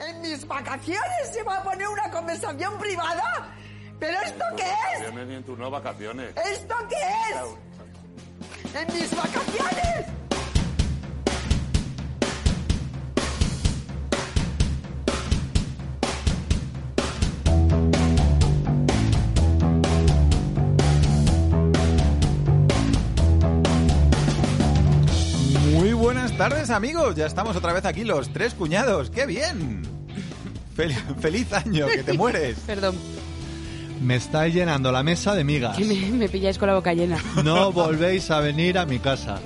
en mis vacaciones se va a poner una conversación privada. ¿Pero esto qué es? Vacaciones ni en tus no vacaciones. ¿Esto qué es? En mis vacaciones. Muy buenas tardes amigos, ya estamos otra vez aquí los tres cuñados, ¡qué bien! Fel- feliz año, que te mueres. Perdón, Me estáis llenando la mesa de migas. que me, me pilláis con la boca llena. No volvéis a venir a mi casa.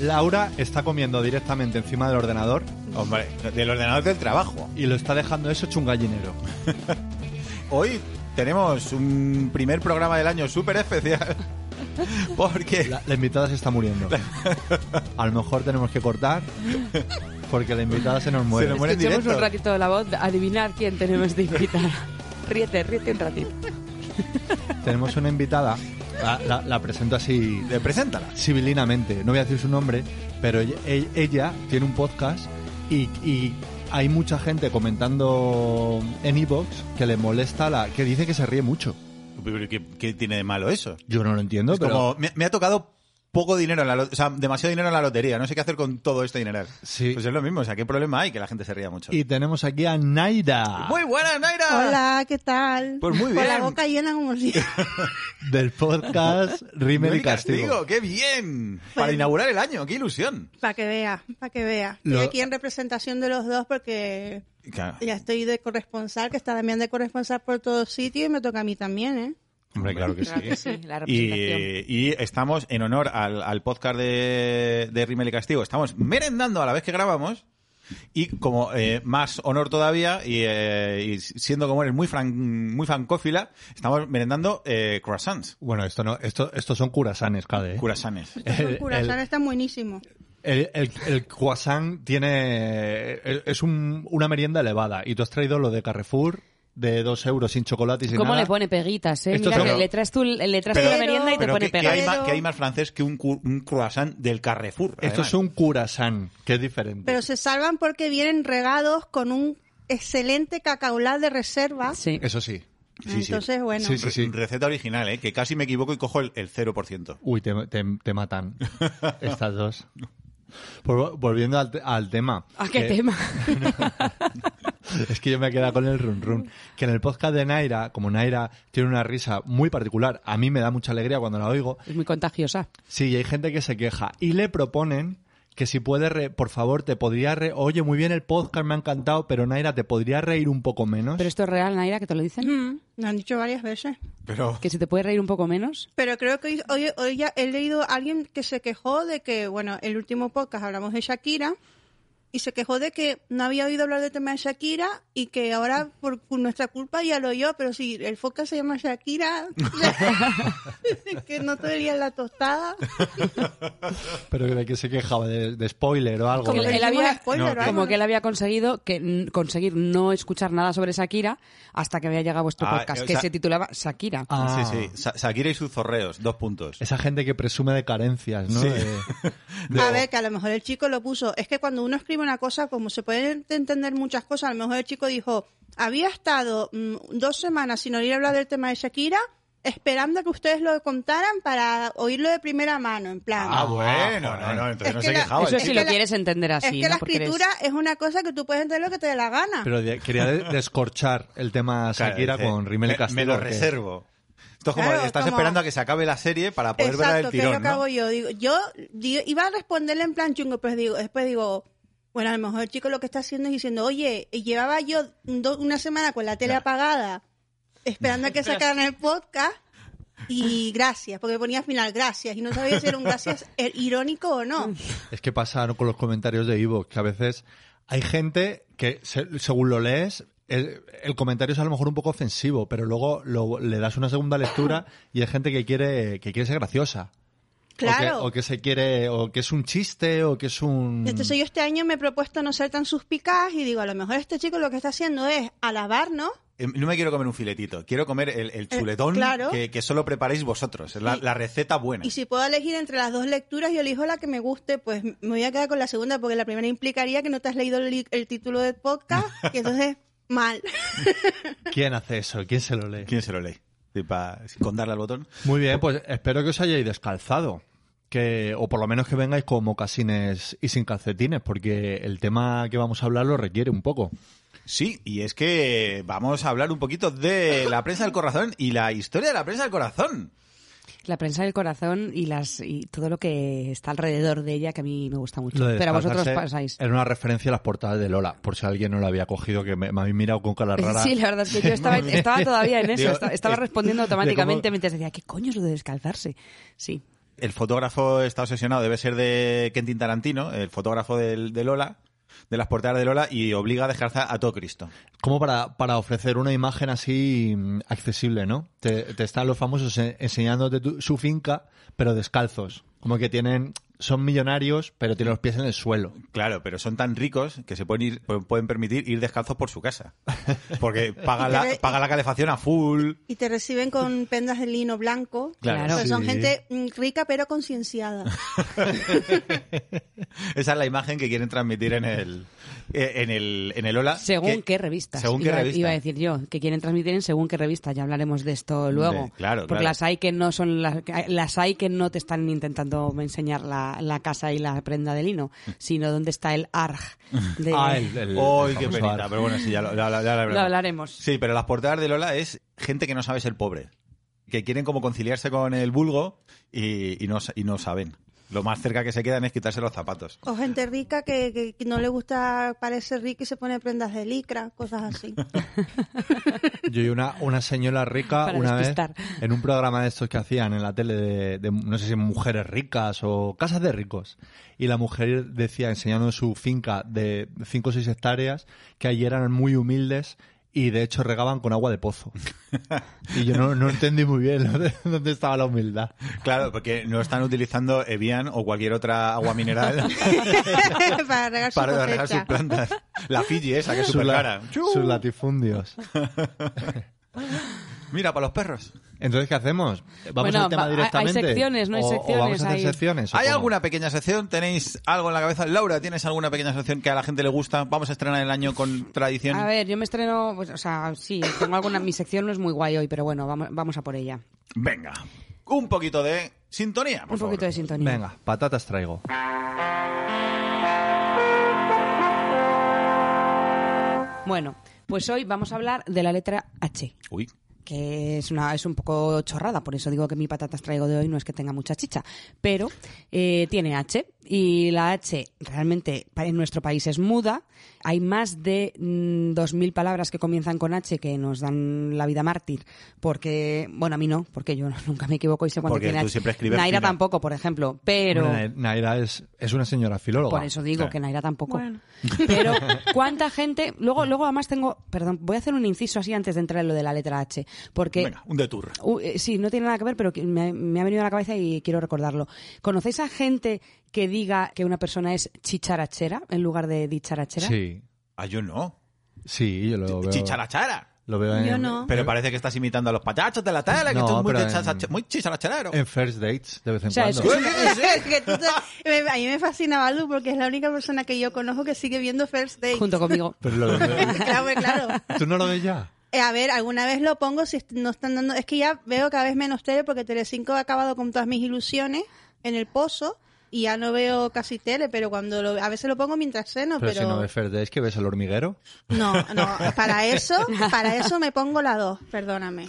Laura está comiendo directamente encima del ordenador Hombre, del ordenador del trabajo. y lo está dejando eso chungallinero. Hoy tenemos un primer programa del año súper especial. Porque La, la invitada se está muriendo. A lo mejor tenemos que cortar porque la invitada se nos muere. Se nos muere. Bueno, en Escuchemos directo. un ratito la voz, adivinar quién tenemos de invitar. Ríete, ríete un ratito. Tenemos una invitada, la, la- la presento así Eh, preséntala. sibilinamente, no voy a decir su nombre, pero ella, e- ella tiene un podcast y, y hay mucha gente comentando en iVoox que le molesta la... que dice que se ríe mucho. Pero ¿Qué, qué tiene de malo eso? Yo no lo entiendo, Es pero... como, me, me ha tocado poco dinero, en la lo- o sea, demasiado dinero en la lotería, no sé qué hacer con todo este dinero. Sí. Pues es lo mismo, o sea, ¿qué problema hay que la gente se ría mucho? Y tenemos aquí a Naida, Muy buenas, Naira. Hola, ¿qué tal? Pues muy bien. Con la boca llena como si... del podcast Rímel Mel y Castigo. ¡Qué bien! Para inaugurar el año, qué ilusión. para que vea, para que vea. Lo- Estoy aquí en representación de los dos porque Claro. ya estoy de corresponsal, que está también de corresponsal por todos sitios y me toca a mí también, ¿eh? Hombre, claro que sí. Claro que sí, la Y, representación. y estamos en honor al, al podcast de, de Rímel y Castigo. Estamos merendando a la vez que grabamos. Y como eh, más honor todavía, y, eh, y siendo como eres muy, fran, muy francófila, estamos merendando eh, croissants. Bueno, esto no, esto, estos son curasanes, Cade. ¿eh? Curasanes. El, Los curasanes el- están buenísimos. el- el- el croissant tiene. Es un- una merienda elevada. Y tú has traído lo de Carrefour de dos euros sin chocolate y sin ¿Cómo nada. le pone peguitas, eh? Esto Mira, es que un- le traes tú, le traes tú Pero- la merienda y te Pero pone que, que hay pegas. más, Pero- que hay más francés que un, cu- un croissant del Carrefour. Esto además. es un curasán, que es diferente. Pero se salvan porque vienen regados con un excelente cacaolat de reserva. Sí. Eso sí. Sí, sí. Entonces, bueno. Sí, sí, sí. Receta original, ¿eh? que casi me equivoco y cojo el, el 0%. Uy, te, te- te matan. Estas dos. Por- volviendo al, te- al tema. ¿A qué Eh, tema? Es que yo me he quedado con el run run. Que en el podcast de Naira, como Naira tiene una risa muy particular, a mí me da mucha alegría cuando la oigo. Es muy contagiosa. Sí, y hay gente que se queja. Y le proponen que si puede, re- por favor, te podría re- Oye, muy bien el podcast, me ha encantado, pero Naira, ¿te podría reír un poco menos? Pero esto es real, Naira, que te lo dicen. Mm, Lo han dicho varias veces. Pero Que si te puedes reír un poco menos. Pero creo que hoy- hoy, hoy ya he leído a alguien que se quejó de que, bueno, el último podcast hablamos de Shakira y se quejó de que no había oído hablar del tema de Shakira y que ahora por, por nuestra culpa ya lo oyó, pero si el podcast se llama Shakira, que no te vería la tostada. Pero de que se quejaba de, de spoiler o algo. Como Que que le él hicimos había- un spoiler, No, o Como algo, que él había conseguido que n- conseguir no escuchar nada sobre Shakira hasta que había llegado vuestro Ah, podcast, o que sea- se titulaba Shakira. Ah, Sí, sí. Sa- Shakira y sus zorreos, dos puntos. Esa gente que presume de carencias, ¿no? De- A ver, que a lo mejor el chico lo puso. Es que cuando uno escribe una cosa, como se pueden entender muchas cosas, a lo mejor el chico dijo, había estado mm, dos semanas sin oír hablar del tema de Shakira, esperando a que ustedes lo contaran para oírlo de primera mano, en plan. Ah, bueno, no, no, entonces Es no que se la- quejaba. Eso el es si chico. que lo la- quieres entender así, es que ¿no? la Porque eres- escritura es una cosa que tú puedes entender lo que te dé la gana. Pero de- quería de- descorchar el tema Claro, Shakira dice, con Rimmel y me- Castigo. Me lo que- reservo. Esto es como Claro, estás como- esperando a que se acabe la serie para poder verla del Exacto, que es lo tirón, que hago ¿no? yo. Digo, yo digo- iba a responderle en plan chungo, pero digo, después digo, bueno, a lo mejor el chico lo que está haciendo es diciendo, oye, llevaba yo do- una semana con la tele apagada, esperando a que sacaran el podcast, y gracias, porque ponía al final gracias, y no sabía si era un gracias er- irónico o no. Es que pasaron con los comentarios de Ivo, que a veces hay gente que, se- según lo lees, el, el comentario es a lo mejor un poco ofensivo, pero luego lo- le das una segunda lectura y hay gente que quiere, que quiere ser graciosa. O que- O Claro. que, se quiere, o que es un chiste, o que es un... Entonces yo este año me he propuesto no ser tan suspicaz y digo, a lo mejor este chico lo que está haciendo es alabarnos eh, no me quiero comer un filetito, quiero comer el, el Eh, chuletón claro. que, que solo preparáis vosotros, es la, Y- la receta buena. Y si puedo elegir entre las dos lecturas y elijo la que me guste, pues me voy a quedar con la segunda, porque la primera implicaría que no te has leído el, li- el título del podcast, y entonces mal. ¿Quién hace eso? ¿Quién se lo lee? ¿Quién se lo lee? Sí, pa- con darle al botón. Muy bien, pues espero que os hayáis descalzado. Que, o por lo menos que vengáis con mocasines y sin calcetines, porque el tema que vamos a hablar lo requiere un poco. Sí, y es que vamos a hablar un poquito de la prensa del corazón y la historia de la prensa del corazón. La prensa del corazón y las y todo lo que está alrededor de ella que a mí me gusta mucho. Lo de Pero a vosotros descalzarse pasáis. Era una referencia a las portadas de Lola, por si alguien no lo había cogido, que me, me habéis mirado con cara rara. Sí, la verdad es que yo estaba, estaba todavía en eso. Digo, esta- estaba eh, respondiendo de cómo- automáticamente mientras decía, ¿qué coño es lo de descalzarse? Sí. El fotógrafo está obsesionado, debe ser de Quentin Tarantino, el fotógrafo del- de Lola, de las portadas de Lola, y obliga a descalzar a todo Cristo. Como para, para ofrecer una imagen así mm, accesible, ¿no? Te, te están los famosos en- enseñándote tu- su finca, pero descalzos. Como que tienen, son millonarios, pero tienen los pies en el suelo. Claro, pero son tan ricos que se pueden, ir, pu- pueden permitir ir descalzos por su casa. Porque paga la, paga la calefacción a full. Y te reciben con prendas de lino blanco. Claro. O sea, son Sí. gente mm, rica pero concienciada. Esa es la imagen que quieren transmitir en el, eh, en el, en el Ola. Según qué, revistas. Según qué iba, revista. iba a decir yo, que quieren transmitir en según qué revistas. Ya hablaremos de esto luego. De- claro, Porque claro. las hay que no son las, las hay que no te están intentando enseñar la, la casa y la prenda de lino, sino dónde está el arg. De, Ah, el- el- ¡Ay, el qué famoso penita! ar- Pero bueno, sí, ya lo, ya lo- ya lo Lo hablaremos. Sí, pero las portadas de Lola es gente que no sabe ser pobre. Que quieren como conciliarse con el vulgo y, y no, sa- y no saben. Lo más cerca que se quedan es quitarse los zapatos. O gente rica que, que- que no le gusta parecer rica y se pone prendas de licra, cosas así. Yo y una, una señora rica Para una despistar. vez en un programa de estos que hacían en la tele de, de, no sé si mujeres ricas o casas de ricos. Y la mujer decía, enseñando su finca de 5 o 6 hectáreas, que allí eran muy humildes y de hecho regaban con agua de pozo. Y yo no, no entendí muy bien lo de- dónde estaba la humildad. Claro, porque no están utilizando Evian o cualquier otra agua mineral para regar su para regar sus cosecha. plantas. La Fiji esa, que es Sus súper la- cara. sus latifundios. Mira, para los perros. Entonces, ¿qué hacemos? ¿Vamos Bueno, al tema va- hay- hay directamente? secciones, no hay ¿O- ¿O vamos secciones, a hacer hay- secciones? o ¿Hay cómo? alguna pequeña sección? ¿Tenéis algo en la cabeza? Laura, ¿tienes alguna pequeña sección que a la gente le gusta? Vamos a estrenar el año con tradición. A ver, yo me estreno, pues, o sea, sí, tengo alguna, mi sección no es muy guay hoy, pero bueno, vamos, vamos a por ella. Venga. Un poquito de sintonía, por Un poquito de sintonía. Venga, patatas traigo. Bueno, pues hoy vamos a hablar de la letra H. Uy. que es una es un poco chorrada, por eso digo que mi patatas traigo de hoy no es que tenga mucha chicha, pero eh, tiene H y la H realmente pa- en nuestro país es muda. Hay más de mm, 2.000 palabras que comienzan con H que nos dan la vida mártir, porque, bueno, a mí no, porque yo nunca me equivoco y sé cuándo Porque tiene tú H. siempre escribes Naira fino. tampoco, por ejemplo, pero... Hombre, Na- Naira es, es una señora filóloga. Por eso digo Claro. que Naira tampoco. Pero cuánta gente. Luego, luego además tengo. Perdón, voy a hacer un inciso así antes de entrar en lo de la letra H. Porque Venga, un detour. Uh, eh, sí, no tiene nada que ver, pero que me, me ha venido a la cabeza y quiero recordarlo. ¿Conocéis a gente que diga que una persona es chicharachera en lugar de dicharachera? Sí, Ah, yo no. sí, yo lo veo. Chicharachara. Lo veo en, Yo no. Pero parece que estás imitando a los payachos de la tele, que No, tú eres muy, pero en- chicharacha- muy chicharachero. en first dates, de vez en O sea, cuando. es- Que tú te- me- a mí me fascina Baldu porque es la única persona que yo conozco que sigue viendo First Day. Junto conmigo. Pero lo veo- Claro, pues, claro. ¿Tú no lo ves ya? Eh, a ver, alguna vez lo pongo si est- no están dando. Es que ya veo cada vez menos tele porque Telecinco ha acabado con todas mis ilusiones en el pozo y ya no veo casi tele, pero cuando lo- a veces lo pongo mientras ceno, Pero, pero, si no ves first dates, que ves el hormiguero. no, no, para eso, para eso me pongo la dos, perdóname.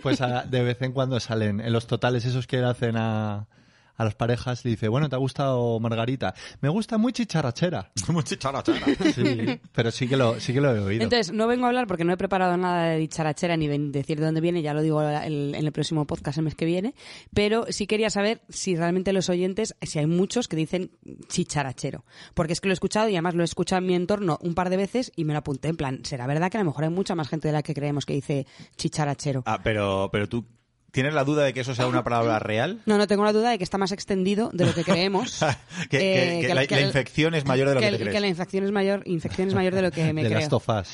Pues a- de vez en cuando salen en los totales esos que hacen a, a las parejas. Le dice, bueno, ¿te ha gustado Margarita? Me gusta muy chicharachera. Muy chicharachera. Sí, pero sí que lo, sí que lo he oído. Entonces, no vengo a hablar porque no he preparado nada de dicharachera ni ven- decir de dónde viene, ya lo digo el- en el próximo podcast el mes que viene, pero sí quería saber si realmente los oyentes, si hay muchos que dicen chicharachero, porque es que lo he escuchado y además lo he escuchado en mi entorno un par de veces y me lo apunté, en plan, será verdad que a lo mejor hay mucha más gente de la que creemos que dice chicharachero. Ah, pero, pero tú ¿Tienes la duda de que eso sea una palabra real? No, no tengo la duda de que está más extendido de lo que creemos. Ah, eh, Que- que- que la- la infección es mayor de lo que el- te crees. la infección es mayor, infección es mayor de lo que me de creo. Last of Us.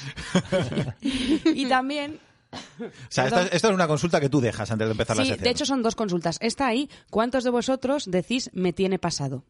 Y también O sea, esta, Perdón. es- esta es una consulta que tú dejas antes de empezar la Sí, sección. de hecho son dos consultas. Está ahí, ¿cuántos de vosotros decís me tiene pasado?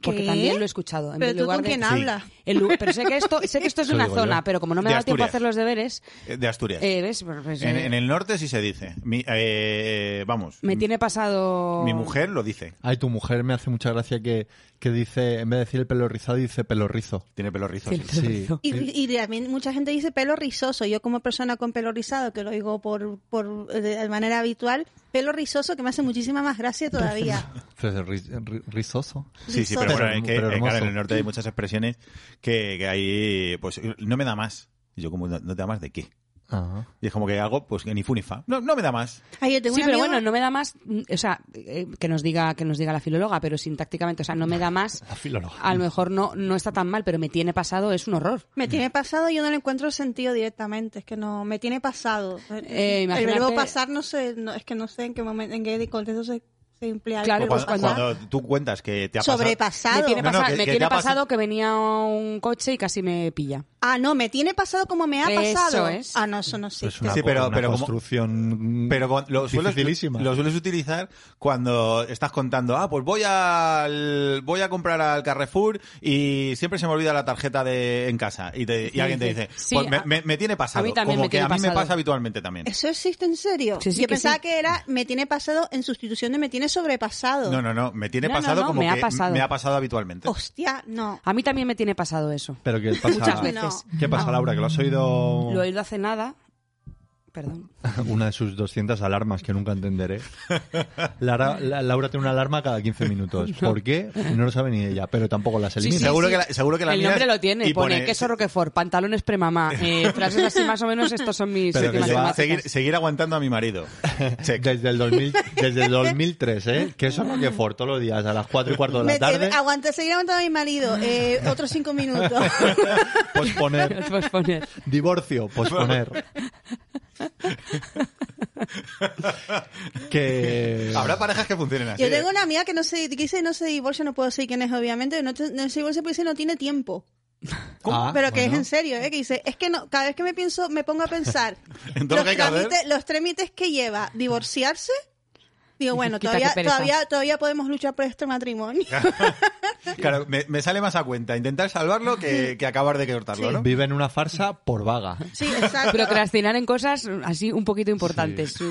Porque ¿Qué? también lo he escuchado. En Pero tú lugar con de- quién Sí. hablas. En lu- Pero sé que esto, sé que esto es Eso una digo yo. zona, pero como no me De ha dado tiempo a Asturias. hacer los deberes, Eh, de Asturias. eh, ¿ves? Pues, eh, en, en el norte sí se dice. Mi- eh, vamos. me tiene pasado... Mi mujer lo dice. Ay, tu mujer me hace mucha gracia que, que dice, en vez de decir el pelo rizado, dice pelo rizo. Tiene pelo rizo. Tiene sí. pelo Sí. rizo. Y, y también mucha gente dice pelo rizoso. Yo como persona con pelo rizado, que lo digo por, por eh, de manera habitual, pelo rizoso que me hace muchísima más gracia todavía. Entonces, ri- ri- rizoso. Sí, sí, Rizoso. pero bueno, Pero- es que pero eh, claro, hermoso. en el norte hay muchas expresiones que, que hay, pues, no me da más. Y yo como, ¿no, no te da más de qué? Ajá. Y es como que algo, pues, que ni funifa. No, no me da más. Ay, yo tengo Sí, un pero amigo- bueno, no me da más, mm, o sea, eh, que nos diga que nos diga la filóloga, pero sintácticamente, o sea, no me da más. La filóloga. A lo mejor no no está tan mal, pero me tiene pasado es un horror. Me tiene pasado, yo no le encuentro sentido directamente. Es que no, me tiene pasado. Eh, el imagínate- verbo pasar no sé, no, es que no sé en qué momento, en qué contexto se, se emplea. el Claro, verbo pues cuando, pasar. cuando tú cuentas que te ha pasado... Me sobrepasado. tiene, No, no, pasa- que- me que tiene te ha pas- pasado que venía un coche y casi me pilla. Ah, no, me tiene pasado como me ha Eso pasado. es. Ah, no, eso no sí. Es una, Sí, pero- una pero como- construcción Pero con- lo sueles, dificilísima. lo sueles utilizar cuando estás contando, ah, pues voy al voy a comprar al Carrefour y siempre se me olvida la tarjeta de en casa y, te- y Sí, alguien te sí. dice, Sí, pues me, a- me- me tiene pasado, a mí también como me que tiene a mí me pasado. pasa habitualmente también. ¿Eso existe en serio? Sí, sí, yo que pensaba sí. que era me tiene pasado en sustitución de me tiene sobrepasado. No, no, no, me tiene No, no, pasado no, como me ha que pasado. me ha pasado habitualmente. Hostia, no. A mí también me tiene pasado eso. Pero ¿qué pasa, Ah, Muchas veces. Ah, ¿Qué pasa, Laura? ¿Que lo has Oh. oído Lo he oído hace nada. Perdón. una de sus 200 alarmas que nunca entenderé? Lara- la- Laura tiene una alarma cada 15 minutos. ¿Por qué? No lo sabe ni ella, pero tampoco las elimina. Sí, seguro, sí. Que la, seguro que la el miras nombre lo tiene. y pone, pone- queso roquefort, pantalones premamá. Eh, frases así más o menos, estos son mis Pero que últimas lleva- temáticas. seguir, seguir aguantando a mi marido. Check. Desde el, 2000, desde el 2003, ¿eh? Que eso es lo que for todos los días, a las 4 y cuarto de la Me- tarde, eh, aguanta, seguir aguantando a mi marido. Eh, otros cinco minutos. posponer. Os voy a poner. Divorcio, posponer. que... Habrá parejas que funcionen así. Yo tengo ¿eh? una amiga que no se, que dice no se divorcia, no puedo decir quién es, obviamente. No, te- no se divorcia porque dice no tiene tiempo. Ah, Pero que es bueno. en serio, ¿eh? Que dice, es que no, cada vez que me pienso, me pongo a pensar En todo lo los, que hay que hacer. trámites, los trámites que lleva divorciarse. Digo, bueno, Quita, qué todavía, pereza. todavía, todavía podemos luchar por este matrimonio. Claro, me, me sale más a cuenta intentar salvarlo que, que acabar de cortarlo, ¿no? Vive en una farsa por vaga. Sí, exacto. Procrastinar en cosas así un poquito importantes. Sí.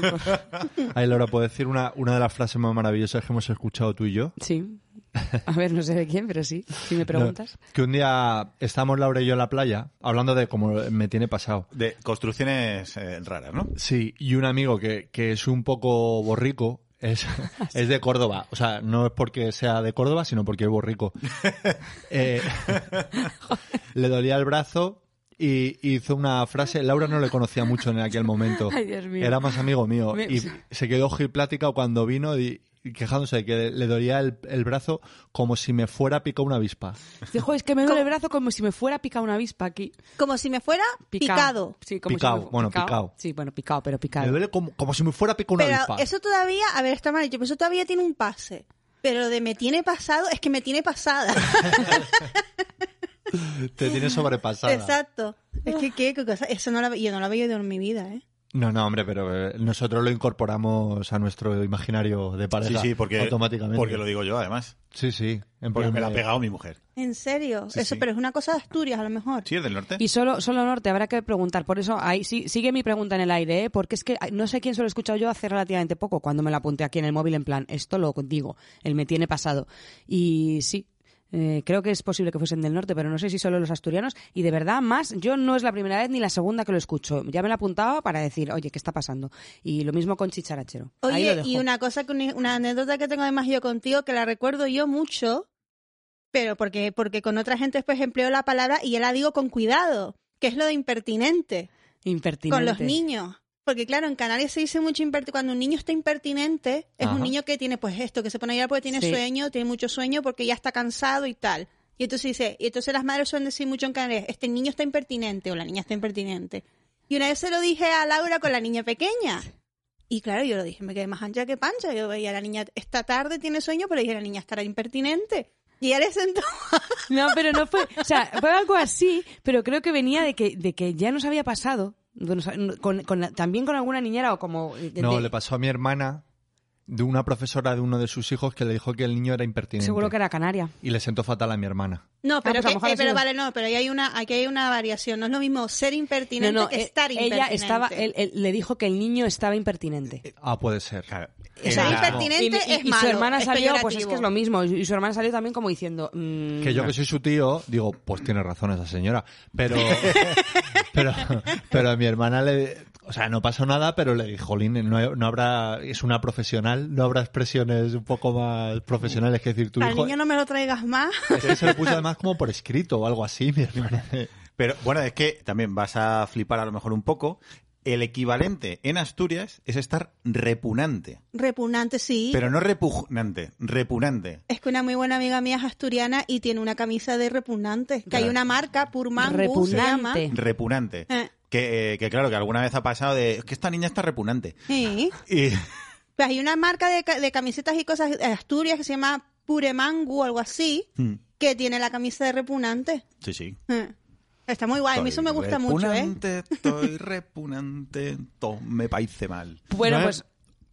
Ahí Laura, ¿puedo decir una, una de las frases más maravillosas que hemos escuchado tú y yo? Sí. A ver, no sé de quién, pero sí. Si me preguntas. No, que un día estamos Laura y yo en la playa hablando de cómo me tiene pasado. De construcciones eh, raras, ¿no? Sí, y un amigo que, que es un poco borrico. Es, Ah, es de Córdoba, o sea, no es porque sea de Córdoba, sino porque es borrico. Eh, le dolía el brazo y hizo una frase. Laura no le conocía mucho en aquel momento. Ay, Dios mío. Era más amigo mío. Me- Y se quedó plática cuando vino y, y quejándose de que le dolía el, el brazo como si me fuera picado una avispa. Dice, "Jo, es que me duele el brazo como si me fuera picado una avispa aquí. Como si me fuera picado. Sí, como si Picao, me fu- bueno, picao. picao. Sí, bueno, picado, pero Me picado. duele como, como si me fuera picado una Pero avispa. eso todavía, a ver, está mal hecho, pero eso todavía tiene un pase. Pero lo de me tiene pasado es que me tiene pasada. Te tiene sobrepasada. Exacto. Es que qué, qué cosa. Eso no la, yo no lo había oído en mi vida, ¿eh? No, no, hombre, pero eh, nosotros lo incorporamos a nuestro imaginario de Sí, pareja sí, porque, automáticamente. porque lo digo yo, además. Sí, sí. En Porque plan me la ha de- pegado mi mujer. En serio. Sí, eso, sí. pero es una cosa de Asturias, a lo mejor. ¿Sí, es del norte? Y solo, solo norte, habrá que preguntar. Por eso ahí sí, sigue mi pregunta en el aire, ¿eh? porque es que ay, no sé quién se lo he escuchado yo hace relativamente poco, cuando me lo apunté aquí en el móvil, en plan, esto lo digo, él me tiene pasado. Y sí. eh, creo que es posible que fuesen del norte, pero no sé si solo los asturianos. Y de verdad, más, yo no es la primera vez ni la segunda que lo escucho. Ya me lo apuntaba para decir, oye, ¿qué está pasando? Y lo mismo con Chicharachero. Ahí lo Oye, dejo. y una cosa, que una, una anécdota que tengo además yo contigo, que la recuerdo yo mucho, pero porque, porque con otra gente después empleo la palabra y ya la digo con cuidado, que es lo de impertinente, Impertinente. con los niños. Porque claro, en Canarias se dice mucho impertinente. Cuando un niño está impertinente, es Ajá. un niño que tiene pues esto, que se pone a llorar porque tiene Sí. sueño, tiene mucho sueño, porque ya está cansado y tal. Y entonces dice, y entonces las madres suelen decir mucho en Canarias, este niño está impertinente o la niña está impertinente. Y una vez se lo dije a Laura con la niña pequeña. Y claro, yo lo dije, me quedé más ancha que pancha. Yo veía a la niña, esta tarde tiene sueño, pero dije, la niña estará impertinente. Y ella le sentó. No, pero no fue, o sea, fue algo así, pero creo que venía de que, de que ya nos había pasado, de nos- con- con la- también con alguna niñera o como... eh, de- No, de- le pasó a mi hermana de una profesora de uno de sus hijos que le dijo que el niño era impertinente. seguro que era canaria. Y le sentó fatal a mi hermana. No, pero, pues a lo que- mejor eh, ha pero sido- vale, no, pero ahí hay una, aquí hay una variación. No es lo mismo ser impertinente no, no, que eh, estar ella impertinente. estaba, él- él- le dijo que el niño estaba impertinente. Ah, puede ser. Eh, Claro. Ser Era- impertinente Y, y- es y su malo, hermana es salió, pues es peyorativo. que es lo mismo. Y su hermana salió también como diciendo. mm, Que yo que soy su tío, digo, pues tiene razón esa señora. Pero, pero, pero a mi hermana le, o sea, no pasó nada, pero le dijo, Jolín, no, no habrá, es una profesional, no habrá expresiones un poco más profesionales que decir tu Al hijo. niño no me lo traigas más. Es que se lo puso además como por escrito o algo así, mi hermana. Pero bueno, es que también vas a flipar a lo mejor un poco. El equivalente en Asturias es estar repugnante. Repugnante, sí. Pero no repugnante, repugnante. Es que una muy buena amiga mía es asturiana y tiene una camisa de repugnante. Que hay una marca, Purmangu, se llama. Repugnante. Repugnante. Eh. Que, eh, que claro, que alguna vez ha pasado de... Es que esta niña está repugnante. Sí. Y, Pues hay una marca de, ca- de camisetas y cosas de Asturias que se llama Puremangu o algo así, Mm, que tiene la camisa de repugnante. sí, sí. Eh. Está muy guay, a mí eso me gusta mucho, ¿eh? Repugnante, estoy repugnante, todo me parece mal. bueno, No pues. es-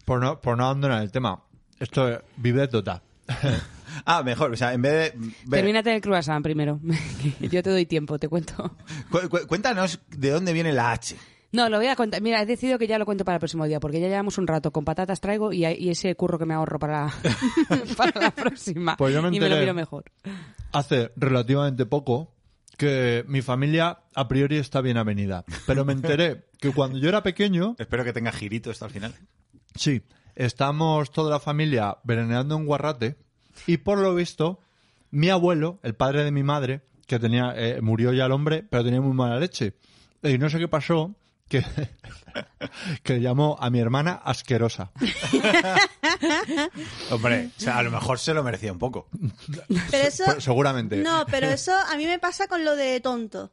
Por no, por no abandonar el tema, esto es dota Ah, mejor, o sea, en vez de... ver, Termínate el croissant primero. que yo te doy tiempo, te cuento. cu- cu- cuéntanos de dónde viene la H. No, lo voy a contar. Mira, he decidido que ya lo cuento para el próximo día, porque ya llevamos un rato con patatas traigo y, y ese curro que me ahorro para, para la próxima. Pues yo me y me lo enteré. miro mejor. hace relativamente poco que mi familia a priori está bien avenida. Pero me enteré que cuando yo era pequeño, Espero que tenga girito hasta el final. sí, estamos toda la familia veraneando en Guarrate y por lo visto mi abuelo, el padre de mi madre, que tenía eh, murió ya el hombre, pero tenía muy mala leche. Y no sé qué pasó que que llamó a mi hermana asquerosa. Hombre, o sea, a lo mejor se lo merecía un poco. Pero eso, Pues Pero Pues, seguramente. No, pero eso a mí me pasa con lo de tonto.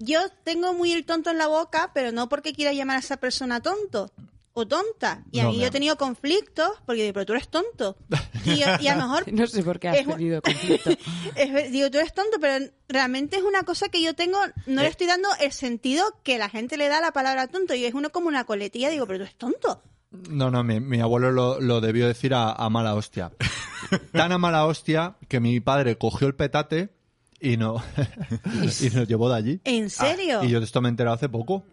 Yo tengo muy el tonto en la boca, pero no porque quiera llamar a esa persona tonto o tonta. Y a No, mí mi yo he amor. tenido conflictos porque digo, pero tú eres tonto. Y, y a lo mejor No sé por qué has Es un- tenido conflicto. es ver- digo, tú eres tonto, pero realmente es una cosa que yo tengo, no Eh. le estoy dando el sentido que la gente le da a la palabra tonto. Y es uno como una coletilla, digo, pero tú eres tonto. No, no, mi, mi abuelo lo, lo debió decir a, a mala hostia. Tan a mala hostia que mi padre cogió el petate y, no, y nos llevó de allí. ¿En serio? Ah, Y yo de esto me he enterado hace poco.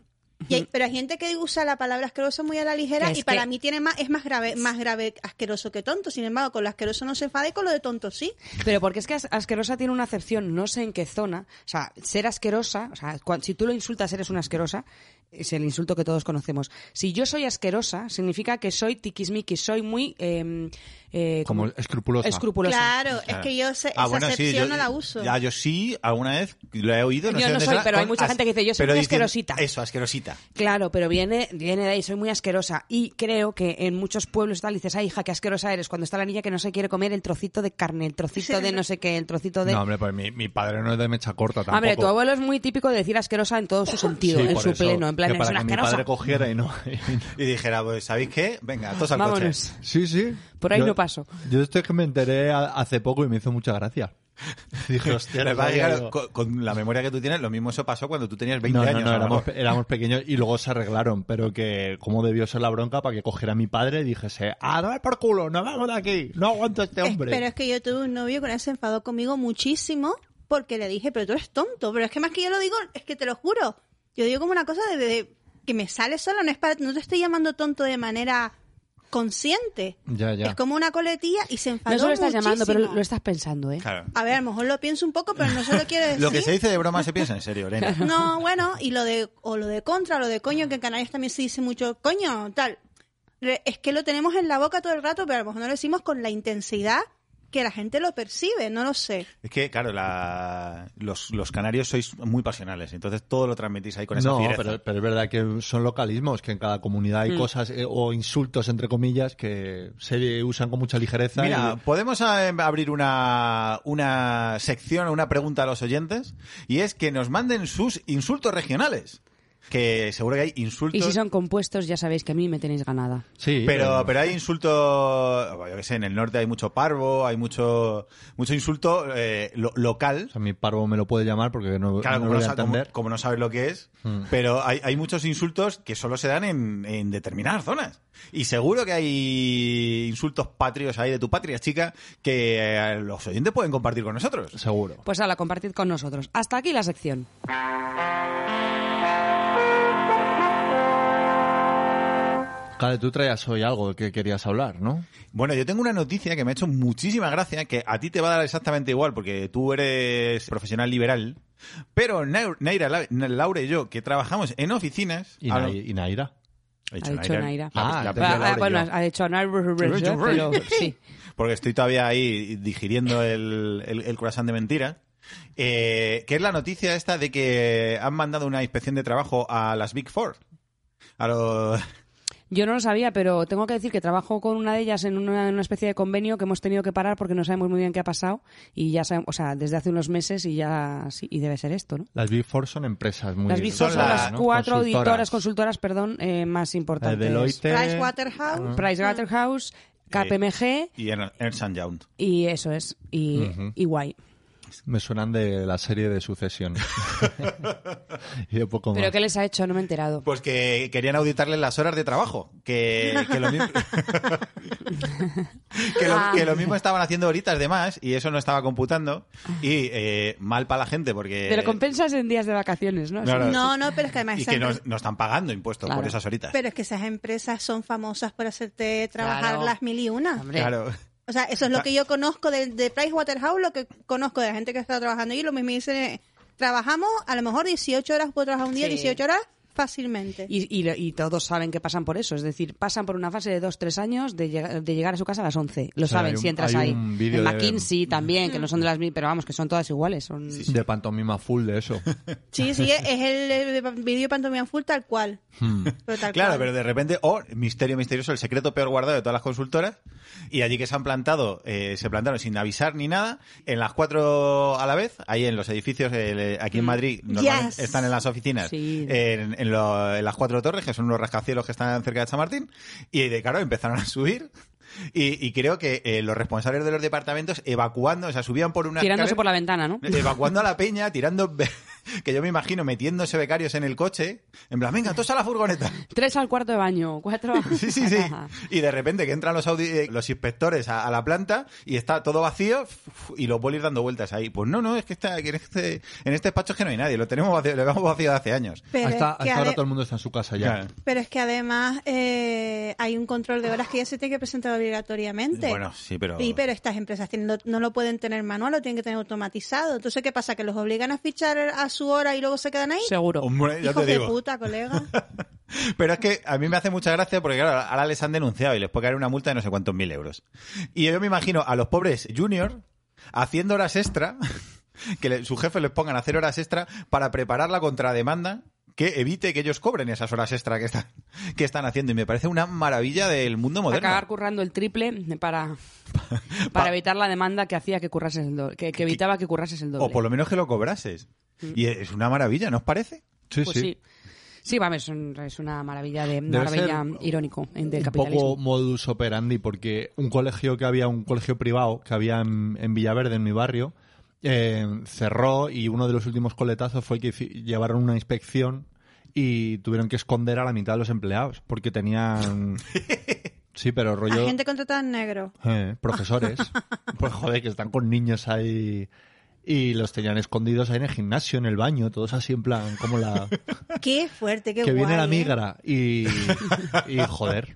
Y hay- pero hay gente que usa la palabra asqueroso muy a la ligera Que es y para que- mí tiene más, es más grave, más grave asqueroso que tonto. Sin embargo, con lo asqueroso no se enfada y con lo de tonto sí. Pero porque es que as- asquerosa tiene una acepción, no sé en qué zona. O sea, ser asquerosa, o sea, cuan- si tú lo insultas, eres una asquerosa, es el insulto que todos conocemos. Si yo soy asquerosa, significa que soy tiquismiquis, soy muy. eh, eh, Como escrupulosa. Escrupulosa. Claro, Ah. es que yo sé- esa acepción yo, no la uso. Ya, este yo sí, alguna vez lo he oído. No Yo sé no dónde soy, será, pero hay con mucha as- gente que dice, yo soy pero muy dicen- asquerosita. Eso, asquerosita. Claro, pero viene, viene de ahí, soy muy asquerosa. Y creo que en muchos pueblos y tal dices, ay, hija, qué asquerosa eres, cuando está la niña que no se quiere comer el trocito de carne, el trocito de no sé qué, el trocito de... No, hombre, pues mi, mi padre no es de mecha corta tampoco. Hombre, tu abuelo es muy típico de decir asquerosa en todo su Sí, sentido, en por su eso, pleno, en plan, que es para una que mi asquerosa. padre cogiera y no... Y dijera, pues, ¿sabéis qué? Venga, todos al Vámonos. Sí, sí. Por ahí no paso. Yo esto es que me enteré a- hace poco y me hizo mucha gracia. Dije, coche. hostia, Lo que no pasa es que, sabía claro, yo. con, con la memoria que tú tienes, lo mismo eso pasó cuando tú tenías 20 No, no, años. no, a lo éramos, mejor. éramos pequeños y luego se arreglaron, pero que como debió ser la bronca para que cogiera a mi padre y dijese, a dar por culo, no vamos de aquí, no aguanto Eh, a este Es- hombre. pero es que yo tuve un novio que una vez se enfadó conmigo muchísimo porque le dije, pero tú eres tonto. Pero es que más que yo lo digo, es que te lo juro. Yo digo como una cosa de, de- que me sale sola, no es para, no te estoy llamando tonto de manera consciente. Ya, ya. Es como una coletilla y se enfadó No solo estás llamando, pero muchísimo. lo estás pensando, ¿eh? Claro. A ver, a lo mejor lo pienso un poco, pero no se lo quiero decir. Lo que se dice de broma se piensa en serio, Elena. No, bueno, y lo de o lo de contra, lo de coño, que en Canarias también se dice mucho coño, tal. Re- Es que lo tenemos en la boca todo el rato, pero a lo mejor no lo decimos con la intensidad que la gente lo percibe, no lo sé. Es que, claro, la- los, los canarios sois muy pasionales, entonces todo lo transmitís ahí con esa no, fiereza. pero, pero es verdad que son localismos, que en cada comunidad Mm. hay cosas eh, o insultos, entre comillas, que se usan con mucha ligereza. Mira, y- podemos eh, abrir una, una sección, una pregunta a los oyentes, y es que nos manden sus insultos regionales. que seguro que hay insultos. Y si son compuestos, ya sabéis que a mí me tenéis ganada. Sí, Pero, pero hay insultos, yo qué sé, en el norte hay mucho parvo, hay mucho, mucho insulto eh, lo- local. O sea, mi parvo me lo puede llamar porque no, Claro, como, no lo no, voy a sa- como- entender. Hmm. como no sabes lo que es, pero hay, hay muchos insultos que solo se dan en, en determinadas zonas. Y seguro que hay insultos patrios ahí de tu patria, chica, que eh, los oyentes pueden compartir con nosotros. Seguro. Pues ala, compartid con nosotros. Hasta aquí la sección. Cade, tú traías hoy algo que querías hablar, ¿no? Bueno, yo tengo una noticia que me ha hecho muchísima gracia, que a ti te va a dar exactamente igual, porque tú eres profesional liberal, pero Nau- Naira, La- Laura y yo, que trabajamos en oficinas... Y, a lo- Nai- y Naira. He Ha dicho Naira. Ah, La- la- entendí, Ah, Laura y bueno, yo. ha dicho Anar, pero sí. porque estoy todavía ahí digiriendo el, el, el croissant de mentira. Eh, que es la noticia esta de que han mandado una inspección de trabajo a las Big Four. A los... Yo no lo sabía, pero tengo que decir que trabajo con una de ellas en una, en una especie de convenio que hemos tenido que parar porque no sabemos muy bien qué ha pasado y ya sabemos, o sea, desde hace unos meses y ya sí, y debe ser esto, ¿no? Las Big Four son empresas muy Las Big Four son son la- las ¿no? cuatro Consultoras. auditoras, consultoras, perdón, eh, más Eh, importantes. Deloitte. Pricewaterhouse. Pricewaterhouse, KPMG Y en Ernst Young. y eso es, y, y guay. Me suenan de la serie de sucesión. y de poco más. ¿Pero qué les ha hecho? No me he enterado. Pues que querían auditarles las horas de trabajo. Que, que lo, mismo, que, lo, que lo mismo estaban haciendo horitas de más y eso no estaba computando. Y eh, mal para la gente porque... Pero compensas en días de vacaciones, ¿no? eh, Claro. No, no, pero es que además y esas que no, empresas- no están pagando impuestos por Claro. esas horitas. pero es que esas empresas son famosas por hacerte trabajar Claro. las mil y una. Hombre, Claro. O sea, eso es lo que yo conozco de, de Pricewaterhouse, lo que conozco de la gente que está trabajando y lo mismo dice, trabajamos a lo mejor 18 horas, puedo trabajar un día Sí. 18 horas fácilmente. Y, y- y todos saben que pasan por eso. Es decir, pasan por una fase de dos, tres años de, llega- de llegar a su casa a las 11. Lo O sea, saben hay un- si entras hay ahí. un vídeo En de- McKinsey también, que no son de las mil, pero vamos, que son todas iguales. Son... De pantomima full de eso. Sí, sí, es el, eh, vídeo pantomima full tal cual. Pero tal Hmm. Claro, cual. pero de repente, o misterio misterioso, el secreto peor guardado de todas las consultoras, y allí que se han plantado, eh, se plantaron sin avisar ni nada, en las cuatro a la vez, ahí en los edificios, el, eh, aquí en Madrid, normalmente Yes. están en las oficinas, Mm. Sí. en, en lo- en las cuatro torres, que son unos rascacielos que están cerca de Chamartín, y de claro, empezaron a subir. Y, y creo que eh, los responsables de los departamentos evacuando, o sea, subían por una Tirándose escalera- por la ventana, ¿no? evacuando a la peña, tirando be- que yo me imagino metiéndose becarios en el coche, en plan, venga, todos a la furgoneta. Tres al cuarto de baño, cuatro. Sí, sí, sí. Y de repente que entran los, audi- eh, los inspectores a, a la planta y está todo vacío f- f- y los bolis dando vueltas ahí. Pues no, no, es que, está, que en, este, en este despacho es que no hay nadie, lo tenemos vacío, lo hemos vacío hace años. Pero hasta es que hasta ahora ade- todo el mundo está en su casa ya. Claro. Pero es que además eh, hay un control de horas que ya se tiene que presentar obligatoriamente. Bueno, sí, pero... Sí, pero estas empresas tienen- no- no lo pueden tener manual, lo tienen que tener automatizado. Entonces, ¿qué pasa? ¿Que los obligan a fichar a su hora y luego se quedan ahí? Seguro. Hombre, ya Hijo te de digo. puta, colega. Pero es que a mí me hace mucha gracia porque, claro, ahora les han denunciado y les puede caer una multa de no sé cuántos mil euros. Y yo me imagino a los pobres junior haciendo horas extra, que le- sus jefes les pongan a hacer horas extra para preparar la contrademanda que evite que ellos cobren esas horas extra que están, que están haciendo. Y me parece una maravilla del mundo moderno. Acabar currando el triple para, para evitar la demanda que hacía que currases el doble, que, que evitaba que currases el doble. Mm. O por lo menos que lo cobrases. Y es una maravilla, ¿no os parece? Sí, Pues sí. Sí, vamos, es, un- es una maravilla de Debe maravilla ser irónico en- del un capitalismo. poco modus operandi porque un colegio que había un colegio privado que había en, en Villaverde en mi barrio eh, cerró y uno de los últimos coletazos fue que hici- llevaron una inspección y tuvieron que esconder a la mitad de los empleados porque tenían sí pero A rollo gente contratada en negro. eh, profesores pues joder que están con niños ahí y los tenían escondidos ahí en el gimnasio en el baño todos así en plan como la Qué fuerte, qué que guay. viene la ¿eh? migra y, y joder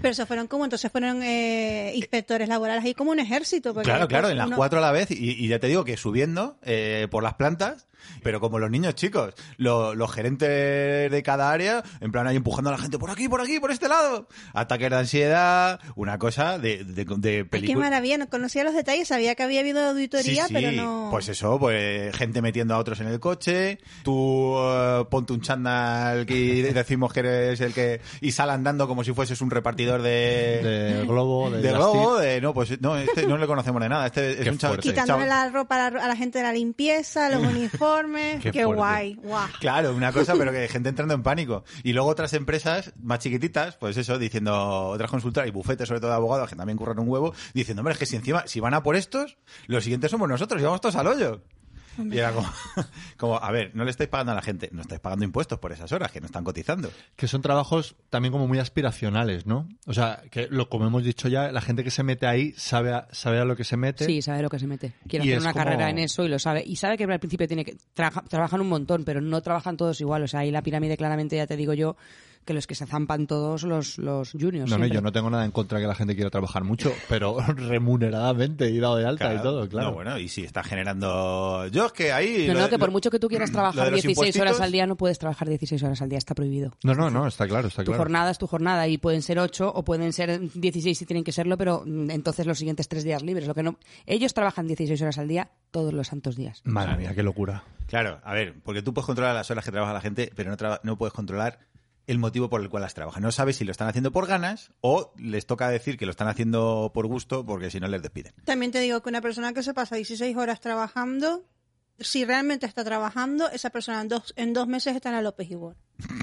Pero eso fueron como, entonces fueron eh, inspectores laborales ahí como un ejército. porque Claro, claro, después en las uno- cuatro a la vez, y, y ya te digo que subiendo eh, por las plantas, pero como los niños chicos, lo- los gerentes de cada área, en plan ahí empujando a la gente por aquí, por aquí, por este lado, ataques de ansiedad, una cosa de, de, de Ay, Qué película. maravilla, no conocía los detalles, sabía que había habido Sí, auditoría, sí, pero no... Pues eso, pues gente metiendo a otros en el coche, tú eh, ponte un chándal que decimos que eres el que... y sal andando como si fueses un repartidor de... de globo de, de Elastic. globo, de- no, pues no, este no le conocemos de nada, este es Qué un chaval. fuerte. Quitándole la ropa a la, a la gente de la limpieza, los uniformes. Qué Qué, fuerte. guay, guau. Claro, una cosa, pero que hay gente entrando en pánico. Y luego otras empresas más chiquititas, pues eso, diciendo, otras consultoras y bufetes, sobre todo de abogados, que también curran un huevo, diciendo, hombre, es que si encima, si van a por estos, los siguientes somos nosotros y vamos todos al hoyo. Y era como, como, a ver, no le estáis pagando a la gente, no estáis pagando impuestos por esas horas que no están cotizando. Que son trabajos también como muy aspiracionales, ¿no? O sea, que lo como hemos dicho ya, la gente que se mete ahí sabe a, sabe a lo que se mete. Sí, sabe lo que se mete. Quiere Y hacer es una como- carrera en eso y lo sabe. Y sabe que al principio tiene que traja- trabajan un montón, pero no trabajan todos igual. O sea, ahí la pirámide claramente ya te digo yo que los que se zampan todos los, los juniors. No, no, siempre. yo no tengo nada en contra que la gente quiera trabajar mucho, pero remuneradamente y dado de alta y todo, claro. No, bueno, y si está generando. Yo es que ahí. No, lo no, de- que por lo- mucho que tú quieras lo de trabajar los 16 horas impuestitos- al día, no puedes trabajar 16 horas al día, está prohibido. No, no, no, está claro, está Tu claro. jornada es tu jornada y pueden ser 8 o pueden ser 16 si tienen que serlo, pero mm, entonces los siguientes 3 días libres. Lo que no, ellos trabajan 16 horas al día todos los santos días. Madre mía, qué locura. Claro, a ver, porque tú puedes controlar las horas que trabaja la gente, pero no, traba- no puedes controlar el motivo por el cual las trabaja. No sabes si lo están haciendo por ganas o les toca decir que lo están haciendo por gusto porque si no les despiden. También te digo que una persona que se pasa 16 horas trabajando, si realmente está trabajando, esa persona en dos, en dos meses está en la López Igor.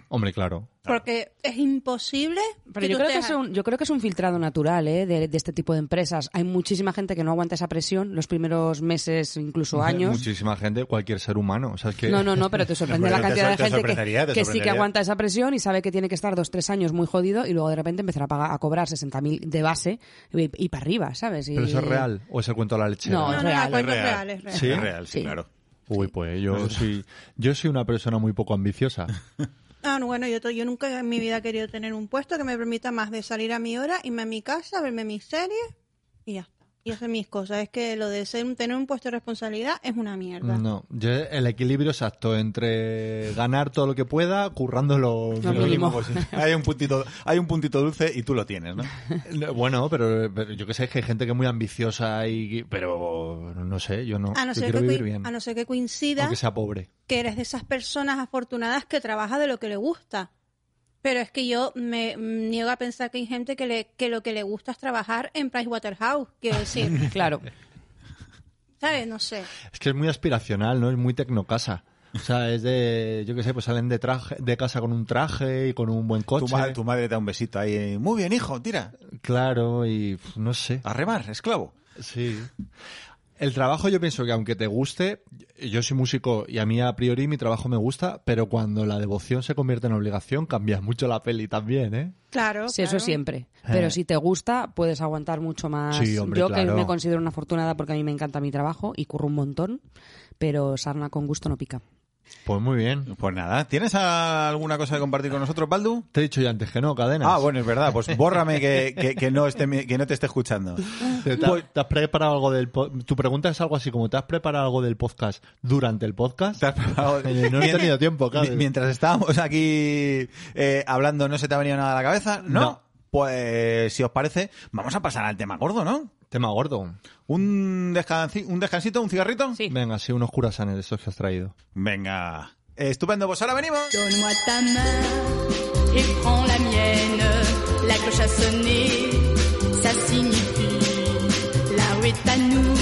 Hombre, claro. Porque es imposible. Pero que yo tú creo que, estés es un, yo creo que es un filtrado natural ¿eh? de, de este tipo de empresas. Hay muchísima gente que no aguanta esa presión los primeros meses, incluso años. Muchísima gente, cualquier ser humano. O sea, es que... No, no, no, pero te sorprende No, la pero te cantidad sor- te de gente sorprendería, te que, que sí que sorprendería. aguanta esa presión y sabe que tiene que estar dos, tres años muy jodido y luego de repente empezar a, pagar, a cobrar 60.000 de base y, y para arriba, ¿sabes? Y- ¿Pero eso es real o es el cuento de la lechera? No, No, es no, real, la es cuenta es real. real, es real. Sí. Es real, sí, Sí. claro. Uy, pues yo soy, yo soy una persona muy poco ambiciosa. Ah, no, bueno, yo, to- yo nunca en mi vida he querido tener un puesto que me permita más de salir a mi hora, irme a mi casa, verme mis series y ya está. Y hacer mis cosas. Es que lo de ser, tener un puesto de responsabilidad es una mierda. No, yo el equilibrio exacto entre ganar todo lo que pueda, currando lo, Lo lo- mínimo. pues, Hay un puntito, hay un puntito dulce y tú lo tienes, ¿no? No, Bueno, pero, pero yo que sé, es que hay gente que es muy ambiciosa y... Pero no sé, yo no. A no, yo ser quiero que, vivir coi- bien, a no ser que coincida aunque sea pobre. que eres de esas personas afortunadas que trabaja de lo que le gusta. Pero es que yo me mm, niego a pensar que hay gente que, le, que lo que le gusta es trabajar en Pricewaterhouse. Quiero decir, Claro. ¿sabes? No sé. Es que es muy aspiracional, ¿no? Es muy tecnocasa. O sea, es de, yo qué sé, pues salen de traje, de casa con un traje y con un buen coche. Tu, ma- tu madre te da un besito ahí. Muy bien, hijo, tira. Claro, y pf, no sé. A remar, esclavo. Sí. El trabajo yo pienso que aunque te guste, yo soy músico y a mí a priori mi trabajo me gusta, pero cuando la devoción se convierte en obligación cambia mucho la peli también, ¿eh? Claro. Sí, eso claro. siempre. Eh. Pero si te gusta, puedes aguantar mucho más. Sí, hombre, Yo claro. que me considero una afortunada porque a mí me encanta mi trabajo y curro un montón, pero sarna con gusto no pica. Pues muy bien. Pues nada, ¿tienes a- alguna cosa que compartir con nosotros, Baldu? Te he dicho ya antes que no, cadenas. Ah, bueno, es verdad. Pues bórrame que, que- que no, esté mi- que no te esté escuchando. ¿Te, te- te has preparado algo del po- tu pregunta es algo así como ¿te has preparado algo del podcast durante el podcast? ¿Te has preparado? No he tenido tiempo, claro. Mi- Mientras estábamos aquí eh, hablando, ¿no se te ha venido nada a la cabeza? ¿No? No. Pues, si os parece, vamos a pasar al tema gordo, ¿no? Tema gordo. ¿Un, descansi- un descansito, un cigarrito? Sí. Venga, sí, unos curasanes de esos que has traído. Venga. Estupendo, pues ahora venimos. Donne-moi ta main et prends la mienne. La cloche a sonné, ça signifie la rue est à nous,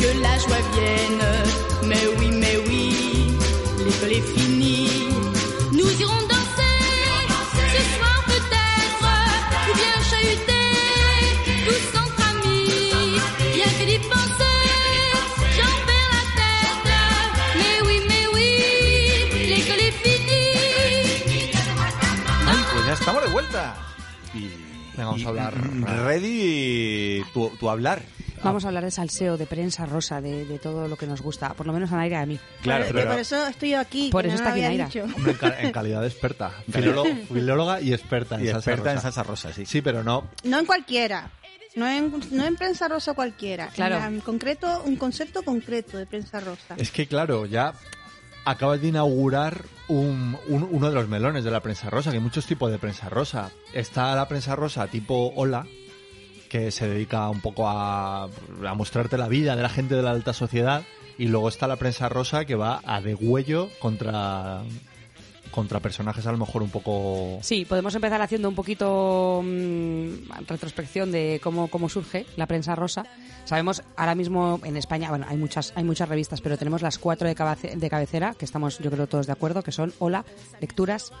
que la joie vienne. Mais oui, mais oui, l'école est finie. Nous irons danser, ce soir peut-être, ou bien chahuter, tous entre amis. Bien que d'y penser, j'en perds la tête. Mais oui, mais oui, l'école est finie. Ay, pues ya estamos de vuelta. Y, Venga, vamos y- mm, a hablar. Ready tu, tu hablar. Vamos a hablar de salseo, de prensa rosa, de, de todo lo que nos gusta, por lo menos a aire a mí. Claro, Por- pero- Por eso estoy yo aquí. Por que eso no está lo aquí había Naira. dicho. Hombre, en, ca- en calidad de experta. Filólogo- filóloga y experta en Y salsa experta en rosa. salsa rosa, sí. Sí, pero no. No en cualquiera. No en, no en prensa rosa cualquiera. Claro. En, en concreto, un concepto concreto de prensa rosa. Es que claro, ya acabas de inaugurar un- un- uno de los melones de la prensa rosa, que hay muchos tipos de prensa rosa. Está la prensa rosa tipo hola, que se dedica un poco a, a mostrarte la vida de la gente de la alta sociedad. Y luego está la prensa rosa que va a degüello contra, contra personajes a lo mejor un poco... Sí, podemos empezar haciendo un poquito mm, retrospección de cómo, cómo surge la prensa rosa. Sabemos ahora mismo en España, bueno, hay muchas, hay muchas revistas, pero tenemos las cuatro de, cabace- de cabecera, que estamos yo creo todos de acuerdo, que son Hola, Lecturas,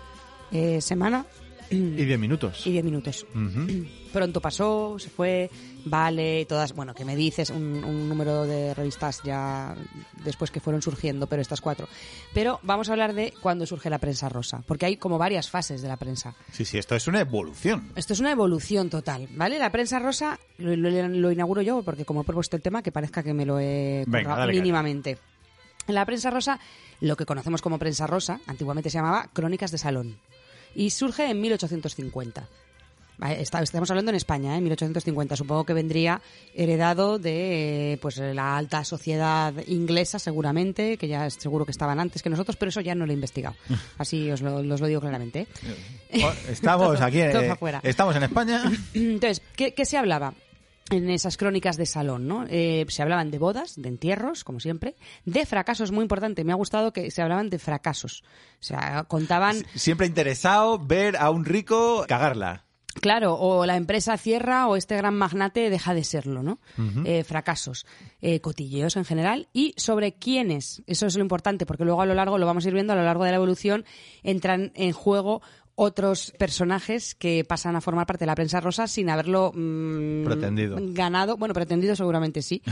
eh, Semana Y 10 minutos. y 10 minutos. Ujú. Pronto pasó, se fue, vale, todas, bueno, que me dices un, un número de revistas ya después que fueron surgiendo, pero estas cuatro. Pero vamos a hablar de cuándo surge la prensa rosa, porque hay como varias fases de la prensa. Sí, sí, esto es una evolución. Esto es una evolución total, ¿vale? La prensa rosa lo, lo- lo inauguro yo porque como he propuesto el tema que parezca que me lo he Venga, currado dale caña. mínimamente. La prensa rosa, lo que conocemos como prensa rosa, antiguamente se llamaba Crónicas de Salón y surge en 1850. Vale, está- Estamos hablando en España, ¿eh? en 1850. Supongo que vendría heredado de eh, pues la alta sociedad inglesa, seguramente, que ya es- seguro que estaban antes que nosotros, pero eso ya no lo he investigado. Mm. Así os lo, os lo digo claramente. ¿eh? Oh, Estamos Todo- aquí, todo eh, afuera. estamos en España. Entonces, ¿qué, qué se hablaba? En esas crónicas de salón, ¿no? Eh, se hablaban de bodas, de entierros, como siempre, de fracasos, muy importante. Me ha gustado que se hablaban de fracasos. O sea, contaban, Siempre interesado ver a un rico cagarla. claro, o la empresa cierra o este gran magnate deja de serlo, ¿no? Eh, fracasos, eh, cotilleos en general y sobre quiénes. Eso es lo importante, porque luego a lo largo, lo vamos a ir viendo, a lo largo de la evolución entran en juego otros personajes que pasan a formar parte de la prensa rosa sin haberlo mm, Pretendido. ganado, bueno, pretendido seguramente sí,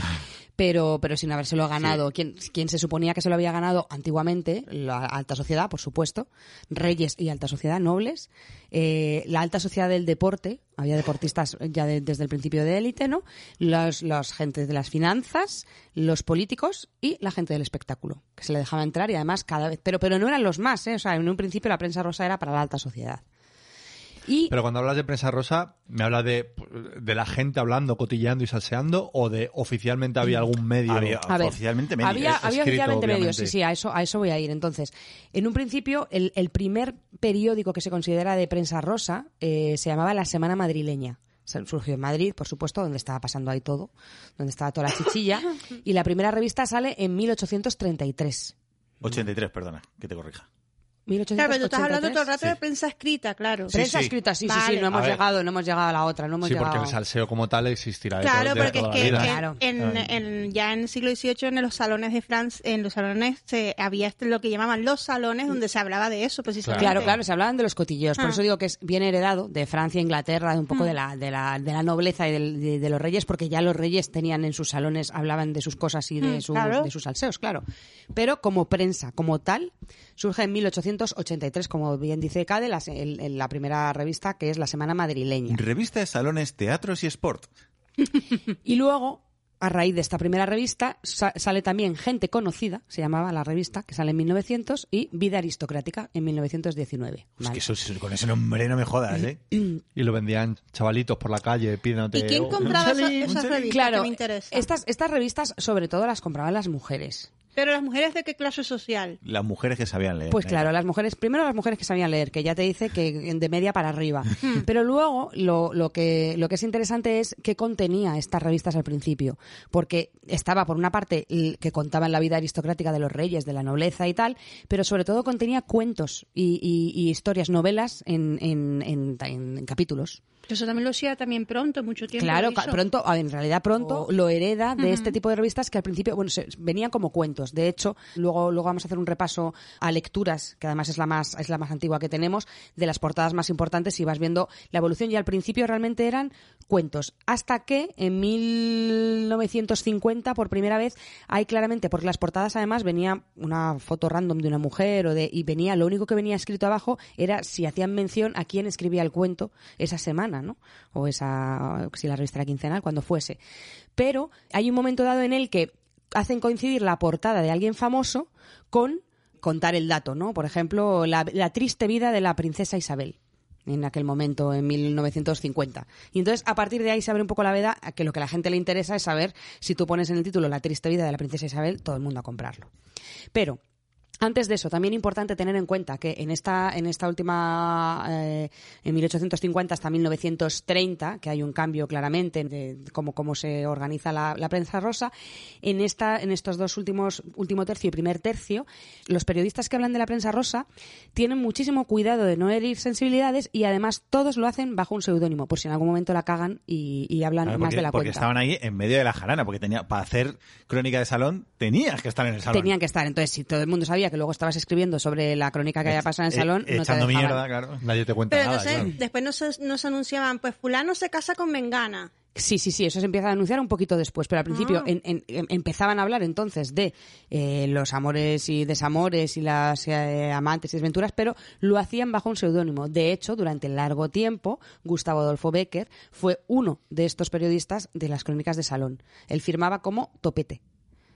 pero, pero sin habérselo ganado. Quien, quien se suponía que se lo había ganado antiguamente, la alta sociedad, por supuesto, reyes y alta sociedad, nobles, eh, la alta sociedad del deporte, había deportistas ya de- desde el principio de élite, ¿no? Los, los gentes de las finanzas, los políticos y la gente del espectáculo, que se le dejaba entrar y además cada vez, pero, pero no eran los más, ¿eh? O sea, en un principio la prensa rosa era para la alta sociedad. Y Pero cuando hablas de prensa rosa, ¿me hablas de, de la gente hablando, cotilleando y salseando o de oficialmente había algún medio? Había- A ver, Oficialmente medios. Había, Es había escrito, oficialmente medios, sí, obviamente. sí, a eso, a eso voy a ir. Entonces, en un principio, el, el primer periódico que se considera de prensa rosa eh, se llamaba La Semana Madrileña. Se- Surgió en Madrid, por supuesto, donde estaba pasando ahí todo, donde estaba toda la chichilla. Y la primera revista sale en 1833. 83, perdona, que te corrija. Claro, pero tú estás hablando todo 1883. el rato de prensa escrita, claro. Sí, Prensa sí. escrita, sí, sí, Vale. sí, no hemos A ver. llegado, no hemos llegado a la otra, no hemos Sí, llegado. porque el salseo como tal existirá. de Claro, todo- de porque es toda que la vida. Claro. en, en- en- ya en el siglo XVIII en los salones de Francia, en los salones se había este- lo que llamaban los salones donde se hablaba de eso precisamente. Claro, claro, se hablaban de los cotilleos. Por Ah. eso digo que es bien heredado de Francia, Inglaterra, de un poco de, la, de, la, de la nobleza y del- de, de los reyes, porque ya los reyes tenían en sus salones, hablaban de sus cosas y de, Mm, sus, claro. de sus alseos, claro. Pero como prensa, como tal, surge en 1883, como bien dice Cade, la, se- el- el- la primera revista que es La Semana Madrileña. Revista de salones, teatros y sport. Y luego, a raíz de esta primera revista, sa- sale también Gente Conocida, se llamaba la revista, que sale en 1900, y Vida Aristocrática en 1919. Es ¿vale? que eso- eso- con ese nombre no me jodas, ¿eh? Y lo vendían chavalitos por la calle pidiéndote... ¿Y quién un compraba esa- chelín, un esas chelín. revistas que Claro, me interesa? estas, estas revistas sobre todo las compraban las mujeres. Pero las mujeres de qué clase social? Las mujeres que sabían leer. Pues ¿eh? claro, las mujeres, primero las mujeres que sabían leer, que ya te dice que de media para arriba. Hmm. Pero luego lo, lo que, lo que es interesante es qué contenía estas revistas al principio. Porque estaba, por una parte, el que contaban la vida aristocrática de los reyes, de la nobleza y tal, pero sobre todo contenía cuentos y, y- y historias, novelas en, en- en- en capítulos. Eso también lo hacía también pronto, mucho tiempo. Claro, lo hizo. Oh. ca- pronto, ah, en realidad pronto lo hereda de este tipo de revistas que al principio, bueno, se- venían como cuentos. De hecho, luego, luego vamos a hacer un repaso a lecturas, que además es la más, es la más antigua que tenemos, de las portadas más importantes y vas viendo la evolución. Y al principio realmente eran cuentos. Hasta que en 1950, por primera vez, hay claramente, porque las portadas además venía una foto random de una mujer o de, y venía, lo único que venía escrito abajo era si hacían mención a quién escribía el cuento esa semana, ¿no? O esa, si la revista era quincenal, cuando fuese. Pero hay un momento dado en el que hacen coincidir la portada de alguien famoso con contar el dato, ¿no? Por ejemplo, la, la triste vida de la princesa Isabel en aquel momento, en 1950. Y entonces, a partir de ahí se abre un poco la veda a que lo que a la gente le interesa es saber si tú pones en el título La triste vida de la princesa Isabel, todo el mundo a comprarlo. Pero Antes de eso, también importante tener en cuenta que en esta, en esta última, eh, en 1850 hasta 1930, que hay un cambio claramente de cómo, cómo se organiza la, la prensa rosa, en, esta, en estos dos últimos, último tercio y primer tercio, los periodistas que hablan de la prensa rosa tienen muchísimo cuidado de no herir sensibilidades y además todos lo hacen bajo un seudónimo, por si en algún momento la cagan y, y hablan Claro, Ah, más porque, de la porque cuenta. estaban ahí en medio de la jarana, porque tenía para hacer crónica de salón tenías que estar en el salón. Tenían que estar. Entonces, si todo el mundo sabía que luego estabas escribiendo sobre la crónica que había pasado en el E- salón, no te echando dejaban. mierda, claro. Nadie te cuenta Pero nada. entonces, claro. después no se, no se anunciaban, pues fulano se casa con Mengana. Sí, sí, sí, eso se empieza a anunciar un poquito después, pero al principio en- en- em- empezaban a hablar entonces de eh, los amores y desamores y las eh, amantes y desventuras, pero lo hacían bajo un seudónimo. De hecho, durante largo tiempo, Gustavo Adolfo Becker fue uno de estos periodistas de las crónicas de Salón. Él firmaba como Topete.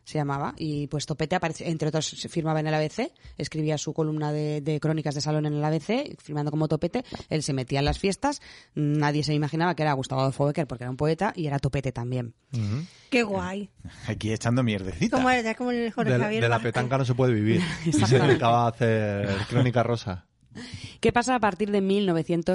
Se llamaba, y pues Topete, aparece, entre otros, se firmaba en el ABC, escribía su columna de, de crónicas de salón en el ABC, firmando como Topete. Él se metía en las fiestas, nadie se imaginaba que era Gustavo Adolfo Becker porque era un poeta y era Topete también. Qué guay. Aquí echando mierdecita. Como, era- como el Jorge de, la, Javier de la Vázquez. petanca no se puede vivir. y se Exactamente. dedicaba a hacer crónica rosa. ¿Qué pasa a partir de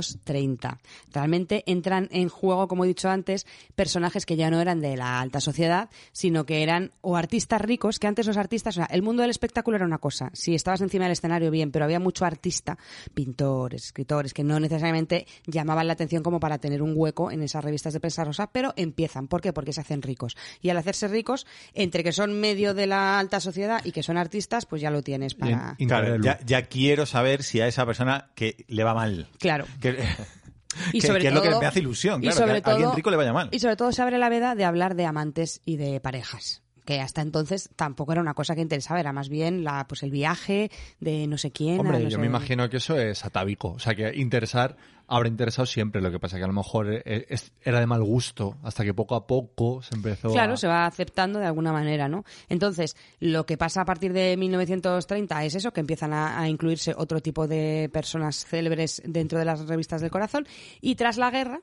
1930? Realmente entran en juego, como he dicho antes, personajes que ya no eran de la alta sociedad, sino que eran o artistas ricos, que antes los artistas, o sea, el mundo del espectáculo era una cosa. Si estabas encima del escenario, bien, pero había mucho artista, pintores, escritores, que no necesariamente llamaban la atención como para tener un hueco en esas revistas de prensa rosa, pero empiezan. ¿Por qué? Porque se hacen ricos. Y al hacerse ricos, entre que son medio de la alta sociedad y que son artistas, pues ya lo tienes para. Y- Claro, Interrelu. ya, ya quiero saber si a esa persona que le va mal. Claro. Que- y que- sobre que es todo, lo que me hace ilusión, y claro, sobre que a alguien todo- rico le vaya mal. Y sobre todo se abre la veda de hablar de amantes y de parejas que hasta entonces tampoco era una cosa que interesaba, era más bien la pues el viaje de no sé quién. a Hombre, no yo sé- me imagino que eso es atávico. O sea, que interesar habrá interesado siempre. Lo que pasa que a lo mejor eh, es- era de mal gusto hasta que poco a poco se empezó Claro, a... se va aceptando de alguna manera, ¿no? Entonces, lo que pasa a partir de 1930 es eso, que empiezan a, a incluirse otro tipo de personas célebres dentro de las revistas del corazón y tras la guerra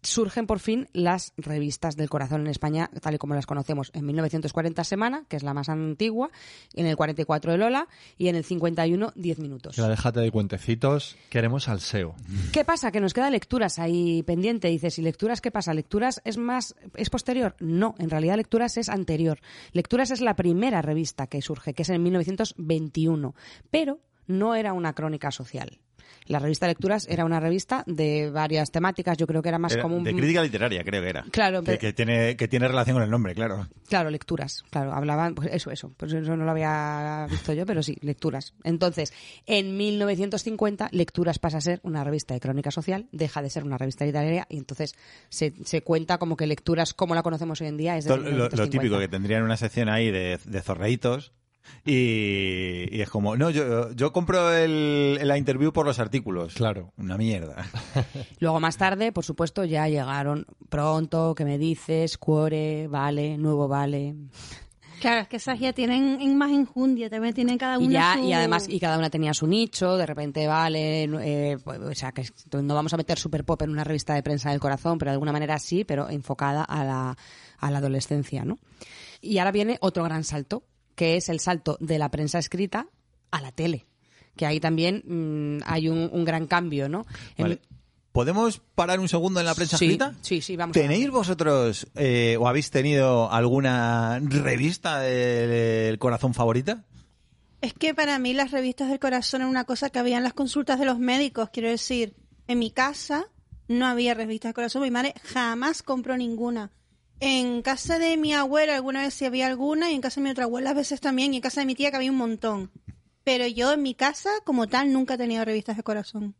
surgen por fin las revistas del corazón en España, tal y como las conocemos. En 1940 Semana, que es la más antigua, en el 44 El Lola y en el 51 10 Minutos. Que la déjate de cuentecitos. Queremos al E SEO. ¿Qué pasa? Que nos queda lecturas ahí pendiente. Dices, ¿y lecturas qué pasa? ¿Lecturas es más, es posterior? No, en realidad lecturas es anterior. Lecturas es la primera revista que surge, que es en 1921. Pero no era una crónica social. La revista Lecturas era una revista de varias temáticas. Yo creo que era más Era común. De crítica literaria, creo que era. Claro, que, pero- que tiene, que tiene relación con el nombre, claro. Claro, lecturas. Claro, hablaban, pues eso, eso. Pues eso no lo había visto yo, pero sí, lecturas. Entonces, en 1950, Lecturas pasa a ser una revista de crónica social, deja de ser una revista literaria y entonces se, se cuenta como que Lecturas, como la conocemos hoy en día, es de Esto lo- lo, 1950. típico, que tendrían una sección ahí de, de zorreitos y, y es como, no, yo, yo compro el, la interview por los artículos. Claro. Una mierda. Luego, más tarde, por supuesto, ya llegaron Pronto, que me dices? Cuore, Vale, Nuevo Vale. Claro, es que esas ya tienen en- más enjundia, también tienen cada una y ya su- y además y cada una tenía su nicho de repente vale eh, pues, o sea que es- no vamos a meter super pop en una revista de prensa del corazón pero de alguna manera sí pero enfocada a la, a la adolescencia no y ahora viene otro gran salto que es el salto de la prensa escrita a la tele que ahí también mm, hay un, un gran cambio no En- Vale. ¿Podemos parar un segundo en la prensa Sí, escrita? sí, sí, vamos a ¿Tenéis vosotros eh, o habéis tenido alguna revista del corazón favorita? Es que para mí las revistas del corazón eran una cosa que había en las consultas de los médicos. Quiero decir, en mi casa no había revistas del corazón. Mi madre jamás compró ninguna. En casa de mi abuela alguna vez sí había alguna y en casa de mi otra abuela a veces también y en casa de mi tía que había un montón. Pero yo en mi casa como tal nunca he tenido revistas de corazón.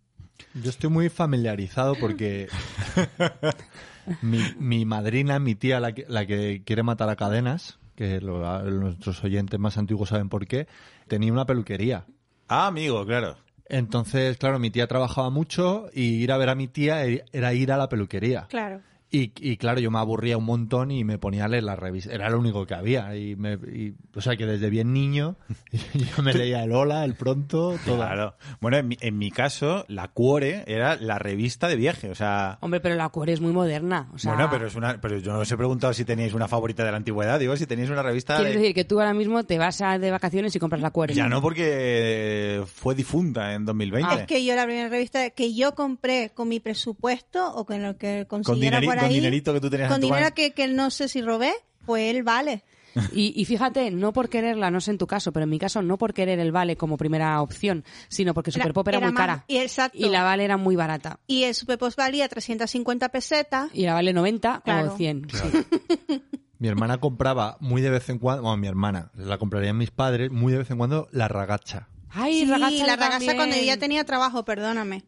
Yo estoy muy familiarizado porque mi, mi madrina, mi tía, la que, la que quiere matar a cadenas, que lo- a- nuestros oyentes más antiguos saben por qué, tenía una peluquería. Ah, amigo, claro. Entonces, claro, mi tía trabajaba mucho y ir a ver a mi tía e- era ir a la peluquería. Claro. Y, y claro, yo me aburría un montón y me ponía a leer la revista. Era lo único que había. Y me, y- o sea, que desde bien niño yo me leía el Hola, el Pronto, todo. Claro. Bueno, en mi, en mi caso, la Cuore era la revista de viaje. O sea, Hombre, pero la cuore es muy moderna. O sea, bueno, pero es una, pero yo os he preguntado si teníais una favorita de la antigüedad. Digo, si teníais una revista. Quiero de- decir que tú ahora mismo te vas a- de vacaciones y compras la cuore. Ya no, porque fue difunta en 2020. Ah, Es que yo la primera revista que yo compré con mi presupuesto o con lo que consiguiera dineri- por con ahí, dinerito que tú tenías en con tu dinero banco. que, que no sé si robé, pues él vale. Y, y fíjate, no por quererla, no sé en tu caso, pero en mi caso no por querer el Vale como primera opción, sino porque Era- Superpop era, era muy más- cara. y exacto. Y la Vale era muy barata. Y el Superpost valía 350 pesetas. Y la Vale 90 Claro. o 100. Mi hermana compraba muy de vez en cuando, bueno, mi hermana, la comprarían mis padres, muy de vez en cuando la ragacha. Ay, Sí, ragazza la ragaza también. cuando yo ya tenía trabajo, perdóname.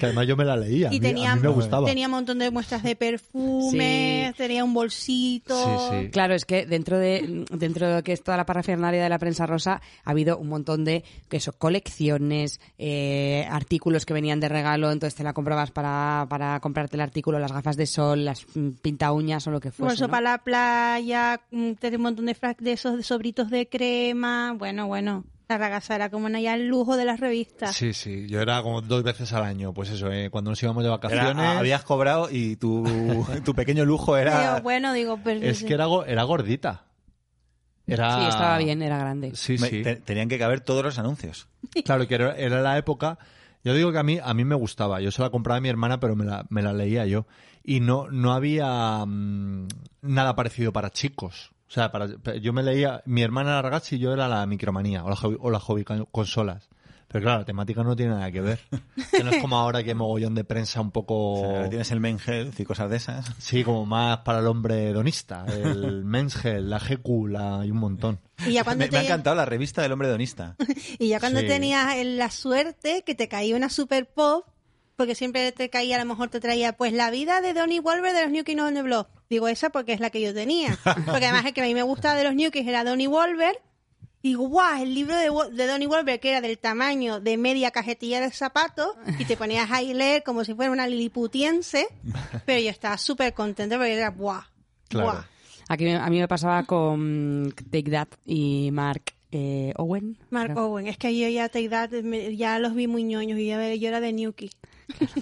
Que además yo me la leía. Y a mí, a tenía, mí me gustaba. tenía un montón de muestras de perfumes, Sí. tenía un bolsito. Sí, sí. Claro, es que dentro de dentro de que es toda la parafernalia de la prensa rosa ha habido un montón de que eso, colecciones, eh, artículos que venían de regalo, entonces te la comprabas para, para comprarte el artículo, las gafas de sol, las mm, pinta uñas o lo que fuese. Bolso Pues ¿no? para la playa, mm, tenía un montón de, fra- de esos de sobritos de crema. Bueno, bueno, la ragaza era como una ya el lujo de las revistas. Sí, sí, yo era como dos veces al año, pues eso, eh, cuando nos íbamos de Era- ah, vacaciones. habías cobrado y tu, tu pequeño lujo Digo, era. bueno, digo, pues, pero Es que era, go- era gordita. Era... Sí, estaba bien, era grande. Sí, Me- sí. te- tenían que caber todos los anuncios. Claro, que era, era la época. Yo digo que a mí, a mí me gustaba. Yo se la compraba a mi hermana, pero me la, me la leía yo. Y no, no había mm, nada parecido para chicos. O sea, para, yo me leía. Mi hermana era Ragazzi y yo era la micromanía o la, hobby- o la hobby con- consolas. Pero claro, la temática no tiene nada que ver. Que no es como ahora que hay mogollón de prensa un poco. O sea, tienes el Men Health y cosas de esas. Sí, como más para el hombre hedonista. El Men's Health, la GQ, la, y un montón. Y ya cuando Me, me ha te- encantado la revista del hombre donista. Y ya cuando Sí. tenías el- la suerte que te caía una super pop, porque siempre te caía, a lo mejor te traía, pues la vida de Donnie Wolver de los New Kids on the Block. Digo esa porque es la que yo tenía. Porque además el que a mí me gustaba de los New Kids era Donnie Wolver. Y digo, guau, el libro de, Wo- de Donnie Wolver que era del tamaño de media cajetilla de zapatos y te ponías ahí a leer como si fuera una liliputiense. Pero yo estaba súper contenta porque era, guau, Claro. guau. Aquí me- a mí me pasaba con Take That y Mark eh, Owen. Mark Creo- Owen, es que yo ya te edad, me- ya los vi muy ñoños y ya- yo era de New Kids.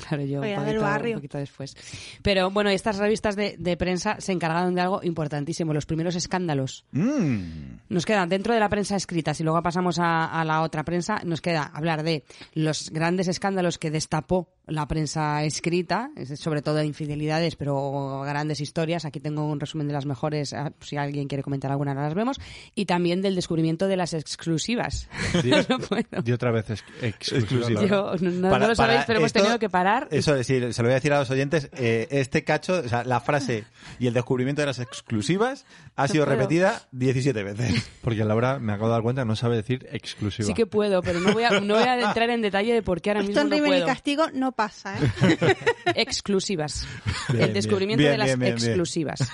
Claro, yo un Oiga, del poquito, barrio. un poquito después. Pero bueno, estas revistas de, de prensa se encargaron de algo importantísimo, los primeros escándalos. Mm. Nos quedan dentro de la prensa escrita, si luego pasamos a, a la otra prensa, nos queda hablar de los grandes escándalos que destapó la prensa escrita, es- sobre todo infidelidades, pero grandes historias. Aquí tengo un resumen de las mejores, ah, si alguien quiere comentar alguna, ahora las vemos. Y también del descubrimiento de las exclusivas. No puedo. Y otra vez ex- exclusiva, Exclusiva. claro. pues Yo- no- no lo sabéis, pero hemos tenido que parar. Eso es decir, se lo voy a decir a los oyentes. eh, este cacho, o sea, la frase y el descubrimiento de las exclusivas ha sido puedo. repetida 17 veces. Porque Laura, me acabo de dar cuenta, no sabe decir exclusiva. Sí que puedo, pero no voy a, no voy a entrar en detalle de por qué ahora Esto mismo en no Rimmel y puedo. Castigo no pasa, ¿eh? exclusivas. Bien, el descubrimiento bien. de las Bien, bien, bien. exclusivas.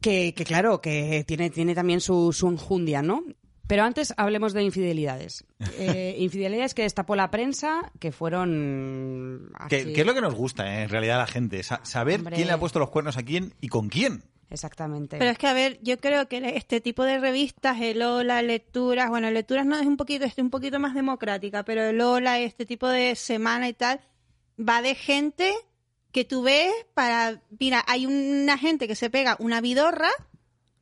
Que, que claro, que tiene, tiene también su, su enjundia, ¿no? Pero antes hablemos de infidelidades. Eh, infidelidades que destapó la prensa, que fueron... que, así. que es lo que nos gusta, eh, en realidad, a la gente. sa- saber Hombre. quién le ha puesto los cuernos a quién y con quién. Exactamente. Pero es que, a ver, yo creo que este tipo de revistas, el Hola, Lecturas, bueno, Lecturas no es un poquito, es un poquito más democrática, pero el Hola, este tipo de semana y tal, va de gente que tú ves para, mira, hay una gente que se pega una vidorra,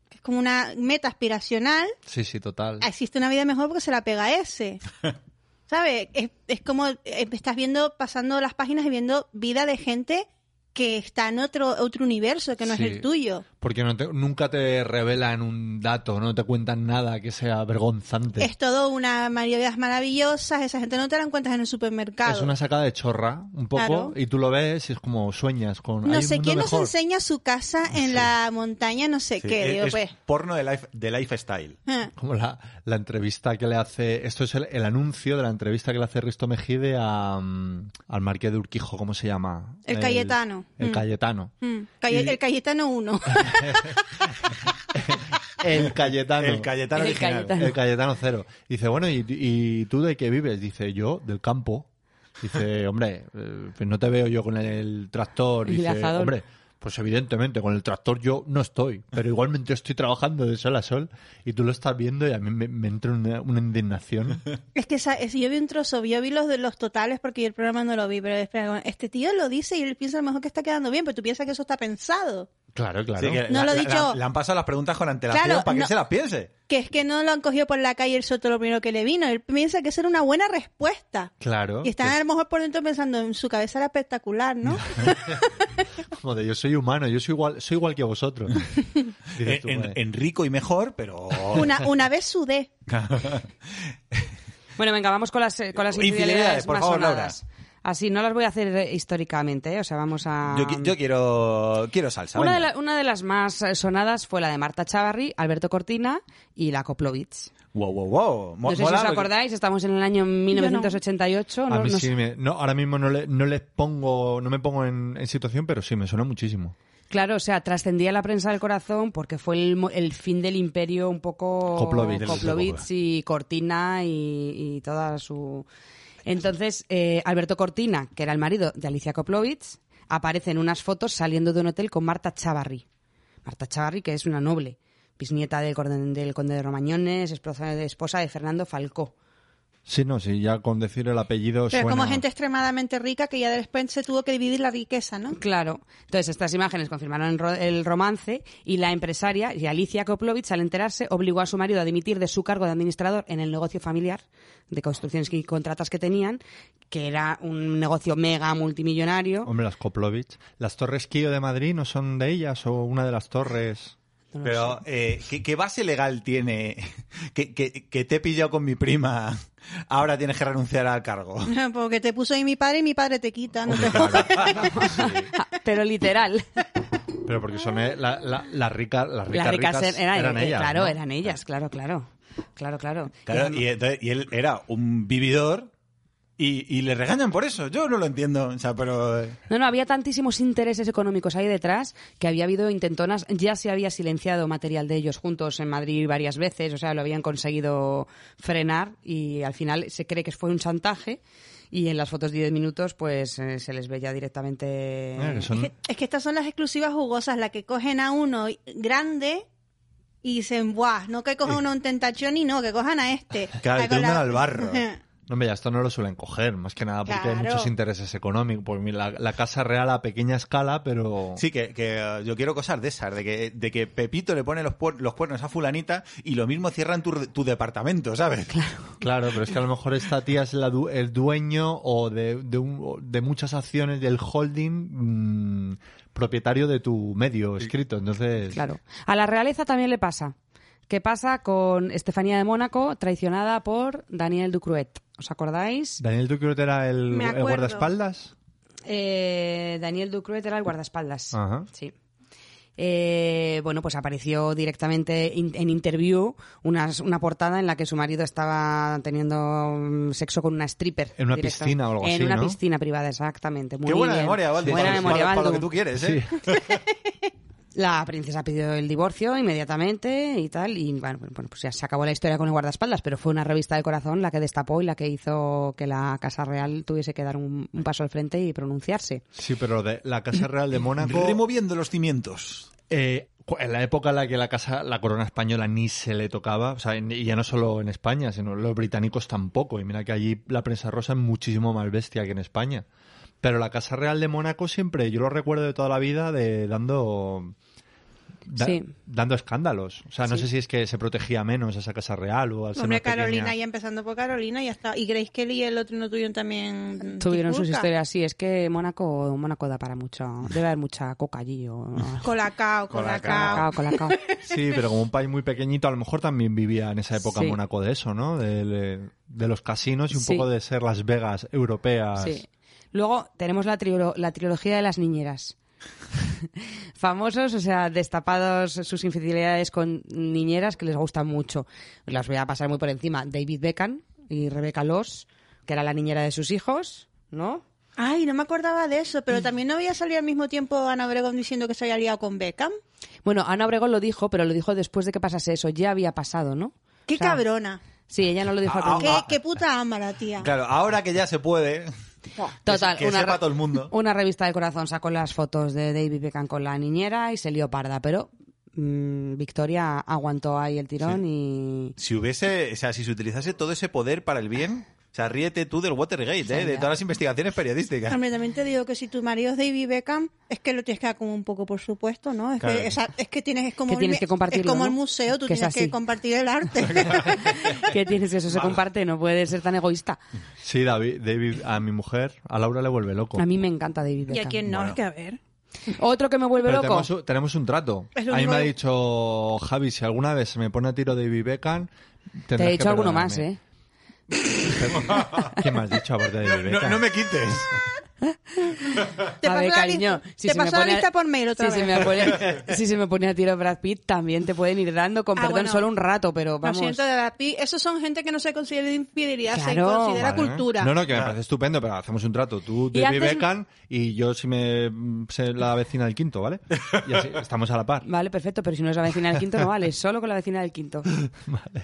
que es como una meta aspiracional, Sí, sí, total. Ah, existe una vida mejor porque se la pega ese. ¿Sabes? Es, es como eh, estás viendo, pasando las páginas y viendo vida de gente que está en otro, otro universo que no Sí. es el tuyo. Porque no te- nunca te revelan un dato, no te cuentan nada que sea vergonzante. Es todo una maravillas maravillosas, esa gente no te la encuentras en el supermercado. Es una sacada de chorra, un poco, Claro. y tú lo ves y es como sueñas con... "Hay No un sé mundo quién mejor". e- nos enseña su casa en la montaña, no sé Eh, Sí, qué. es- Digo, es pues, porno de, life- de lifestyle. ah, Como la, la entrevista que le hace... Esto es el, el anuncio de la entrevista que le hace Risto Mejide a, mm, al marqués de Urquijo, ¿cómo se llama? El Cayetano. El Mm. Cayetano. mm, Calle- Y- el Cayetano 1. El Cayetano. El Cayetano El original. Cayetano. El Cayetano cero. Dice, bueno, ¿y, y tú de qué vives? Dice, yo, del campo. Dice, hombre, eh, pues no te veo yo con el tractor. El Dice, lazador. hombre, pues evidentemente, con el tractor yo no estoy, pero igualmente estoy trabajando de sol a sol y tú lo estás viendo y a mí me, me entra una, una indignación. Es que esa- es- yo vi un trozo, yo vi los, de los totales porque yo el programa no lo vi, pero después, este tío lo dice y él piensa a lo mejor que está quedando bien, pero tú piensas que eso está pensado. Claro, claro. Sí, que la- No lo he la- dicho. la- Le han pasado las preguntas con antelación Claro, para que no. se las piense. Que es que no lo han cogido por la calle el soto lo primero que le vino. Él piensa que eso era una buena respuesta. Claro. Y están que a lo mejor por dentro pensando, en su cabeza era espectacular, ¿no? es como de, yo soy humano, yo soy igual, soy igual que vosotros. Dices En- tú, en- madre. en rico y mejor, pero... una, una vez sudé. Bueno, venga, vamos con las, eh, con las Infidelidades, infidelidades, por más favor, Laura. sonadas. Así, no las voy a hacer eh, históricamente, ¿eh? o sea, vamos a... Yo, qui- yo quiero, quiero salsa. Una de, venga. la- una de las más eh, sonadas fue la de Marta Chavarri, Alberto Cortina y la Koplovitz. Wow, wow, wow. Mo- No sé mola si os porque- acordáis, estamos en el año 1988. A no- mí no sí sé. me- no, ahora mismo no, le- no les pongo, no me pongo en, en situación, pero sí, me suena muchísimo. Claro, o sea, trascendía la prensa del corazón porque fue el, mo- el fin del imperio un poco Koplovitz. Koplovitz y Cortina y, y toda su... Entonces, eh, Alberto Cortina, que era el marido de Alicia Koplovitz, aparece en unas fotos saliendo de un hotel con Marta Chavarri. Marta Chavarri, que es una noble, bisnieta del conde, del conde de Romañones, esposa, esposa de Fernando Falcó. Sí, no, sí, ya con decir el apellido Pero Pues suena- como gente extremadamente rica que ya después se tuvo que dividir la riqueza, ¿no? Claro. Entonces, estas imágenes confirmaron el ro- el romance y la empresaria, y Alicia Koplovitz, al enterarse, obligó a su marido a dimitir de su cargo de administrador en el negocio familiar de construcciones y contratas que tenían, que era un negocio mega multimillonario. Hombre, las Koplovich. ¿Las torres Kio de Madrid no son de ellas o una de las torres? No lo sé. Pero, eh, ¿qué, qué base legal tiene que, que- que te he pillado con mi prima? Ahora tienes que renunciar al cargo. Porque te puso ahí mi padre y mi padre te quita. ¿no? Ah, Pero literal. Pero porque son eh, la- la- las ricas, las ricas, Las ricas ricas er- eran, eh, ellas. Claro, ¿no? eran ellas, claro, claro. Claro, claro. Claro, y, entonces- y él era un vividor y, y le regañan por eso. Yo no lo entiendo. O sea, pero. eh, No, no, había tantísimos intereses económicos ahí detrás que había habido intentonas, ya se había silenciado material de ellos juntos en Madrid varias veces, o sea, lo habían conseguido frenar y al final se cree que fue un chantaje y en las fotos de 10 minutos pues eh, se les ve ya directamente... Eh, que son- Es que- Es que estas son las exclusivas jugosas, las que cogen a uno grande y dicen, buah, no que cojan uno un tentachón y no, que cojan a este. Claro, A y te con la- hunden al barro. No, hombre, ya esto no lo suelen coger, más que nada porque hay Claro. muchos intereses económicos. Porque mira, la, la casa real a pequeña escala, pero... Sí, que, que, eh, yo quiero cosas de esas, de que, de que Pepito le pone los, puer- los cuernos a fulanita y lo mismo cierran tu, tu departamento, ¿sabes? Claro, pero es que a lo mejor esta tía es la du- el dueño o de, de un- o de muchas acciones del holding mm, propietario de tu medio escrito. Entonces, Claro. A la realeza también le pasa. ¿Qué pasa con Estefanía de Mónaco traicionada por Daniel Ducruet? ¿Os acordáis? Daniel, ¿tú creo que era el, Me el acuerdo. guardaespaldas? Eh, Daniel Ducruet era el guardaespaldas. Ajá. Sí. Eh, bueno, pues apareció directamente in- en interview una, una portada en la que su marido estaba teniendo mm, sexo con una stripper. En una directa- piscina o algo en así, una ¿no? piscina privada, exactamente. Muy Qué buena bien. memoria, Valdi. Buena para- memoria, para, para lo que Baldu. tú quieres, Sí. ¿eh? La princesa pidió el divorcio inmediatamente y tal. Y bueno, bueno, pues ya se acabó la historia con el guardaespaldas, pero fue una revista de corazón la que destapó y la que hizo que la Casa Real tuviese que dar un, un paso al frente y pronunciarse. Sí, pero de la Casa Real de Mónaco, Removiendo los cimientos. eh, cu- en la época en la que la casa, la corona española ni se le tocaba, o sea, en- y ya no solo en España, sino los británicos tampoco. Y mira que allí la prensa rosa es muchísimo más bestia que en España. Pero la Casa Real de Mónaco siempre, yo lo recuerdo de toda la vida, de dando da- Sí. dando escándalos. O sea, no Sí. sé si es que se protegía menos esa Casa Real o al ser Hombre, más pequeña. Carolina, ya empezando por Carolina, ya está. Y Grace Kelly y el otro no tuvieron también. Tuvieron sus ticulca. historias, sí, es que Mónaco, Mónaco da para mucho. Debe haber mucha coca allí. O... Colacao, colacao. Colacao, colacao. Sí, pero como un país muy pequeñito, a lo mejor también vivía en esa época Sí. Mónaco de eso, ¿no? De, de- de los casinos y un Sí. poco de ser Las Vegas europeas. Sí. Luego tenemos la, triolo- la trilogía de las niñeras. Famosos, o sea, destapados sus infidelidades con niñeras que les gustan mucho. Las voy a pasar muy por encima. David Beckham y Rebecca Loss, que era la niñera de sus hijos, ¿no? Ay, no me acordaba de eso, pero también no había salido al mismo tiempo Ana Obregón diciendo que se había liado con Beckham. Bueno, Ana Obregón lo dijo, pero lo dijo después de que pasase eso. Ya había pasado, ¿no? ¡Qué O sea, cabrona! Sí, ella no lo dijo al Ah, principio. Qué, qué puta ama la tía! Eh, Claro, ahora que ya se puede. Total, que una, sepa re- todo el mundo. una revista de corazón sacó las fotos de David Beckham con la niñera y se lió parda, pero mm, Victoria aguantó ahí el tirón y... Si hubiese, o sea, si se utilizase todo ese poder para el bien, o sea, ríete tú del Watergate, ¿eh? de todas las investigaciones periodísticas. Hombre, también te digo que si tu marido es David Beckham, es que lo tienes que dar como un poco por supuesto, ¿no? Es, Claro. que, esa- es que tienes es como, Que el tienes me- que compartirlo, es como ¿no? el museo, tú Que es tienes que así. compartir el arte. ¿Qué tienes? Eso se comparte, no puede ser tan egoísta. Sí, David, David, a mi mujer, a Laura le vuelve loco. A mí me encanta David Beckham. y a quien no, es que a ver. Otro que me vuelve Pero loco. tenemos, un- tenemos un trato. Es lo A mí único me ha que- dicho Javi, si alguna vez se me pone a tiro David Beckham, Te he dicho alguno más, ¿eh? ¿Qué me has dicho aparte de David No, Beckham? no me quites. Te a paso ver, la cariño, lista- si te se me paso la pone a- lista por mail otra si Se vez. me pone, si se me pone a tiro Brad Pitt, también te pueden ir dando, con Ah, perdón, bueno. solo un rato, pero Lo vamos. siento, de la pi- esos son gente que no se considera infidelidad, Claro. se considera Vale. cultura. No, no, que me parece estupendo, pero hacemos un trato. Tú, Y David antes- Beckham, y yo si me sé la vecina del quinto, ¿vale? Y así estamos a la par. Ah, Vale, perfecto, pero si no es la vecina del quinto, no vale, solo con la vecina del quinto.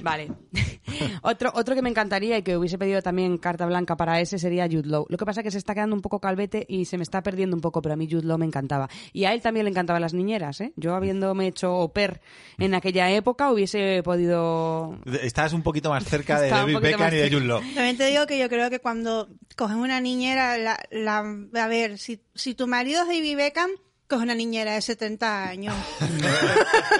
Vale. otro, otro que me encantaría y que hubiese pedido también carta blanca para ese sería Jude Law. Lo que pasa es que se está quedando un poco calvete y se me está perdiendo un poco, pero a mí Jude Law me encantaba. Y a él también le encantaban las niñeras, ¿eh? Yo habiéndome hecho au pair en aquella época hubiese podido... Estás un poquito más cerca de Estaba un David poquito Beckham más y de cerca. Jun Law. También te digo que yo creo que cuando coges una niñera, la, la- a ver, si, si tu marido es David Beckham, coge una niñera de 70 años.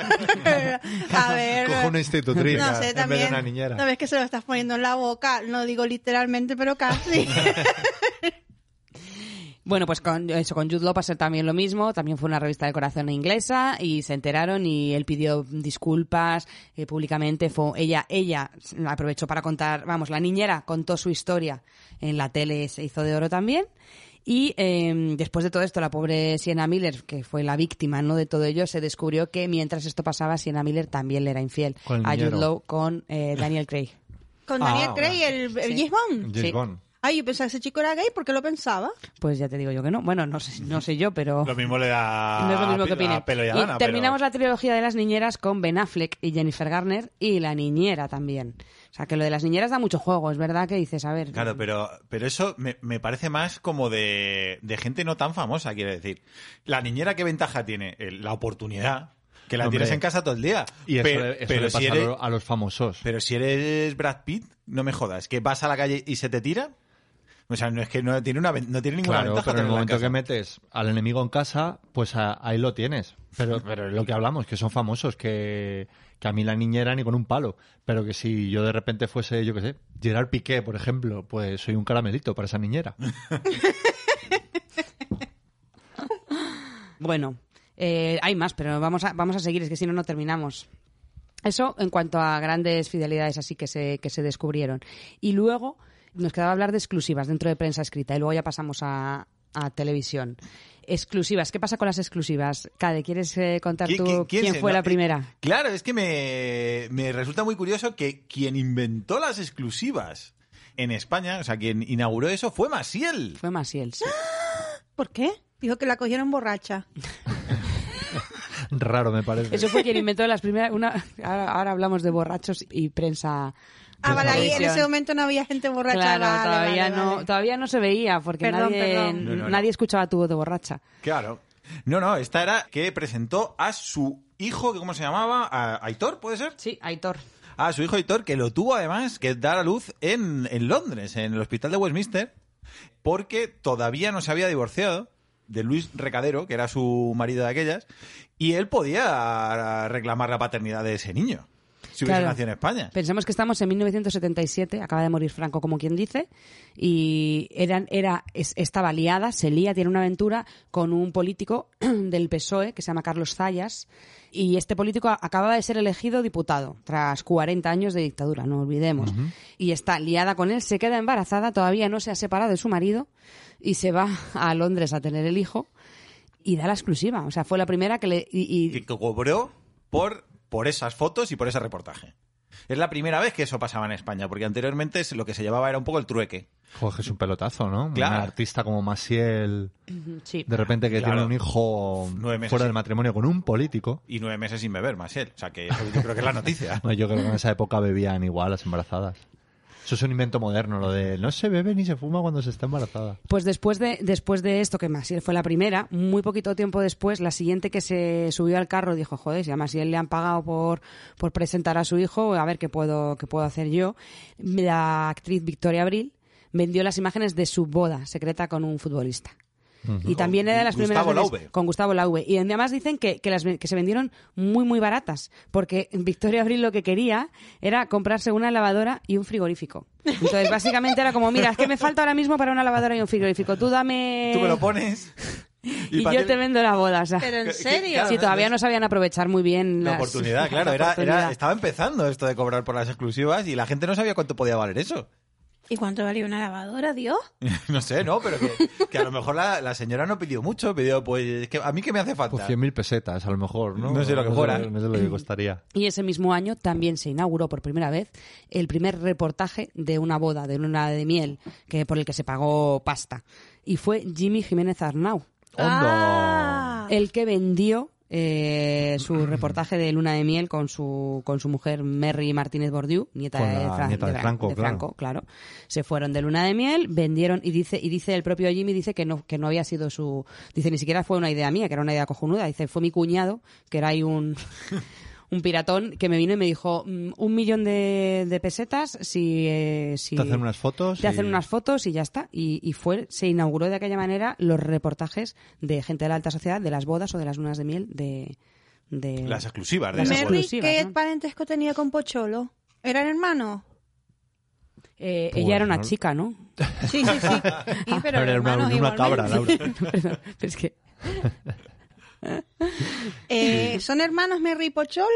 a ver. Cojo una institutriz No sé, en vez de también. una niñera. No ves que se lo estás poniendo en la boca. No digo literalmente, pero casi. Ah, Bueno, pues con eso, con Jude Law pasó también lo mismo. También fue una revista de corazón inglesa y se enteraron y él pidió disculpas eh, públicamente. Fue ella, ella aprovechó para contar, vamos, la niñera contó su historia en la tele, se hizo de oro también. Y eh, después de todo esto, la pobre Sienna Miller, que fue la víctima no de todo ello, se descubrió que mientras esto pasaba, Sienna Miller también le era infiel Con el a Jude niñero. Law con eh, Daniel Craig. Con Ah, Daniel bueno. Craig, el, el James Bond. James Sí. Bond. Ay, yo pensaba que ese chico era gay, ¿por qué lo pensaba? Pues ya te digo yo que no. Bueno, no sé, no sé yo, pero... Lo mismo le da No es lo mismo que a opine. pelo y a Y gana, Ah, pero- terminamos la trilogía de las niñeras con Ben Affleck y Jennifer Garner y la niñera también. O sea, que lo de las niñeras da mucho juego, es verdad que dices, a ver. Claro, pero, pero eso me, me parece más como de, de gente no tan famosa, quiere decir. La niñera, ¿qué ventaja tiene? El- La oportunidad. Que la Hombre. tienes en casa todo el día. Y eso, Pe- le- eso pero le pasa si a eres, lo- a los famosos. Pero si eres Brad Pitt, no me jodas, que vas a la calle y se te tira. O sea, no es que no tiene, una, ven- no tiene ninguna Claro, ventaja. pero en el tenerla en momento que casa. metes al enemigo en casa, pues a- ahí lo tienes. Pero, pero es lo que hablamos, que son famosos, que, que a mí la niñera ni con un palo. Pero que si yo de repente fuese, yo qué sé, Gerard Piqué, por ejemplo, pues soy un caramelito para esa niñera. Bueno, eh, hay más, pero vamos a, vamos a seguir, es que si no, no terminamos. Eso en cuanto a grandes fidelidades así que se, que se descubrieron. Y luego nos quedaba hablar de exclusivas dentro de prensa escrita y luego ya pasamos a, a televisión. Exclusivas, ¿qué pasa con las exclusivas? Cade, ¿quieres eh, contar ¿Qui- tú qui- quién, se- fue no, la eh, primera? Claro, es que me, me resulta muy curioso que quien inventó las exclusivas en España, o sea, quien inauguró eso fue Masiel. Fue Masiel. sí. ¿Por qué? Dijo que la cogieron borracha. Raro me parece. Eso fue quien inventó las primeras. Una, ahora, ahora hablamos de borrachos y prensa. Ah, vale, ahí en televisión. ese momento no había gente borracha. Claro, vale, todavía, vale, no, vale. todavía no se veía porque Perdón, nadie, perdón. No, no, no. nadie escuchaba tu voz de borracha. Claro. No, no, esta era que presentó a su hijo, que ¿cómo se llamaba? A Aitor, ¿puede ser? Sí, Aitor. A su hijo Aitor, que lo tuvo además que dar a luz en, en Londres, en el hospital de Westminster, porque todavía no se había divorciado de Luis Recadero, que era su marido de aquellas, y él podía reclamar la paternidad de ese niño, si hubiese Claro. nacido en España. Pensemos que estamos en 1977, acaba de morir Franco, como quien dice, y eran, era, es- estaba liada, se lía, tiene una aventura con un político del PSOE E que se llama Carlos Zayas, y este político a- acababa de ser elegido diputado tras 40 años de dictadura, no olvidemos. Y está liada con él, se queda embarazada, todavía no se ha separado de su marido, y se va a Londres a tener el hijo. Y da la exclusiva, o sea, fue la primera que le... y- y- que cobró por, por esas fotos y por ese reportaje. Es la primera vez que eso pasaba en España, porque anteriormente es- lo que se llevaba era un poco el trueque. Jorge es un pelotazo, ¿no? Claro. Un artista como Maciel, sí. de repente que Claro. tiene un hijo Nueve meses. fuera del matrimonio con un político. Y nueve meses sin beber, Masiel. O sea, que eso yo creo que es la noticia. Bueno, Yo creo que en esa época bebían igual las embarazadas. Eso es un invento moderno, lo de no se bebe ni se fuma cuando se está embarazada. Pues después de, después de esto, que Masiel fue la primera, muy poquito tiempo después, la siguiente que se subió al carro dijo, joder, si a Masiel le han pagado por, por presentar a su hijo, a ver qué puedo, qué puedo hacer yo. La actriz Victoria Abril vendió las imágenes de su boda secreta con un futbolista. Y también era de las Gustavo primeras veces- Laube. con Gustavo Laube. Y además dicen que, que las, ve- que se vendieron muy, muy baratas, porque Victoria Abril lo que quería era comprarse una lavadora y un frigorífico. Entonces, básicamente era como, mira, es que me falta ahora mismo para una lavadora y un frigorífico. Tú dame... Tú me lo pones. Eh, y pa' yo qué- te vendo la boda. O sea, Pero en que- serio. claro, sí, todavía no sabían aprovechar muy bien La las- oportunidad, claro. Era, la era, oportunidad. estaba empezando esto de cobrar por las exclusivas y la gente no sabía cuánto podía valer eso. ¿Y cuánto valía una lavadora, Dios? No sé, ¿no? Pero que, que a lo mejor la, la señora no pidió mucho, pidió, pues, es que a mí que me hace falta. Pues 100.000 pesetas, a lo mejor, ¿no? No sé lo que fuera. No sé lo que costaría. Y ese mismo año también se inauguró por primera vez el primer reportaje de una boda, de una de miel, que por el que se pagó pasta. Y fue Jimmy Jiménez Arnau, Oh, Ah. el que vendió eh, su reportaje de luna de miel con su, con su mujer Mary Martínez Bordiú, nieta, Con la de, Fran- nieta de Fran- Franco, claro. claro. Se fueron de luna de miel, vendieron y dice y dice el propio Jimmy dice que no que no había sido su dice ni siquiera fue una idea mía, que era una idea cojonuda, dice fue mi cuñado, que era ahí un un piratón que me vino y me dijo "Mm, un millón de, de pesetas si, eh, si Te hacen unas fotos te hacen y- unas fotos y ya está y, y fue se inauguró de aquella manera los reportajes de gente de la alta sociedad de las bodas o de las lunas de miel de, de Las exclusivas de Las esa exclusivas. boda. Merry, ¿qué ¿no? parentesco tenía con Pocholo? ¿Eran hermanos? Eh, Pues, ella era una ¿no? chica no Sí, sí, sí. Y, Era pero una- hermanos una cabra, igualmente. Laura. Perdón, pero es que Eh, ¿Son hermanos Merry y Pocholo?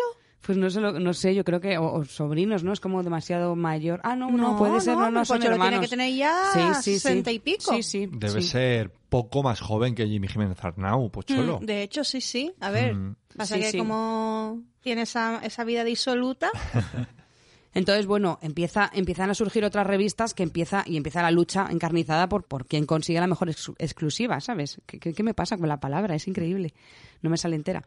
pues no sé, lo- no sé, yo creo que o, o sobrinos, ¿no? Es como demasiado mayor. Ah, no, no, No, puede ser, no, no, no, pues son Pocholo tiene hermanos. que tener ya 60 y pico. Sí, sí. Debe sí. ser poco más joven que Jimmy Jiménez Arnau, pues pocholo. Mm, de hecho, sí, sí. A ver, Mm. pasa Sí, que sí. como tiene esa, esa vida disoluta, Entonces, bueno, empieza, empiezan a surgir otras revistas que empieza y empieza la lucha encarnizada por, por quien consigue la mejor ex- exclusiva, ¿sabes? ¿Qué, qué, qué me pasa con la palabra? Es increíble. No me sale entera.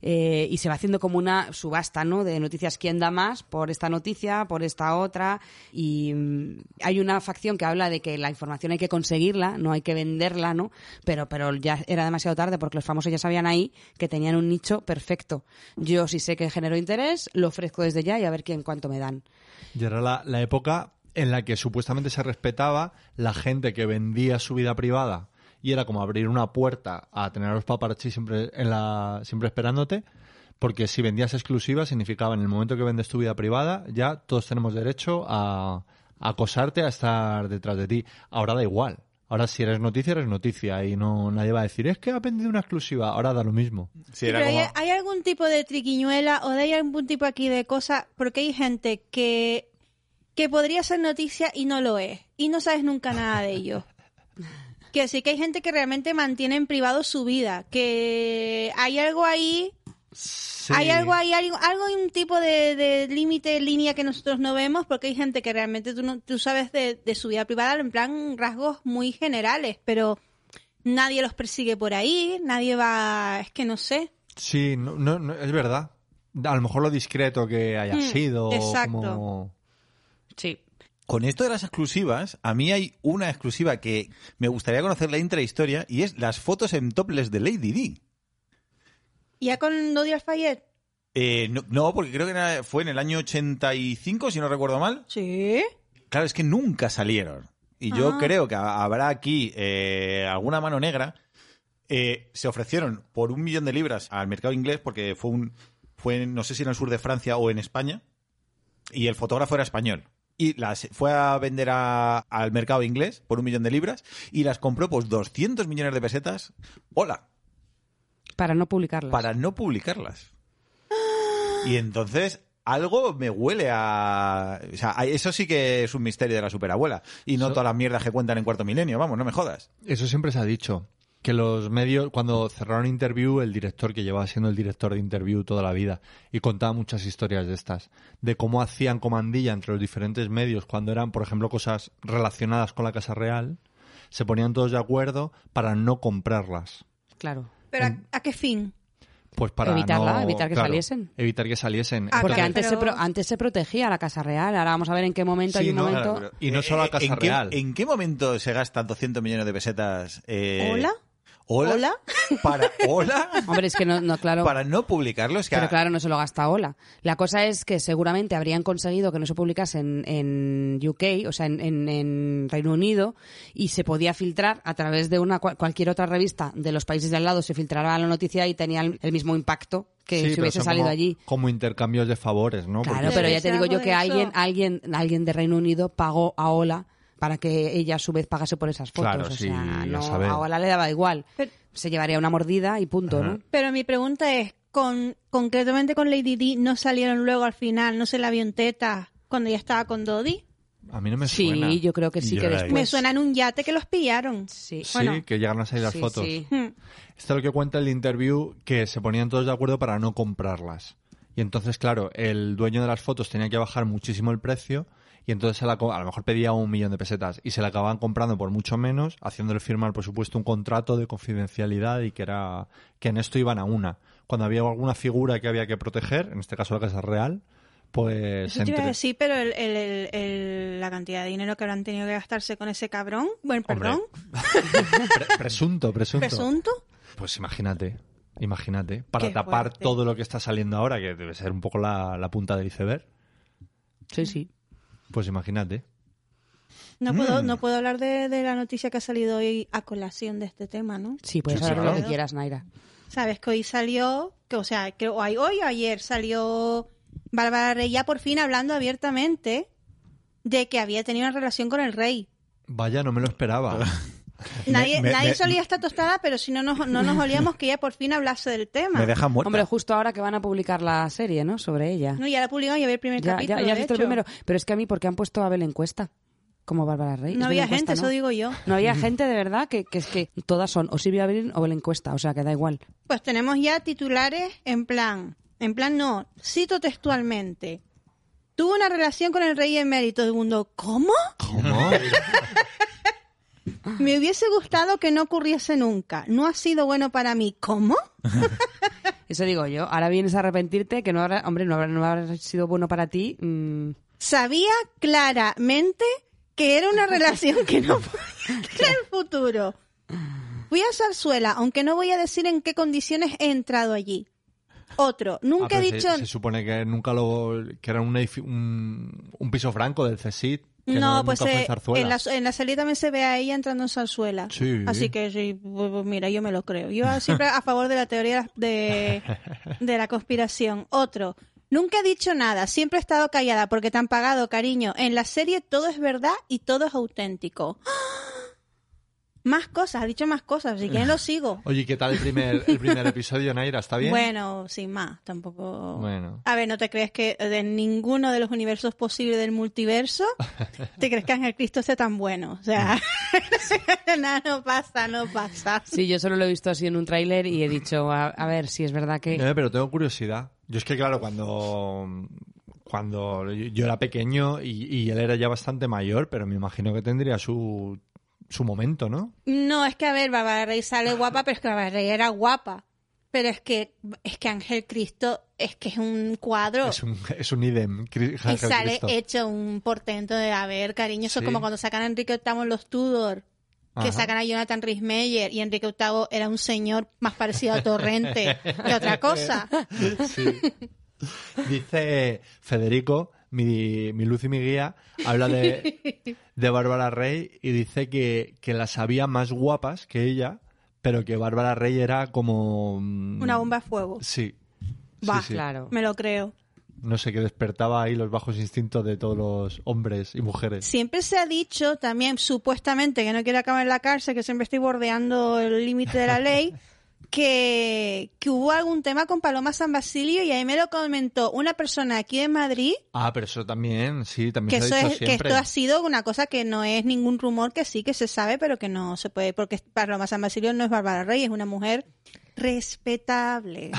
Eh, y se va haciendo como una subasta, ¿no? De noticias, ¿quién da más por esta noticia, por esta otra? Y mm, hay una facción que habla de que la información hay que conseguirla, no hay que venderla, ¿no? Pero, pero ya era demasiado tarde porque los famosos ya sabían ahí que tenían un nicho perfecto. Yo, si sé que generó interés, lo ofrezco desde ya y a ver quién cuánto me dan. Y era la, la época en la que supuestamente se respetaba la gente que vendía su vida privada y era como abrir una puerta a tener a los paparazzi siempre, en la, siempre esperándote, porque si vendías exclusiva significaba en el momento que vendes tu vida privada ya todos tenemos derecho a, a acosarte, a estar detrás de ti. Ahora da igual. Ahora si eres noticia, eres noticia y no nadie va a decir, es que ha vendido una exclusiva, ahora da lo mismo. Sí, Sí, era pero como- hay, hay algún tipo de triquiñuela o de hay algún tipo aquí de cosa? Porque hay gente que, que podría ser noticia y no lo es. Y no sabes nunca nada de ello. Que sí que hay gente que realmente mantiene en privado su vida. Que hay algo ahí, hay algo ahí, algo, algo hay un tipo de, de límite, línea que nosotros no vemos. Porque hay gente que realmente tú, no, tú sabes de, de su vida privada en plan rasgos muy generales. Pero nadie los persigue por ahí, nadie va, es que no sé. Sí, no, no, no, es verdad. A lo mejor lo discreto que haya Mm, sido. exacto. como- Sí. Con esto de las exclusivas, a mí hay una exclusiva que me gustaría conocer la intrahistoria y es las fotos en topless de Lady D. ¿Ya con Dodi Alfayet? Eh, no, no, porque creo que era- fue en el año 85, si no recuerdo mal. Sí. Claro, es que nunca salieron. Y yo Ah. creo que ha- habrá aquí eh, alguna mano negra. Eh, se ofrecieron por un millón de libras al mercado inglés porque fue un fue en- no sé si en el sur de Francia o en España y el fotógrafo era español y las fue a vender a- al mercado inglés por un millón de libras y las compró por 200 millones de pesetas hola Para no publicarlas. Pues para no publicarlas. Y entonces algo me huele a... O sea, a- eso sí que es un misterio de la superabuela. Y no Eso- todas las mierdas que cuentan en Cuarto Milenio, vamos, no me jodas. Eso siempre se ha dicho. Que los medios, cuando cerraron Interview, el director que llevaba siendo el director de Interview toda la vida y contaba muchas historias de estas, de cómo hacían comandilla entre los diferentes medios cuando eran, por ejemplo, cosas relacionadas con la Casa Real, se ponían todos de acuerdo para no comprarlas. Claro. ¿Pero a, a qué fin? Pues para Evitarla, no- evitar que claro, saliesen. Evitar que saliesen. Ah, Porque claro, antes, se pero- pro- antes se protegía la Casa Real, ahora vamos a ver en qué momento Sí, hay un no, momento... claro, pero- Y no solo a Eh, Casa ¿en qué- Real. ¿En qué momento se gastan 200 millones de pesetas? eh, ¿Hola? ¿Hola? ¿Hola? Para, ¿Hola? Hombre, es que no, no, claro... Para no publicarlo. Es que Pero claro, no se lo gasta Ola. La cosa es que seguramente habrían conseguido que no se publicase en, en UK, o sea, en, en- en Reino Unido, y se podía filtrar a través de una cual- cualquier otra revista de los países de al lado, se filtraba la noticia y tenía el, el mismo impacto que Sí, si pero hubiese son salido como- allí. Como intercambios de favores, ¿no? Claro, Porque- pero ya te digo yo que Eso. alguien, alguien, alguien de Reino Unido pagó a Ola para que ella a su vez pagase por esas fotos. Claro, o sí, sea, a no, saber. a Ola le daba igual. Pero- Se llevaría una mordida y punto, ¿no? Pero mi pregunta es, con, concretamente con Lady D, ¿no salieron luego al final? ¿No se la vio en teta cuando ya estaba con Dodi? A mí no me Sí, suena. yo creo que sí Yo que la he después. Me suena en un yate que los pillaron. Pues Sí, Sí, bueno, que llegaron a salir las sí, fotos. sí. Hmm. Esto es lo que cuenta el interview, que se ponían todos de acuerdo para no comprarlas. Y entonces, claro, el dueño de las fotos tenía que bajar muchísimo el precio y entonces se la co- a lo mejor pedía un millón de pesetas y se la acababan comprando por mucho menos, haciéndole firmar, por supuesto, un contrato de confidencialidad y que era que en esto iban a una. Cuando había alguna figura que había que proteger, en este caso la Casa Real, pues... Eso te iba a entre- decir, pero el- el- el- el- la cantidad de dinero que habrán tenido que gastarse con ese cabrón, bueno, Hombre, perdón, pre- presunto, presunto. presunto, Pues imagínate, imagínate, para Qué tapar fuerte. todo lo que está saliendo ahora, que debe ser un poco la, la punta del iceberg, Sí, sí. pues imagínate. no puedo, Mm. no puedo hablar de, de la noticia que ha salido hoy a colación de este tema, ¿no? Sí, puedes Sí, hablar claro. lo que quieras, Naira. Sabes que hoy salió, que o sea, que o hay- hoy o ayer salió Bárbara Rey ya por fin hablando abiertamente de que había tenido una relación con el rey. Vaya, no me lo esperaba. Nadie, me- nadie me- solía estar tostada, pero si no nos, no nos olíamos que ella por fin hablase del tema. me dejan muerto. Hombre, justo ahora que van a publicar la serie, ¿no? Sobre ella. No, ya la publicamos y había el primer ya, capítulo. ya, ya has de visto el hecho. primero. Pero es que a mí, ¿por qué han puesto a Bel encuesta? Como Bárbara Rey. Es No Belén había gente, Cuesta, eso ¿no? digo yo. No había gente de verdad que, que es que todas son o Silvia Abril o Belén Cuesta, o sea que da igual. Pues tenemos ya titulares en plan, en plan no, cito textualmente. Tuvo una relación con el rey emérito del mundo. ¿Cómo? ¿Cómo? Me hubiese gustado que no ocurriese nunca. No ha sido bueno para mí. ¿Cómo? Eso digo yo. Ahora vienes a arrepentirte que no habrá, hombre, no habrá, no habrá sido bueno para ti. mm, Sabía claramente que era una relación que no podía tener futuro. Fui a Zarzuela, aunque no voy a decir en qué condiciones he entrado allí. Otro, nunca Ah, he pero dicho... Se, se supone que nunca lo... que era un, edifi- un, un piso franco del CSIT. que No, pues nunca fue eh, zarzuela. en, la, en la serie también se ve a ella entrando en zarzuela. Sí. Así que sí, pues, pues, mira, yo me lo creo. Yo siempre a favor de la teoría de, de la conspiración. Otro, nunca he dicho nada, siempre he estado callada porque te han pagado, cariño. En la serie todo es verdad y todo es auténtico. ¡Ah! Más cosas, ha dicho más cosas, si quieren lo sigo. Oye, ¿qué tal el primer, el primer episodio, Naira? ¿Está bien? Bueno, sin más, tampoco. Bueno. A ver, ¿no te crees que de ninguno de los universos posibles del multiverso te crees que Ángel Cristo esté tan bueno? O sea, nada, no pasa, no pasa. Sí, yo solo lo he visto así en un tráiler y he dicho, a, a ver si es verdad que... Eh, pero tengo curiosidad. Yo es que, claro, cuando, cuando yo era pequeño y, y él era ya bastante mayor, pero me imagino que tendría su, su momento, ¿no? No, es que a ver, Bárbara Rey sale guapa, pero es que Bárbara Rey era guapa. Pero es que, es que Ángel Cristo es que es un cuadro. Es un, es un idem. Cri- Oh. Y Ángel sale Cristo. hecho un portento de, a ver, cariño, eso Sí. es como cuando sacan a Enrique VIII en los Tudor, que Ajá. sacan a Jonathan Rhys-Meyer y Enrique VIII era un señor más parecido a Torrente que otra cosa. Sí. Dice Federico, mi, mi luz y mi guía, habla de, de Bárbara Rey y dice que, que las había más guapas que ella, pero que Bárbara Rey era como... mm, Una bomba a fuego. Sí. Sí, Va, sí. Claro. Me lo creo. No sé, que despertaba ahí los bajos instintos de todos los hombres y mujeres. Siempre se ha dicho también, supuestamente, que no quiero acabar en la cárcel, que siempre estoy bordeando el límite de la ley, que, que hubo algún tema con Paloma San Basilio y ahí me lo comentó una persona aquí de Madrid Ah, pero eso también, sí, que también se eso ha dicho es, que siempre. esto ha sido una cosa que no es ningún rumor que sí que se sabe pero que no se puede porque Paloma San Basilio no es Bárbara Rey es una mujer respetable.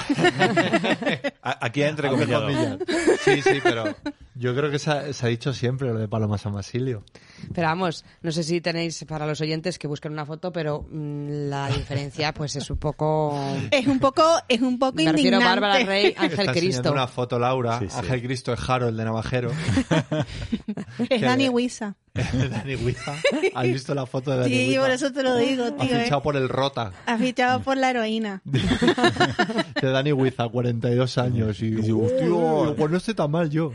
A- Aquí entre Abre comillas. comillas. Sí, sí, pero yo creo que se ha, se ha dicho siempre lo de Paloma San Basilio. Pero vamos, no sé si tenéis para los oyentes que busquen una foto, pero mm, la diferencia pues es un poco... es un poco, es un poco Me refiero a indignante. Bárbara Rey, Está Ángel enseñando Cristo. una foto Laura. Sí, sí. Ángel Cristo es Harold de Navajero. es Dani de- Huiza. Dani Huiza. ¿Has visto la foto de Dani Sí, Huiza? por eso te lo digo, Ha tío. eh. fichado por el Rota Has fichado por la heroína. de Dani Huiza, 42 años. Y dice, "Uy, "Hostia". pues no estoy tan mal yo.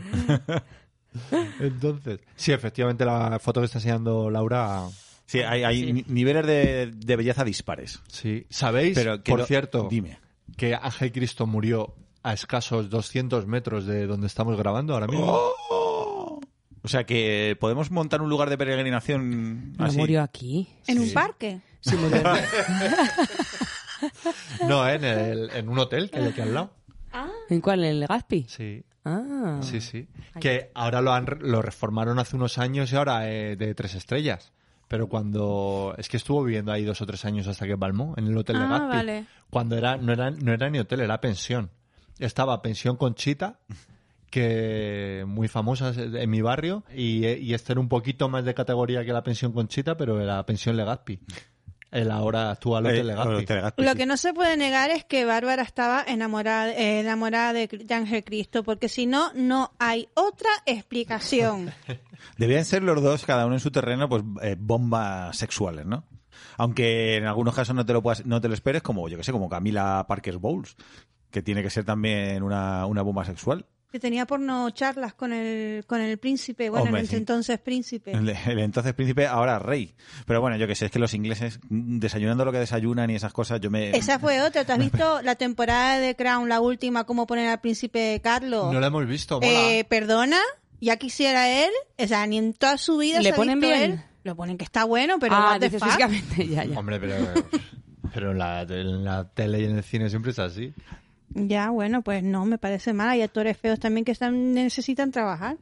Entonces, sí, efectivamente la foto que está enseñando Laura, Sí, hay, hay ni- niveles de, de belleza dispares. sí. ¿Sabéis, Pero que por lo- cierto, dime. que Ángel Cristo murió a escasos 200 metros de donde estamos grabando ahora mismo? ¡Oh! O sea que podemos montar un lugar de peregrinación No así. murió aquí. En un parque. Sí, murió en- No, en, el- en un hotel que le queda al lado. ¿En cuál? ¿En el Legazpi? Sí. Ah. Sí, sí. Que ahora lo, han, lo reformaron hace unos años y ahora eh, de tres estrellas. Pero cuando... Es que estuvo viviendo ahí dos o tres años hasta que palmó, en el Hotel de Ah, Legazpi. vale. Cuando era no, era... no era ni hotel, era pensión. Estaba pensión Conchita, que muy famosa es- en mi barrio, y, eh, y este era un poquito más de categoría que la pensión Conchita, pero era pensión Legazpi. El ahora actual Eh, Hotel Legazpi. Hotel Legazpi, Lo sí. que no se puede negar es que Bárbara estaba enamorada, eh, enamorada de, Cri- de Ángel Cristo, porque si no, no hay otra explicación. Debían ser los dos, cada uno en su terreno, pues eh, bombas sexuales, ¿no? Aunque en algunos casos no te lo puedas, no te lo esperes, como yo que sé, como Camila Parker Bowles, que tiene que ser también una, una bomba sexual. Que tenía porno charlas con el, con el príncipe, bueno, Hombre, en ese sí. entonces príncipe. El, el entonces príncipe, ahora rey. Pero bueno, yo que sé, es que los ingleses mm, desayunando lo que desayunan y esas cosas, yo me... Esa fue otra. ¿Tú has visto la temporada de Crown, la última, cómo poner al príncipe Carlos? No la hemos visto, mola. Eh, perdona, ya quisiera él, o sea, ni en toda su vida ¿Le se ha ponen visto bien? él. Lo ponen que está bueno, pero ah, what the dices fuck. físicamente, ya, ya. Hombre, pero... Pero en la, en la tele y en el cine siempre es así. Ya, bueno, pues no, me parece mal. Hay actores feos también que están, necesitan trabajar.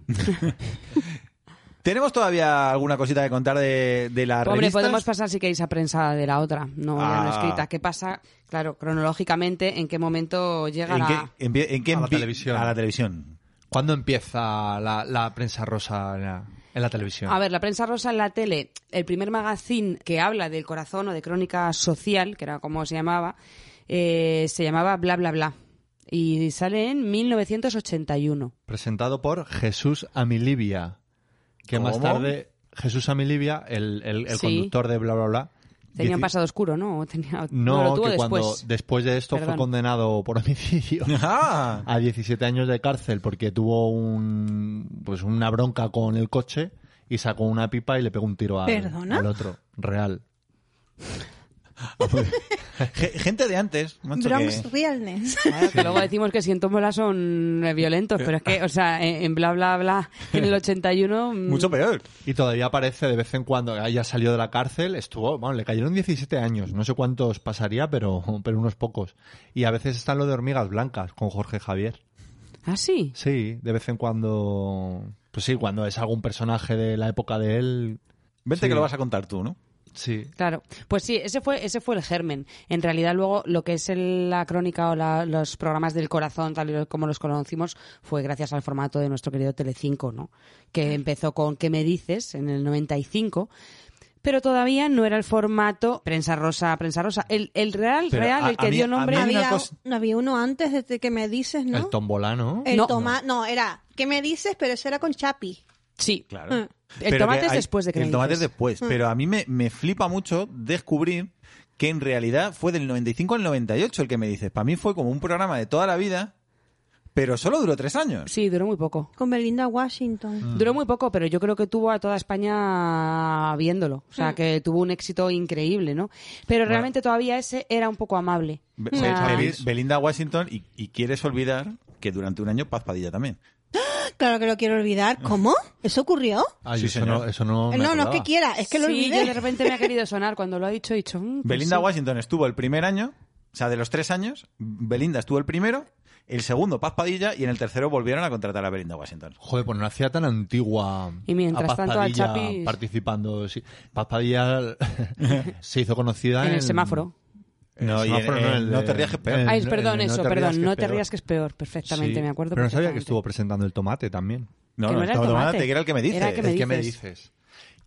¿Tenemos todavía alguna cosita que contar de, de la Hombre, revistas? podemos pasar si queréis a prensa de la otra, no ya no Ah. escrita. ¿Qué pasa? Claro, cronológicamente, ¿en qué momento llega ¿En la...? qué, en pie- en qué A la empie- televisión. A la televisión. ¿Cuándo empieza la, la prensa rosa en la, en la televisión? A ver, la prensa rosa en la tele, el primer magazine que habla del corazón o de crónica social, que era como se llamaba, eh, se llamaba Bla Bla Bla. Y sale en 1981. Presentado por Jesús Amilibia, que más ¿Cómo? tarde... Jesús Amilibia, el, el- el Sí. conductor de bla, bla, bla. Tenía un dieci- pasado oscuro, ¿no? O Tenía, No, lo tuvo que cuando después. después de esto Perdón. fue condenado por homicidio Ah, a 17 años de cárcel porque tuvo un, pues una bronca con el coche y sacó una pipa y le pegó un tiro al, ¿Perdona? al otro. Real. ge- gente de antes, macho, Bronx que- Realness. Claro, que luego decimos que si en tómbola son eh, violentos, pero es que, o sea, en, en Bla Bla Bla, en el 81... mm, mucho peor. Y todavía aparece de vez en cuando, ah, ya salió de la cárcel, estuvo, bueno, le cayeron 17 años, no sé cuántos pasaría, pero, pero unos pocos. Y a veces están lo de hormigas blancas con Jorge Javier. Ah, sí. Sí, de vez en cuando, pues sí, cuando es algún personaje de la época de él, Vente Sí. que lo vas a contar tú, ¿no? sí. Claro, pues sí, ese fue ese fue el germen. En realidad luego lo que es el- la crónica o la- los programas del corazón, tal y como los conocimos, fue gracias al formato de nuestro querido Telecinco, ¿no? Que empezó con ¿Qué me dices? en el 95, pero todavía no era el formato prensa rosa, prensa rosa. El, el real, Pero real, a- el que a mí- dio a nombre... mí a- una había, cosa- no había uno antes de que me dices, ¿no? El tombolano. El No. toma- no, era, ¿qué me dices? Pero eso era con Chapi. Sí, Claro. El Pero tomate que es después de que El me tomate es dices. Hmm. después. Pero a mí me, me flipa mucho descubrir que en realidad fue del 95 al 98 el que me dices. Para mí fue como un programa de toda la vida, pero solo duró tres años. sí, duró muy poco. Con Belinda Washington. Mm. Duró muy poco, pero yo creo que tuvo a toda España viéndolo. O sea, que tuvo un éxito increíble, ¿no? Pero realmente todavía ese era un poco amable. Be- O sea, Be- Beli- Belinda Washington y, y quieres olvidar que durante un año Paz Padilla también. Ah, Claro que lo quiero olvidar. ¿Cómo? ¿Eso ocurrió? Ay, Sí, eso, señor. no, eso Mm. no. me Eh, no, no es acordaba. que quiera, es que lo sí, olvidé. yo de repente me ha querido sonar cuando lo ha dicho, he dicho... mm, pues Belinda sí. Washington estuvo el primer año, o sea, de los tres años, Belinda estuvo el primero, el segundo Paz Padilla y en el tercero volvieron a contratar a Belinda Washington. Joder, pues no hacía tan antigua Y mientras a Paz tanto, a Padilla Chapis- participando. Sí. Paz Padilla se hizo conocida En el semáforo. No, y en- semáforo, en No de- te rías, que es peor. en- Ay, en perdón, No te eso, rías, perdón. que es no te peor. rías que es peor. Perfectamente, Sí, me acuerdo. Pero no sabía que estuvo perfectamente. presentando el tomate también. No, Que no, no era estaba tomate, tomate, que era el que me dice. era el que me ¿Qué me dices? dices?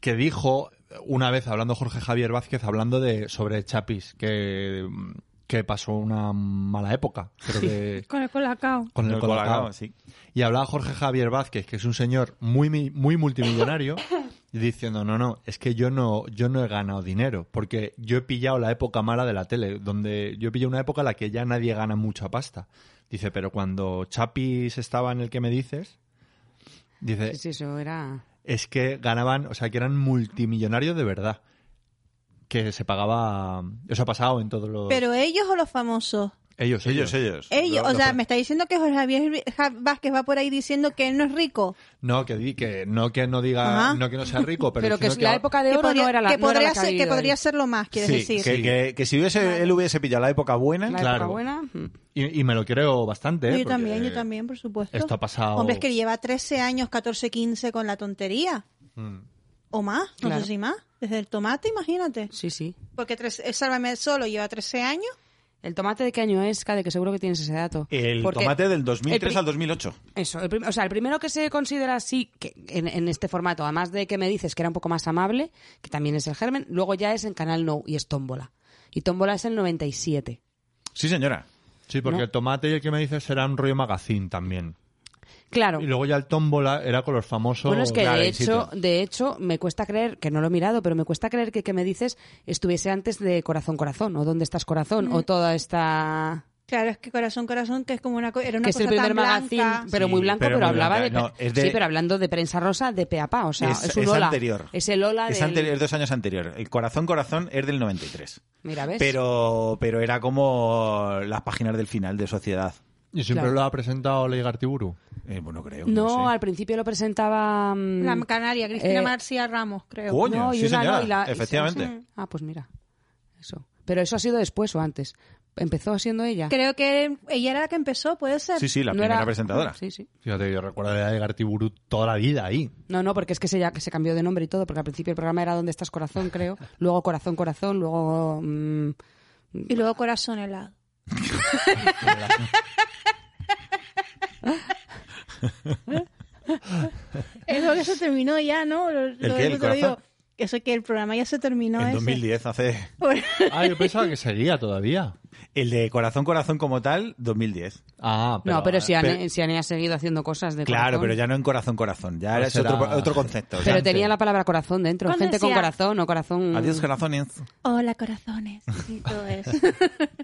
Que dijo una vez, hablando Jorge Javier Vázquez, hablando de sobre Chapis, que, que pasó una mala época, creo que Con el colacao. con el El Colacao, Colacao. sí. Y hablaba Jorge Javier Vázquez, que es un señor muy, mi- muy multimillonario, y diciendo, no, no, es que yo no, yo no he ganado dinero, porque yo he pillado la época mala de la tele, donde yo he pillado una época en la que ya nadie gana mucha pasta. Dice, pero cuando Chapis estaba en el que me dices, dice, Sí, sí, eso era. es que ganaban, o sea, que eran multimillonarios de verdad. Que se pagaba. Eso ha pasado en todos los. Pero ellos o los famosos. ellos, Ellos, ellos. Ellos, Lo- o lo sea, fa- me está diciendo que Jorge Javier Ja- Vázquez va por ahí diciendo que él no es rico. No, que, di- que no que no diga. Ajá. No que no sea rico, pero. Pero que sino la época de que oro no era la que no era la podría, que ha ser, que habido podría ahí. serlo más, quieres Sí, decir. Que, que- que si hubiese, él hubiese pillado la época buena, La Claro. época buena. mm. Y, y me lo creo bastante. ¿eh? yo Porque también, yo también, por supuesto. Esto ha pasado. Hombre, es que lleva 13 años, 14, 15 con la tontería. Mm. O más, no Claro. sé si más. Desde el tomate, imagínate. Sí, sí. Porque tres, eh, Sálvame solo lleva 13 años. ¿El tomate de qué año es, Cade? Que seguro que tienes ese dato. el Porque- tomate del 2003 el pri- al 2008. Eso, el prim- o sea, el primero que se considera así que en, en este formato, además de que me dices que era un poco más amable, que también es el germen, luego ya es en Canal No y es Tómbola. Y Tómbola es el 97. Sí, señora. Sí, porque No. el tomate y el que me dices era un rollo magazine también. Claro. Y luego ya el tómbola era con los famosos. Bueno, es que Claro, de y hecho, sitios. de hecho, me cuesta creer, que no lo he mirado, pero me cuesta creer que, que me dices estuviese antes de Corazón Corazón, o Dónde estás Corazón, Mm. o toda esta... Claro, es que Corazón, Corazón, que es como una, co- era una que es cosa el primer tan magazine, blanca. pero Sí, muy blanco, pero pero, muy hablaba blanca. de, No, es de- Sí, pero hablando de prensa rosa de pe a pa, o sea, es, un Ola. anterior. Es el Ola Es del- anteri- es dos años anterior. El Corazón Corazón es del 93. Mira, ¿ves? Pero, pero era como las páginas del final de Sociedad. Y siempre Claro. lo ha presentado Leigartiburu. Eh, bueno, creo. No, sé. al principio lo presentaba... mm, La canaria, Cristina Eh, Marcia Ramos, creo. Coño, No, y sí, una señora. no, y la- y- Efectivamente. sí. Ah, pues mira. Eso. Pero eso ha sido después o antes. ¿Empezó siendo ella? Creo que ella era la que empezó, puede ser. Sí, sí, la No primera era- presentadora. Sí, sí. Fíjate, yo recuerdo a Leigartiburu toda la vida ahí. No, no, porque es que se, ya, que se cambió de nombre y todo, porque al principio el programa era Donde estás corazón, creo, luego corazón, corazón, luego... mm, Y luego Corazón helado. es lo que se terminó ya, ¿no? Lo, lo- qué? ¿El yo te lo corazón? digo. Eso que el programa ya se terminó En eh. ese. 2010 hace... Ah, yo pensaba que seguía todavía. El de Corazón Corazón como tal, 2010. Ah, pero. no, pero si Ane, pero- si Ane ha seguido haciendo cosas de Claro, corazón. pero ya no en Corazón Corazón. Ya Pues es otro, era- otro concepto. Pero antes. tenía la palabra corazón dentro, ¿Cuándo gente con decía? corazón o corazón... Adiós, corazones. Hola, corazones. Y todo eso.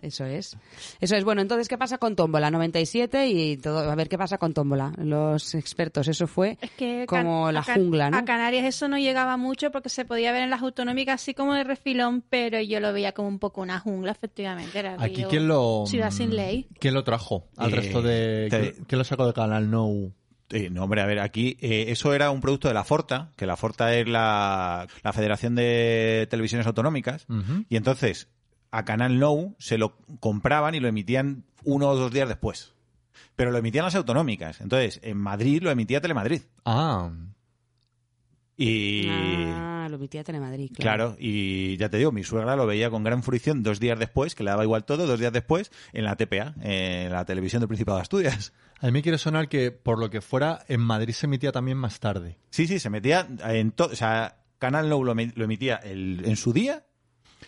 Eso es. Eso es. Bueno, entonces, ¿qué pasa con Tómbola 97 y todo? A ver qué pasa con Tómbola. Los expertos, eso fue Es que Can- como la a Can- jungla, ¿no? A Canarias eso no llegaba mucho porque se podía ver en las autonómicas así como de refilón, pero yo lo veía como un poco una jungla, efectivamente. Era Aquí, aquello- ¿quién lo. mm, Ciudad sin ley. ¿Quién lo trajo al Eh, resto de. te- ¿Quién lo sacó de Canal No? Eh, no, hombre, a ver, aquí eh, eso era un producto de la Forta, que la Forta es la, la Federación de Televisiones Autonómicas, Mm. Ujú. y entonces a Canal Now se lo compraban y lo emitían uno o dos días después. Pero lo emitían las autonómicas. Entonces, en Madrid lo emitía Telemadrid. Ah. Y. Ah, lo emitía Telemadrid, claro. Claro, y ya te digo, mi suegra lo veía con gran fruición dos días después, que le daba igual todo, dos días después, en la TPA, en la televisión del Principado de Asturias. A mí me quiere sonar que, por lo que fuera, en Madrid se emitía también más tarde. Sí, sí, se metía en todo. O sea, Canal Now lo, emi- lo emitía el- en su día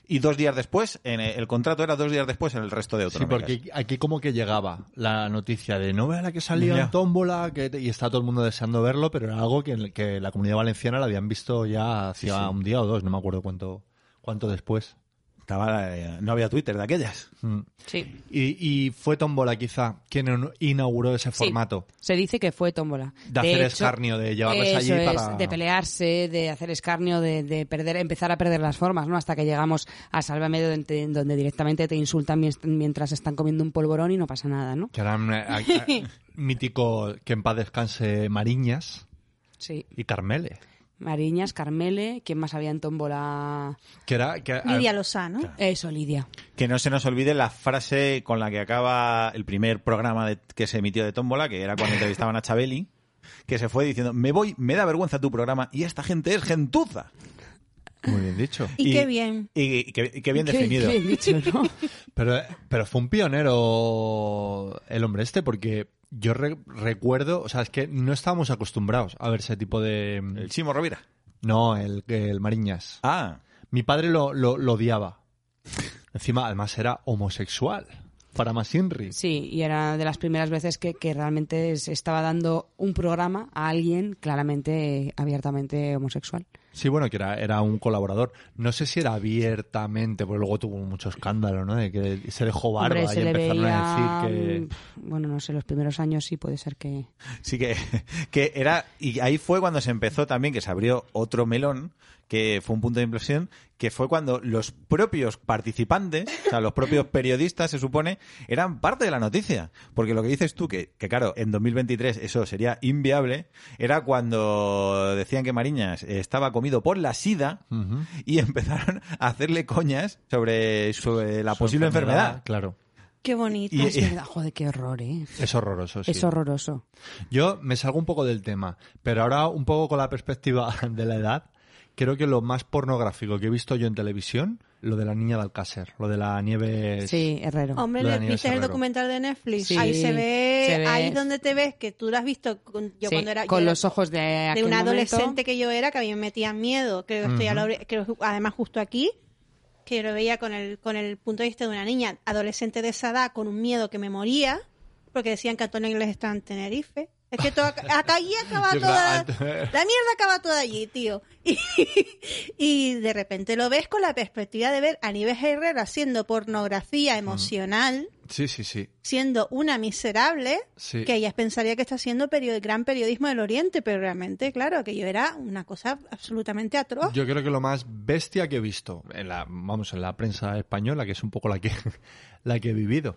y dos días después, en e, el, el contrato era dos días después en el resto de Sí, autonómicas. porque aquí como que llegaba la noticia de no vea la que salía Ya. en tómbola que te- y está todo el mundo deseando verlo, pero era algo que, que la comunidad valenciana la habían visto ya hacía Sí, sí. un día o dos, no me acuerdo cuánto, cuánto después. Estaba, eh, no había Twitter de aquellas. Mm. Sí. Y, y fue Tómbola quizá quien in- inauguró ese Sí. formato. Se dice que fue tómbola. De hacer escarnio, de llevarles eso allí es, para- de pelearse, de hacer escarnio, de, de perder, empezar a perder las formas, ¿no? Hasta que llegamos a Sálvame, donde, donde directamente te insultan mien- mientras están comiendo un polvorón y no pasa nada, ¿no? Que era un, eh, a- a- mítico que en paz descanse Mariñas Sí. y Carmele. Mariñas, Carmele, ¿quién más había en tómbola? Que era, que, Lidia Lozano. Eso, Lidia. Que no se nos olvide la frase con la que acaba el primer programa de- que se emitió de Tómbola, que era cuando entrevistaban a Chabeli, que se fue diciendo, me voy, me da vergüenza tu programa y esta gente es gentuza. Muy bien dicho. Y qué bien. Y, y qué, y qué bien definido. Qué, qué dicho, ¿no? Pero, pero fue un pionero el hombre este, porque yo re- recuerdo, o sea, es que no estábamos acostumbrados a ver ese tipo de... El Chimo Rovira. No, el, el Mariñas. Ah. Mi padre lo, lo, lo odiaba. Encima, además, era homosexual. Para más Inri. Sí, y era de las primeras veces que, que realmente se estaba dando un programa a alguien claramente, eh, abiertamente homosexual. Sí, bueno, que era, era un colaborador. No sé si era abiertamente, porque luego tuvo mucho escándalo, ¿no? De que se dejó barba Hombre, se y le empezaron veía... a decir que... mm, Bueno, no sé, los primeros años sí puede ser que... Sí que, que era, y ahí fue cuando se empezó también, que se abrió otro melón, que fue un punto de implosión, que fue cuando los propios participantes, o sea, los propios periodistas, se supone, eran parte de la noticia. Porque lo que dices tú, que, que claro, en 2023 eso sería inviable, era cuando decían que Mariñas estaba comido por la sida Ujú. y empezaron a hacerle coñas sobre, sobre la posible enfermedad. Claro. Qué bonito. Y- Es verdad, joder, qué horror, ¿eh? Es horroroso, Pues sí. Es horroroso. Yo me salgo un poco del tema, pero ahora un poco con la perspectiva de la edad, creo que lo más pornográfico que he visto yo en televisión, lo de la niña de Alcácer, lo de la nieve... Sí, Herrero. Hombre, Lo de ¿le- Daniel ¿viste el Serrero. documental de Netflix? Sí, ahí se ve, se ve. ahí donde te ves, que tú lo has visto con, yo Sí, cuando era... con yo era- los ojos de, de aquel una momento. adolescente que yo era que a mí me metía miedo creo que esto ya lo habré- creo que además justo aquí que yo lo veía con el con el punto de vista de una niña adolescente de esa edad con un miedo que me moría porque decían que Antonio Inglés está en Tenerife es que todo, acá acá ahí acaba Yo, ah, toda claro, la mierda acaba toda allí tío y, y de repente lo ves con la perspectiva de ver a Nives Herrero haciendo pornografía emocional Mm. Sí, sí, sí. siendo una miserable Sí. que ella pensaría que está haciendo perio- gran periodismo del Oriente, pero realmente, claro, que yo era una cosa absolutamente atroz. Yo creo que lo más bestia que he visto en la, vamos, en la prensa española, que es un poco la que, la que he vivido.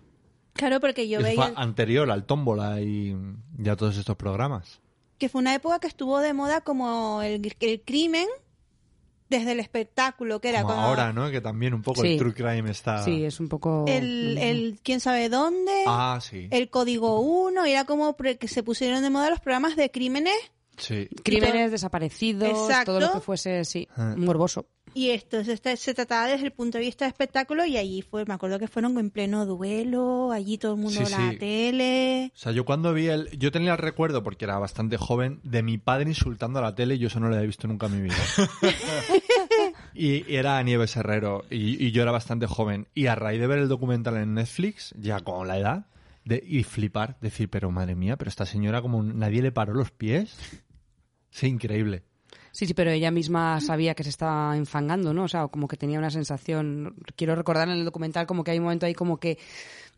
claro, porque yo Eso veía fue anterior al tómbola y, y a todos estos programas. que fue una época que estuvo de moda como el, el crimen desde el espectáculo, que era Como cuando ahora, ¿no? Que también un poco Ah. Sí. el true crime está... Sí, es un poco... el, el quién sabe dónde, Ah, sí. el código 1, y era como pre- que se pusieron de moda los programas de crímenes Sí. Crímenes, desaparecidos, todo lo Exacto. que fuese, sí, Ah. morboso. Y esto se, está- se trataba desde el punto de vista de espectáculo y allí fue, me acuerdo que fueron en pleno duelo, allí todo el mundo Sí, la sí. tele. O sea, yo cuando vi el... Yo tenía el recuerdo, porque era bastante joven, de mi padre insultando a la tele y yo eso no lo había visto nunca en mi vida. y, y era Nieves Herrero y, y yo era bastante joven. Y a raíz de ver el documental en Netflix, ya con la edad, de, y flipar, decir, pero madre mía, pero esta señora como nadie le paró los pies. Sí, increíble. Sí, sí, pero ella misma sabía que se estaba enfangando, ¿no? O sea, como que tenía una sensación. Quiero recordar en el documental como que hay un momento ahí como que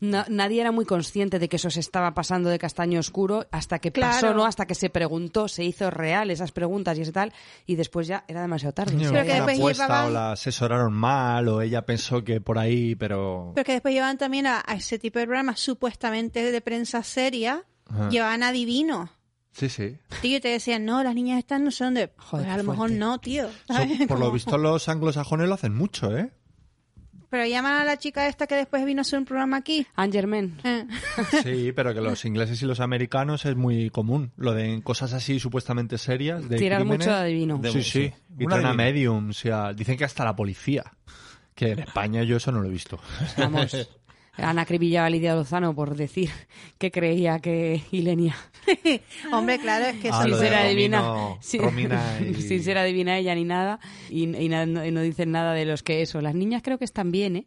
na- nadie era muy consciente de que eso se estaba pasando de castaño oscuro hasta que Claro. pasó, ¿no? Hasta que se preguntó, se hizo real esas preguntas y ese tal, y después ya era demasiado tarde. O sea, Pero que Una era- después apuesta, llevaban- o la asesoraron mal o ella pensó que por ahí, pero... Pero que después llevaban también a, a ese tipo de programas supuestamente de prensa seria, Ajá. llevaban adivinos. Sí, sí. Tío, y te decían, no, las niñas están no sé dónde. Joder, pues a qué lo mejor fuerte. no, tío. Eso, ¿sabes? por lo Como- visto los anglosajones lo hacen mucho, ¿eh? Pero llaman a la chica esta que después vino a hacer un programa aquí. Anne Germain. Eh. Sí, pero que los ingleses y los americanos es muy común. Lo de cosas así supuestamente serias. De Tirar crímenes. mucho de adivino. De- Sí, sí. Y Una traen a adivina. medium. O sea, dicen que hasta la policía. Que en España yo eso no lo he visto. Pues Vamos. Ana Cribillaba a Lidia Lozano por decir que creía que Ilenia. Hombre, claro, es que Ah, eso lo de fue- sincera Romino- divina. Romina y- Sincera divina ella ni nada. Y, y na- no, y no dicen nada de los que eso. Las niñas creo que están bien, ¿eh?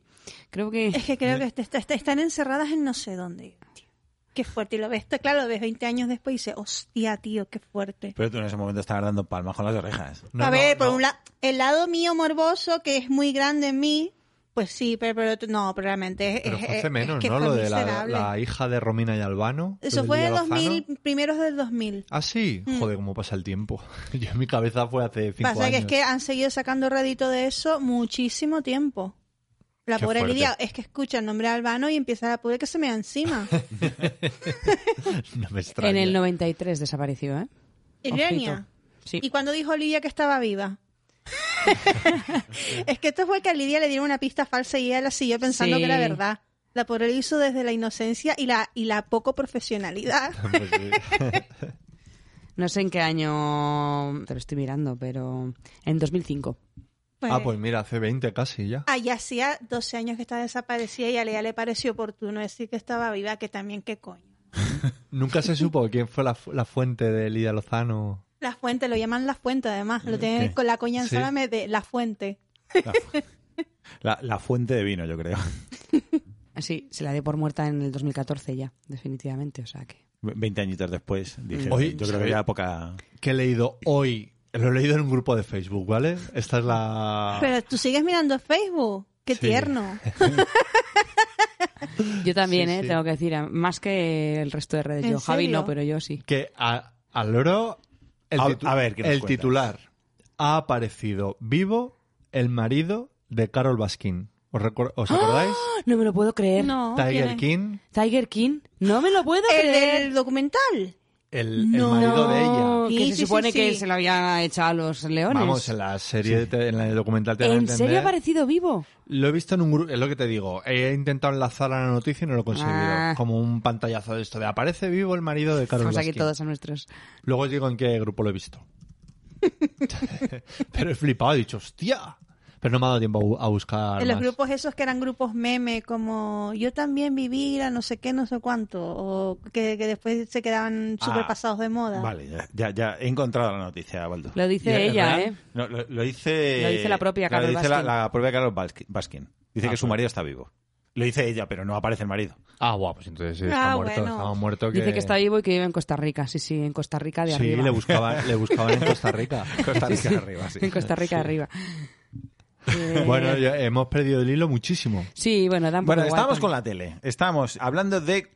Creo que. Es que creo que est- est- est- están encerradas en no sé dónde. tío. Qué fuerte. Y lo ves, claro, lo ves 20 años después y dices, hostia, tío, qué fuerte. Pero tú en ese momento estabas dando palmas con las orejas. No, a no, ver, por no. un lado, el lado mío morboso, que es muy grande en mí, pues sí, pero, pero tú- no, pero realmente es, Pero es- fue hace es- menos, eh, es que ¿no? fue Lo de la, miserable. la hija de Romina y Albano. lo Eso de fue Lidia en Lozano. 2000, primeros del 2000. Ah, sí. Joder, cómo pasa el tiempo. Yo en mi cabeza fue hace cinco Pasa que años. es que han seguido sacando rédito de eso muchísimo tiempo. La Qué pobre fuerte. Lidia, es que escucha el nombre de Albano y empieza la pobre que se me da encima. No me extraña. En el 93 desapareció, ¿eh? Irenia. Ojito. Sí. ¿Y cuando dijo Olivia que estaba viva? es que esto fue que a Olivia le dieron una pista falsa y ella la siguió pensando Sí. que era verdad. La pobre lo hizo desde la inocencia y la, y la poco profesionalidad. Pues sí. No sé en qué año te lo estoy mirando, pero en 2005. Pues, Ah, pues mira, hace 20 casi ya. Allá hacía 12 años que estaba desaparecida y a Lea le pareció oportuno decir que estaba viva, que también qué coño. Nunca se supo quién fue la, fu- la fuente de Lidia Lozano. La fuente, lo llaman la fuente además, lo tienen ¿Qué? con la coña en Mm, Sí. salame de la fuente. La, fu- la- la fuente de vino, yo creo. Así, se la dio por muerta en el 2014 ya, definitivamente. O sea que. Veinte añitos después, dije, Hoy, yo creo que ¿sabéis? ya poca... Que he leído hoy. Lo he leído en un grupo de Facebook, ¿vale? Esta es la... Pero tú sigues mirando Facebook, qué Ah. Sí. tierno. Yo también, Sí, eh, sí. tengo que decir, más que el resto de redes. ¿En Yo, Javi serio? no, pero yo sí. que a- al loro el, A- titu- a ver, ¿qué nos el cuentas? titular ha aparecido vivo el marido de Carol Baskin. ¿Os, recor- os acordáis? Ah, No me lo puedo creer. No, ¿quién Tiger es? King, Tiger King, no me lo puedo El creer. del documental. el, el No. marido de ella. Que Sí, se sí, supone sí, que sí. se lo había echado a los leones. Vamos, en la serie, de te- en el documental te dan a ¿En serio ha entender. parecido vivo? Lo he visto en un grupo, es lo que te digo. He intentado enlazar a la noticia y no lo he conseguido. Ah. Como un pantallazo de esto de aparece vivo el marido de Carol Vamos aquí Baskin. todos a nuestros. Luego os digo en qué grupo lo he visto. Pero he flipado, he dicho, hostia. Pero no me ha dado tiempo a bu- a buscar. En los más. grupos esos que eran grupos meme, como yo también vivir a no sé qué, no sé cuánto, o que, que después se quedaban Ah, súper pasados de moda. Vale, ya, ya, ya he encontrado la noticia, Baldo. Lo dice Y en ella, real, ¿eh? No, lo, lo dice... Lo dice la propia Carol Lo dice la, Baskin. la propia Carol Baskin- Baskin. Dice Ah, que su pues. marido está vivo. Lo dice ella, pero no aparece el marido. Ah, guau, pues entonces sí, Ah, está muerto. bueno. estaba muerto que... Dice que está vivo y que vive en Costa Rica. Sí, sí, en Costa Rica de Sí, arriba. le buscaban, le buscaban en Costa Rica. Costa Rica arriba, sí. En Costa Rica de arriba. Eh, Bueno, ya hemos perdido el hilo muchísimo. Sí, bueno, dan Bueno, estamos con la tele. Estamos hablando de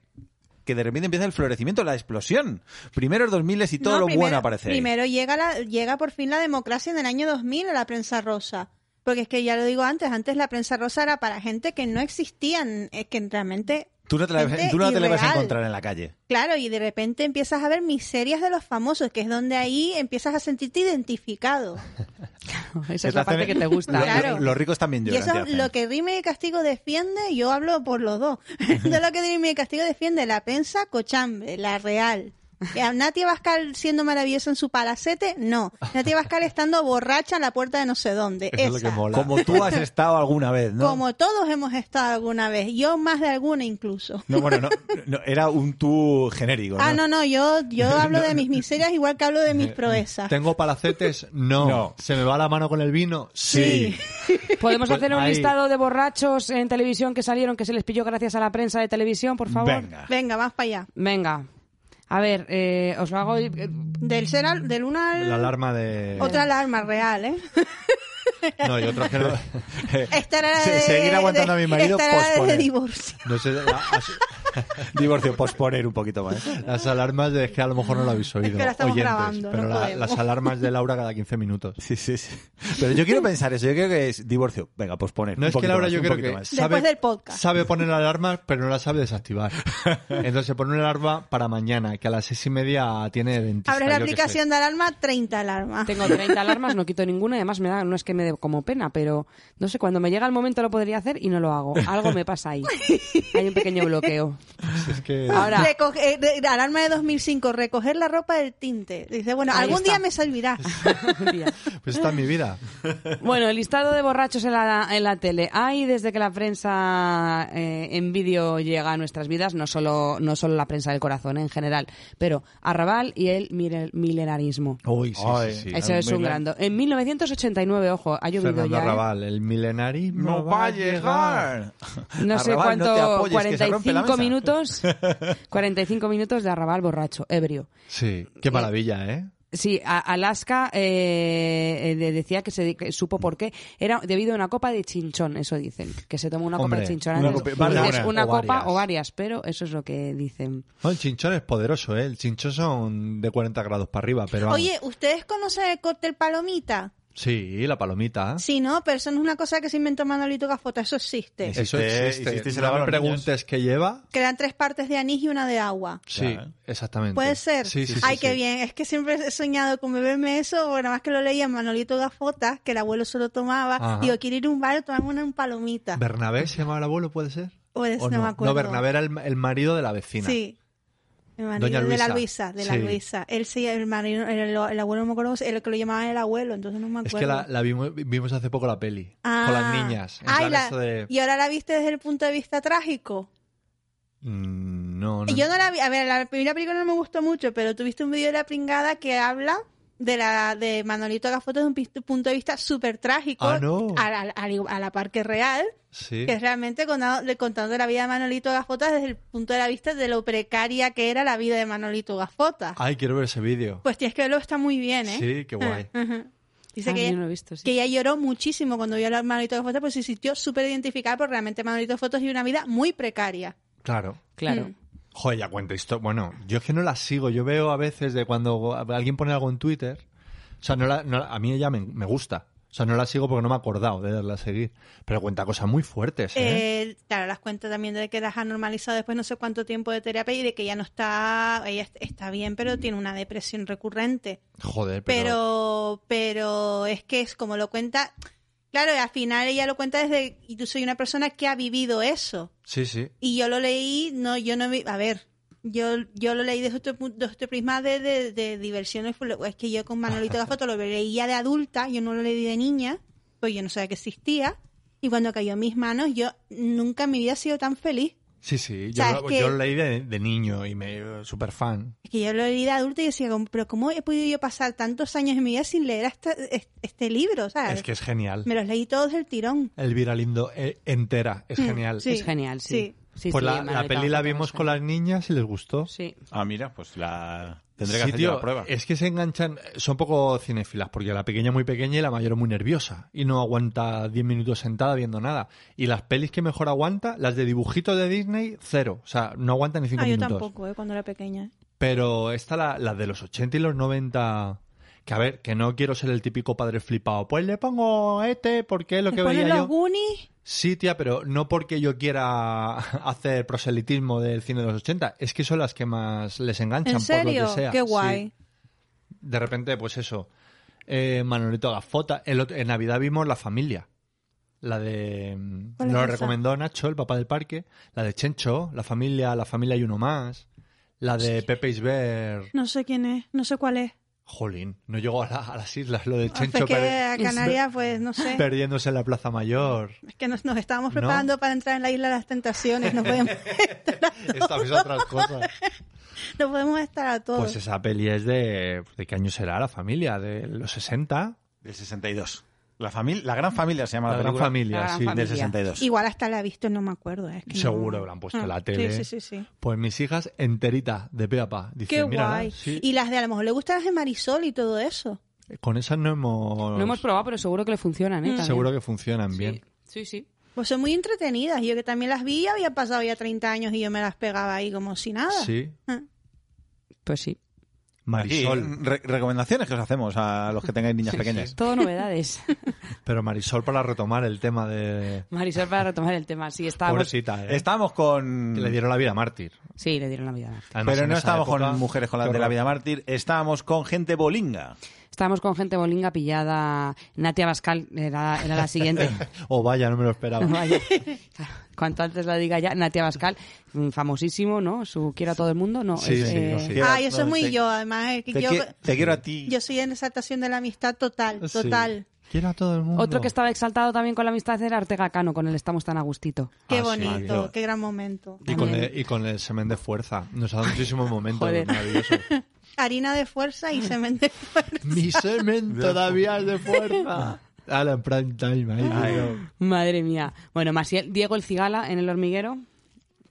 que de repente empieza el florecimiento, la explosión. Primeros 2000 y todo No, lo primero- bueno aparece. ahí. Primero llega, la, llega por fin la democracia en el año 2000 a la prensa rosa. Porque es que ya lo digo antes, antes la prensa rosa era para gente que no existían, es que realmente... Tú no te, la, gente tú no te la vas a irreal. encontrar en la calle. Claro, y de repente empiezas a ver miserias de los famosos, que es donde ahí empiezas a sentirte identificado. la... Esa es te la hacen- parte que te lo- gusta. lo- Claro. Los ricos también Y lloran. eso te es hacen. lo que Rime y Castigo defiende, yo hablo por los dos. de lo que Rime y Castigo defiende, la prensa cochambre, la real. Que a Natia Bascal siendo maravillosa en su palacete, no. Natia Bascal estando borracha en la puerta de no sé dónde. Eso es lo esa. que mola. Como tú has estado alguna vez, ¿no? Como todos hemos estado alguna vez, yo más de alguna incluso. No, bueno, no, no, era un tú genérico. ¿no? Ah, no, no, yo, yo hablo de mis miserias igual que hablo de mis proezas. ¿Tengo palacetes? No. No. ¿Se me va la mano con el vino? Sí. ¿Podemos Pues hacer un ahí- listado de borrachos en televisión que salieron, que se les pilló gracias a la prensa de televisión, por favor? Venga. Venga, vas para allá. Venga. A ver, eh, os lo hago... eh, Del, ser al- del uno al... La alarma de... Otra alarma real, ¿eh? No, y otros que no... Esta era Se- de, seguir aguantando de- a mi marido, esta era de posponer. divorcio. no sé, las, Divorcio, posponer un poquito más. las alarmas de... Es que a lo mejor no lo habéis oído. que la estamos oyentes, grabando, no pero la- podemos. las alarmas de Laura cada 15 minutos. Sí, sí, sí. Pero yo quiero pensar eso. Yo creo que es divorcio. Venga, posponer. No un es que poquito Laura más, yo un creo poquito que más. sabe, Después del podcast. sabe poner alarmas, pero no la sabe desactivar. Entonces pone una alarma para mañana, que a las seis y media tiene dentista. Abres la yo qué sé. aplicación de alarma, 30 alarmas. Tengo 30 alarmas, no quito ninguna, y además me da, no es que me dé como pena, pero no sé, cuando me llega el momento lo podría hacer y no lo hago. Algo me pasa ahí. Hay un pequeño bloqueo. Si es que- Ahora, Recoge- eh, de- de alarma de 2005, recoger la ropa del tinte. Dice, bueno, Ahí algún está. día me servirá. Un día. Pues está en mi vida. Bueno, el listado de borrachos en la, en la tele. Hay desde que la prensa eh, en vídeo llega a nuestras vidas, no solo, no solo la prensa del corazón eh, en general, pero Arrabal y el mire- milenarismo. Uy, sí, Ay. sí, sí. Eso es un grande. En 1989, ojo, ha llovido Fernando ya. ¿eh? Arrabal, el milenarismo No va a llegar. No sé Arrabal, cuánto, no te apoyes, que se rompe la 45 mesa. minutos, 45 minutos de Arrabal borracho, ebrio. Sí, qué maravilla, ¿eh? Sí, a- Alaska eh, eh, de- decía que, se, que supo por qué. Era debido a una copa de chinchón, eso dicen. Que se tomó una Hombre, copa de chinchón una antes. copa- vale, Dices, una, una o copa varias. o varias, pero eso es lo que dicen. No, el chinchón es poderoso, ¿eh? El chinchón son de 40 grados para arriba, pero vamos. Oye, ¿ustedes conocen el cóctel palomita? Sí, la palomita. Sí, ¿no? Pero eso no es una cosa que se inventó Manolito Cafota, eso existe. Sí. Eso Existe, existe. existe y se no lava me los preguntes qué lleva. Que eran tres partes de anís y una de agua. Sí, Ya, ¿eh? exactamente. Puede ser. Sí, sí, sí, Ay, sí. qué bien. Es que siempre he soñado con beberme eso. Bueno, más que lo leía en Manolito Gafota, que el abuelo solo tomaba. Ajá. Digo, quiero ir a un bar y tomarme una en palomita. ¿Bernabé se llamaba el abuelo, puede ser? Puede ¿O ser, no me acuerdo. Bernabé era el, el marido de la vecina. Sí. El Doña marido de la Luisa. Luisa, de la Sí. Luisa. Él sí, el marido, el, el abuelo no me acuerdo, el que lo llamaban el abuelo, entonces no me Es acuerdo. que la, la vimos, vimos hace poco la peli. Ah. Con las niñas. En Ah, y, plan la- eso de- y ahora la viste desde el punto de vista trágico. Mm, No, no. Yo no la vi, a ver, la primera película no me gustó mucho, pero tuviste un vídeo de la pringada que habla de la de Manolito Gafoto desde un pis- punto de vista súper trágico, Ah, no. a, la- a la- a la par que real, Sí. que es realmente contado- le- contando la vida de Manolito Gafota desde el punto de la vista de lo precaria que era la vida de Manolito Gafota. Ay, quiero ver ese vídeo. Pues tienes que verlo, está muy bien, ¿eh? Sí, qué guay. Ujú. Dice Ah, que, yo ella, no lo he visto, sí. que ella lloró muchísimo cuando vio a Manolito Gafoto, pues se sintió súper identificada, porque realmente Manolito Fotos y una vida muy precaria. Claro. Claro. Mm. Joder, ya cuenta esto. Bueno, yo es que no la sigo. Yo veo a veces de cuando alguien pone algo en Twitter. O sea, no la- no la- a mí ella me, me gusta. O sea, no la sigo porque no me he acordado de darla a seguir. Pero cuenta cosas muy fuertes, ¿eh? Eh, claro, las cuentas también de que las ha normalizado después no sé cuánto tiempo de terapia y de que ya no está, ella est- está bien, pero tiene una depresión recurrente. Joder, pero... Pero, pero es que es como lo cuenta, claro, al final ella lo cuenta desde, y tú soy una persona que ha vivido eso. Sí, sí. Y yo lo leí, no, yo no vi, a ver, yo, yo lo leí desde este, pu- desde este prisma de, de, de diversiones, pues, es que yo con Manolito Gafoto lo leía de adulta, yo no lo leí de niña, pues yo no sabía que existía, y cuando cayó en mis manos, yo nunca en mi vida he sido tan feliz. Sí, sí. O Yo, sea, lo, es que- yo lo leí de, de niño y me... super fan. Es que yo lo leí de adulta y decía, como, pero ¿cómo he podido yo pasar tantos años en mi vida sin leer hasta este, este libro? ¿sabes? Es que es genial. Me los leí todos del tirón. Elvira Lindo eh, entera. Es genial. Mm, sí. Es genial, sí. Sí, pues sí, la, la Manolito peli la Gafoto, vimos sí. con las niñas y les gustó. Sí. Ah, mira, pues la tendré que Sí, hacer tío, yo la prueba. Es que se enganchan, son poco cinéfilas, porque la pequeña es muy pequeña y la mayor es muy nerviosa y no aguanta 10 minutos sentada viendo nada. Y las pelis que mejor aguanta, las de dibujitos de Disney, cero. O sea, no aguanta ni 5 Ah, yo minutos. tampoco, eh, cuando era pequeña. Pero esta, la, la de los 80 y los 90, que a ver, que no quiero ser el típico padre flipado. Pues le pongo este porque es lo ¿Le que ponen veía los yo. Goonies? Sí, tía, pero no porque yo quiera hacer proselitismo del cine de los 80, es que son las que más les enganchan ¿En por serio? lo que sea. Qué Sí. guay. De repente, pues eso, eh, Manolito Gafota, el otro- en Navidad vimos La Familia, la de... ¿Cuál es Nos la esa? recomendó Nacho, el papá del parque, la de Chencho, La Familia, La Familia y uno más, la de Pepe Isber... No sé quién es, no sé cuál es. Jolín, no llegó a, la- a las islas lo de Ah, pues Chencho que a per- Canarias, pues no sé. perdiéndose en la Plaza Mayor. Es que nos, nos estábamos ¿No? preparando para entrar en la isla de las tentaciones. No podemos, Estas es otras cosas. no podemos estar a todos. Pues esa peli es de. ¿De qué año será la familia? ¿De los 60? Del 62. La, familia, la gran familia se llama La, la, gran película. familia, La gran sí. Del familia. 62. Igual hasta la he visto, no me acuerdo. eh, es que Seguro no- la han puesto en Ah, la tele. Sí, sí, sí. sí. Pues mis hijas enterita, de pe a pa. Dicen, Qué "Mírala, guay. sí". Y las de a lo mejor le gustan las de Marisol y todo eso. Con esas no hemos. No hemos probado, pero seguro que le funcionan, ¿eh? También. Mm. Seguro que funcionan Sí. bien. Sí, sí. Pues son muy entretenidas. Yo que también las vi, había pasado ya 30 años y yo me las pegaba ahí como si nada. Sí. Pues sí. Aquí, Marisol. re- recomendaciones que os hacemos a los que tengáis niñas pequeñas. Todo novedades. Pero Marisol para retomar el tema de. Marisol, para retomar el tema, sí, estábamos... Pobrecita, ¿eh? Estamos con... Que le dieron la vida a mártir. Sí, le dieron la vida. a Marte. Además, pero en no esa estábamos época- con mujeres con la, Qué de la horror. vida mártir, estábamos con gente bolinga. Estábamos con gente bolinga pillada. Natia Bascal era, era la siguiente. Oh, vaya, no me lo esperaba. Vaya. Claro, Cuanto antes la diga ya, Natia Bascal, mm, famosísimo, ¿no? Su quiera a todo el mundo, ¿no? Sí, es, sí, eh, sí. Ay, eso es muy este Te- yo, además. es que Te, yo, qui- te quiero a ti. yo soy en exaltación de la amistad total, Sí. total. Quiero a todo el mundo. Otro que estaba exaltado también con la amistad era Ortega Cano, con el Estamos tan a gustito. Qué Ah, sí, bonito, sí. qué gran momento. Y con, También. el, y con el semen de fuerza. Nos ha dado muchísimos momentos Joder. maravillosos. Harina de fuerza y semen de fuerza. Mi semen todavía es de fuerza. oh. Alan Ah, Prime Time. ahí, tío. Madre mía. Bueno, Maciel, Diego el Cigala en El Hormiguero.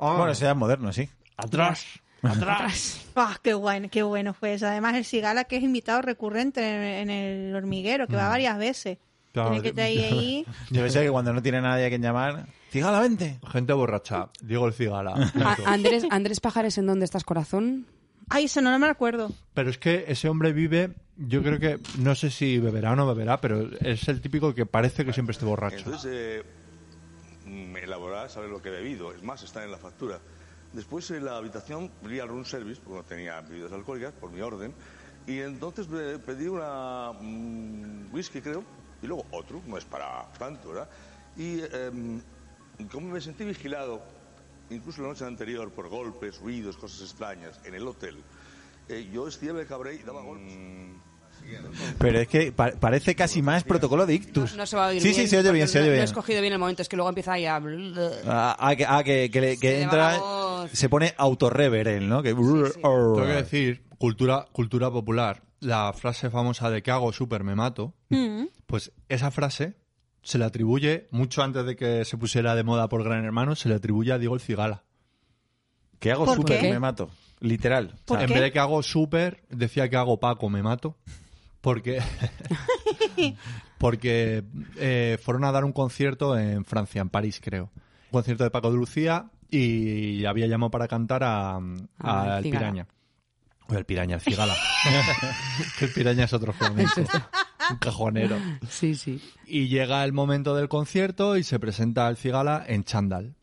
Ah. Bueno, eso ya es moderno, sí. Atrás. Atrás. Ah, qué bueno, qué bueno fue eso. Además, el Cigala, que es invitado recurrente en, en el hormiguero, que va varias veces. Mm. Claro, Tiene que estar ahí, ahí. Debe ser que cuando no tiene nadie a quien llamar, fíjala, vente. Gente borracha. Diego el Ah, cigala. A- Andrés, Andrés Pajares, ¿en dónde estás, corazón? Ay, eso no, no me acuerdo. Pero es que ese hombre vive, yo creo que, no sé si beberá o no beberá, pero es el típico que parece que siempre esté borracho. Entonces, eh, mm, elaborar, saber lo que he bebido. Es más, está en la factura. Después en la habitación fui al room service, porque no tenía bebidas alcohólicas, por mi orden. Y entonces eh, pedí una mm, whisky, creo, y luego otro, no es para tanto, ¿verdad? Y em, como me sentí vigilado, incluso la noche anterior, por golpes, ruidos, cosas extrañas, en el hotel, eh, yo estía de cabré y daba Mm. golpes. Pero es que pa- parece casi más protocolo de ictus. No se va a oír sí, bien. Sí, se oye bien, porque se oye no- bien. No he escogido bien el momento, es que luego empieza ahí a... Tengo Ah, ah, que, ah, que, que le- que Se le va entra, la voz. se pone autorrever él, ¿no? Que, Tengo que decir, cultura, cultura popular, la frase famosa de que hago súper me mato, pues esa frase se le atribuye, mucho antes de que se pusiera de moda por Gran Hermano, se le atribuye a Diego el Cigala. Que hago ¿Por súper, qué? me mato. Literal. ¿Por en qué? vez de que hago súper, decía que hago Paco me mato. Porque, porque eh, fueron a dar un concierto en Francia, en París, creo. Un concierto de Paco de Lucía y había llamado para cantar a, Ah, a el El Cigala. Piraña. O el Piraña, el Cigala. que el Piraña es otro flamenco. un cajonero. Sí, sí. Y llega el momento del concierto y se presenta el Cigala en chándal.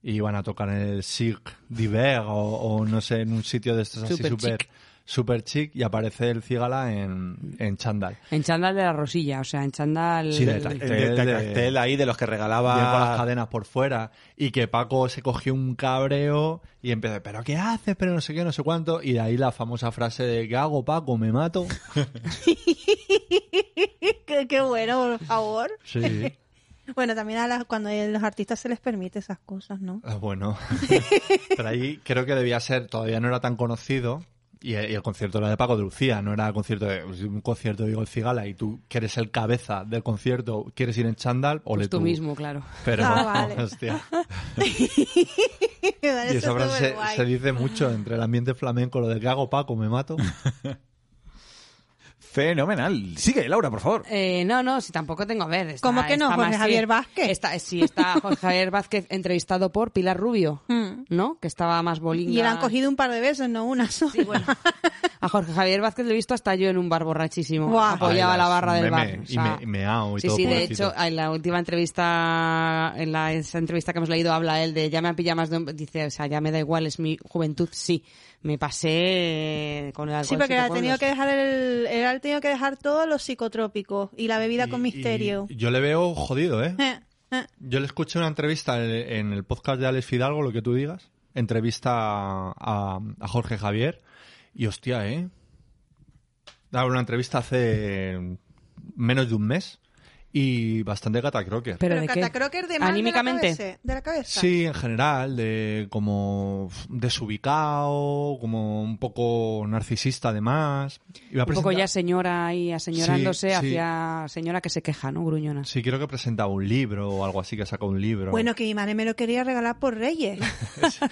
Y van a tocar en el Sig Diver o, o no sé, en un sitio de estos así Super súper chic. super chic y aparece el Cigala en, en chándal. En chándal de la rosilla, o sea, en chándal... Sí, de tal. El de- de- cartel ahí de los que Y él con las regalaba. cadenas por fuera. Y que Paco se cogió un cabreo y empezó, pero ¿qué haces? Pero no sé qué, no sé cuánto. Y de ahí la famosa frase de, ¿qué hago Paco? ¿Me mato? qué, qué bueno, por favor. Sí. Bueno, también a las, cuando a los artistas se les permite esas cosas, ¿no? Ah, Bueno, pero ahí creo que debía ser, todavía no era tan conocido. Y el, y el concierto era de Paco de Lucía, no era concierto de, pues, un concierto de Igor Cigala y tú que eres el cabeza del concierto, quieres ir en chándal o Pues tú mismo, claro. Pero, Ah, vale. hostia. y Y esa frase se, se dice mucho entre el ambiente flamenco, lo de que hago Paco, me mato. Fenomenal. Sigue, Laura, por favor. Eh, no, no, si tampoco tengo a ver. está- ¿Cómo que no? está Jorge más- Javier Vázquez. Está, sí, está Jorge Javier Vázquez entrevistado por Pilar Rubio, ¿no? Que estaba más bolinga. Mm. Y la han cogido un par de veces, no una sola. Sí, bueno. A Jorge Javier Vázquez lo he visto hasta yo en un bar borrachísimo. Buah. Apoyaba Ay, la es barra un del bar. meme, o sea. y me- meao y sí, todo, sí, de pobrecito. hecho, en la última entrevista, en la esa entrevista que hemos leído, habla él de ya me pilla más de un- Dice, o sea, ya me da igual, es mi juventud, sí. Me pasé eh, con el alcohol. Sí, porque siete ha pueblos. tenido que dejar el, él ha tenido que dejar todos los psicotrópicos y la bebida con Y- misterio. y yo le veo jodido, ¿eh? Eh, eh. Yo le escuché una entrevista en, en el podcast de Alex Fidalgo, lo que tú digas. Entrevista a, a- a Jorge Javier. Y hostia, ¿eh? Daba una entrevista hace menos de un mes y bastante gata crocker. ¿Pero, de Pero qué? Cata Crocker de mal Anímicamente. de la cabeza. de la cabeza. Sí, en general, de como desubicado, como un poco narcisista además. Iba a Un poco presentar- ya señora ahí aseñorándose Sí, sí. hacia señora que se queja, ¿no? Gruñona. Sí, creo que presentaba un libro o algo así, que sacó un libro. Bueno, que mi madre me lo quería regalar por Reyes.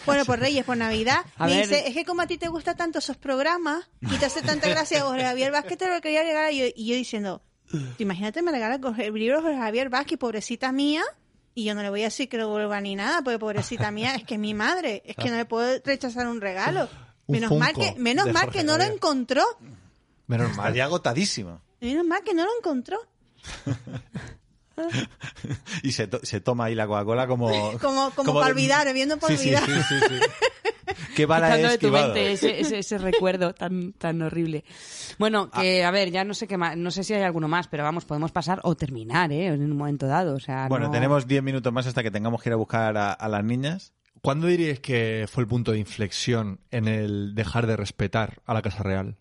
bueno, por Reyes, por Navidad. A me ver. dice, es que como a ti te gustan tanto esos programas y te hace tanta gracia Jorge Javier Vázquez, te lo quería regalar. Y yo, y yo diciendo, "Tú imagínate, me regala Jorge- el libro de Jorge Javier Vázquez, pobrecita mía. Y yo no le voy a decir que lo vuelva ni nada, porque pobrecita mía, es que es mi madre. Es que no le puedo rechazar un regalo. Un Menos mal Funko que, menos de mal Jorge que no lo Javier. encontró. menos mal. Estaría agotadísimo. Menos mal que no lo encontró. Y se, to- se toma ahí la Coca-Cola como... Como- como pa' de- olvidar, bebiendo pa' Sí, sí, olvidar. sí, sí, sí. Qué bala Quitando he de tu esquivado. mente ese, ese- ese recuerdo tan, tan horrible. Bueno, Ah. que a ver, ya no sé qué más, no sé si hay alguno más, pero vamos, podemos pasar o terminar, ¿eh? En un momento dado, o sea, Bueno, no- tenemos 10 minutos más hasta que tengamos que ir a buscar a, a las niñas. ¿Cuándo diríais que fue el punto de inflexión en el dejar de respetar a la Casa Real?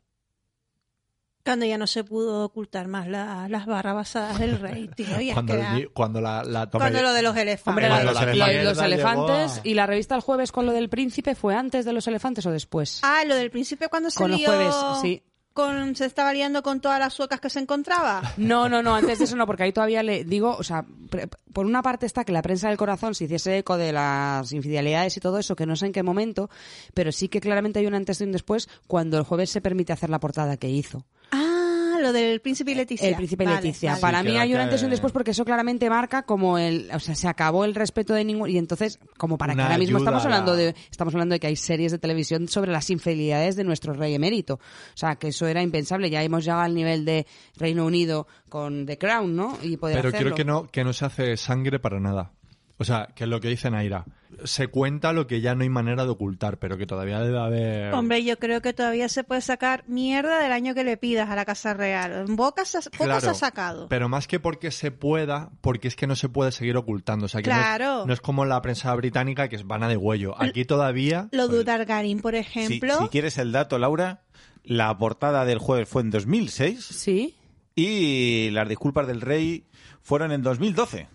Cuando ya no se pudo ocultar más la- las barrabasadas del rey, tío. Y es Cuando, que el era- ni- cuando la, la- cuando lo de los Hombre, elefantes. Cuando la- los la- elefantes los llegó a- elefantes y la revista El Jueves con lo del príncipe fue antes de los elefantes o después. Ah, lo del príncipe cuando se Con los lió jueves, sí. Con, se estaba liando con todas las suecas que se encontraba. No, no, no, antes de eso no, porque ahí todavía le digo, o sea, pre- por una parte está que la prensa del corazón se hiciese eco de las infidelidades y todo eso, que no sé en qué momento, pero sí que claramente hay un antes y un después cuando el jueves se permite hacer la portada que hizo. Ah, lo del príncipe y Leticia. El príncipe Vale, Leticia. vale. Para Sí, mí que hay era un antes y un que- después porque eso claramente marca como el, o sea, se acabó el respeto de ningún y entonces como para que Una ahora mismo ayuda estamos a la- hablando de estamos hablando de que hay series de televisión sobre las infidelidades de nuestro rey emérito, o sea, que eso era impensable, ya hemos llegado al nivel de Reino Unido con The Crown, ¿no? Y poder Pero quiero hacerlo. que no, que no se hace sangre para nada. O sea, que es lo que dice Naira. Se cuenta lo que ya no hay manera de ocultar, pero que todavía debe haber... Hombre, yo creo que todavía se puede sacar mierda del año que le pidas a la Casa Real. En Boca se, poco Claro, se ha sacado. Pero más que porque se pueda, porque es que no se puede seguir ocultando. O sea, que no es- no, Claro. es, como la prensa británica que es vana de huello. Aquí todavía. Lo de Targaryen, por Si- ejemplo. si quieres el dato, Laura, la portada del jueves fue en 2006. Sí. Y las disculpas del rey fueron en 2012.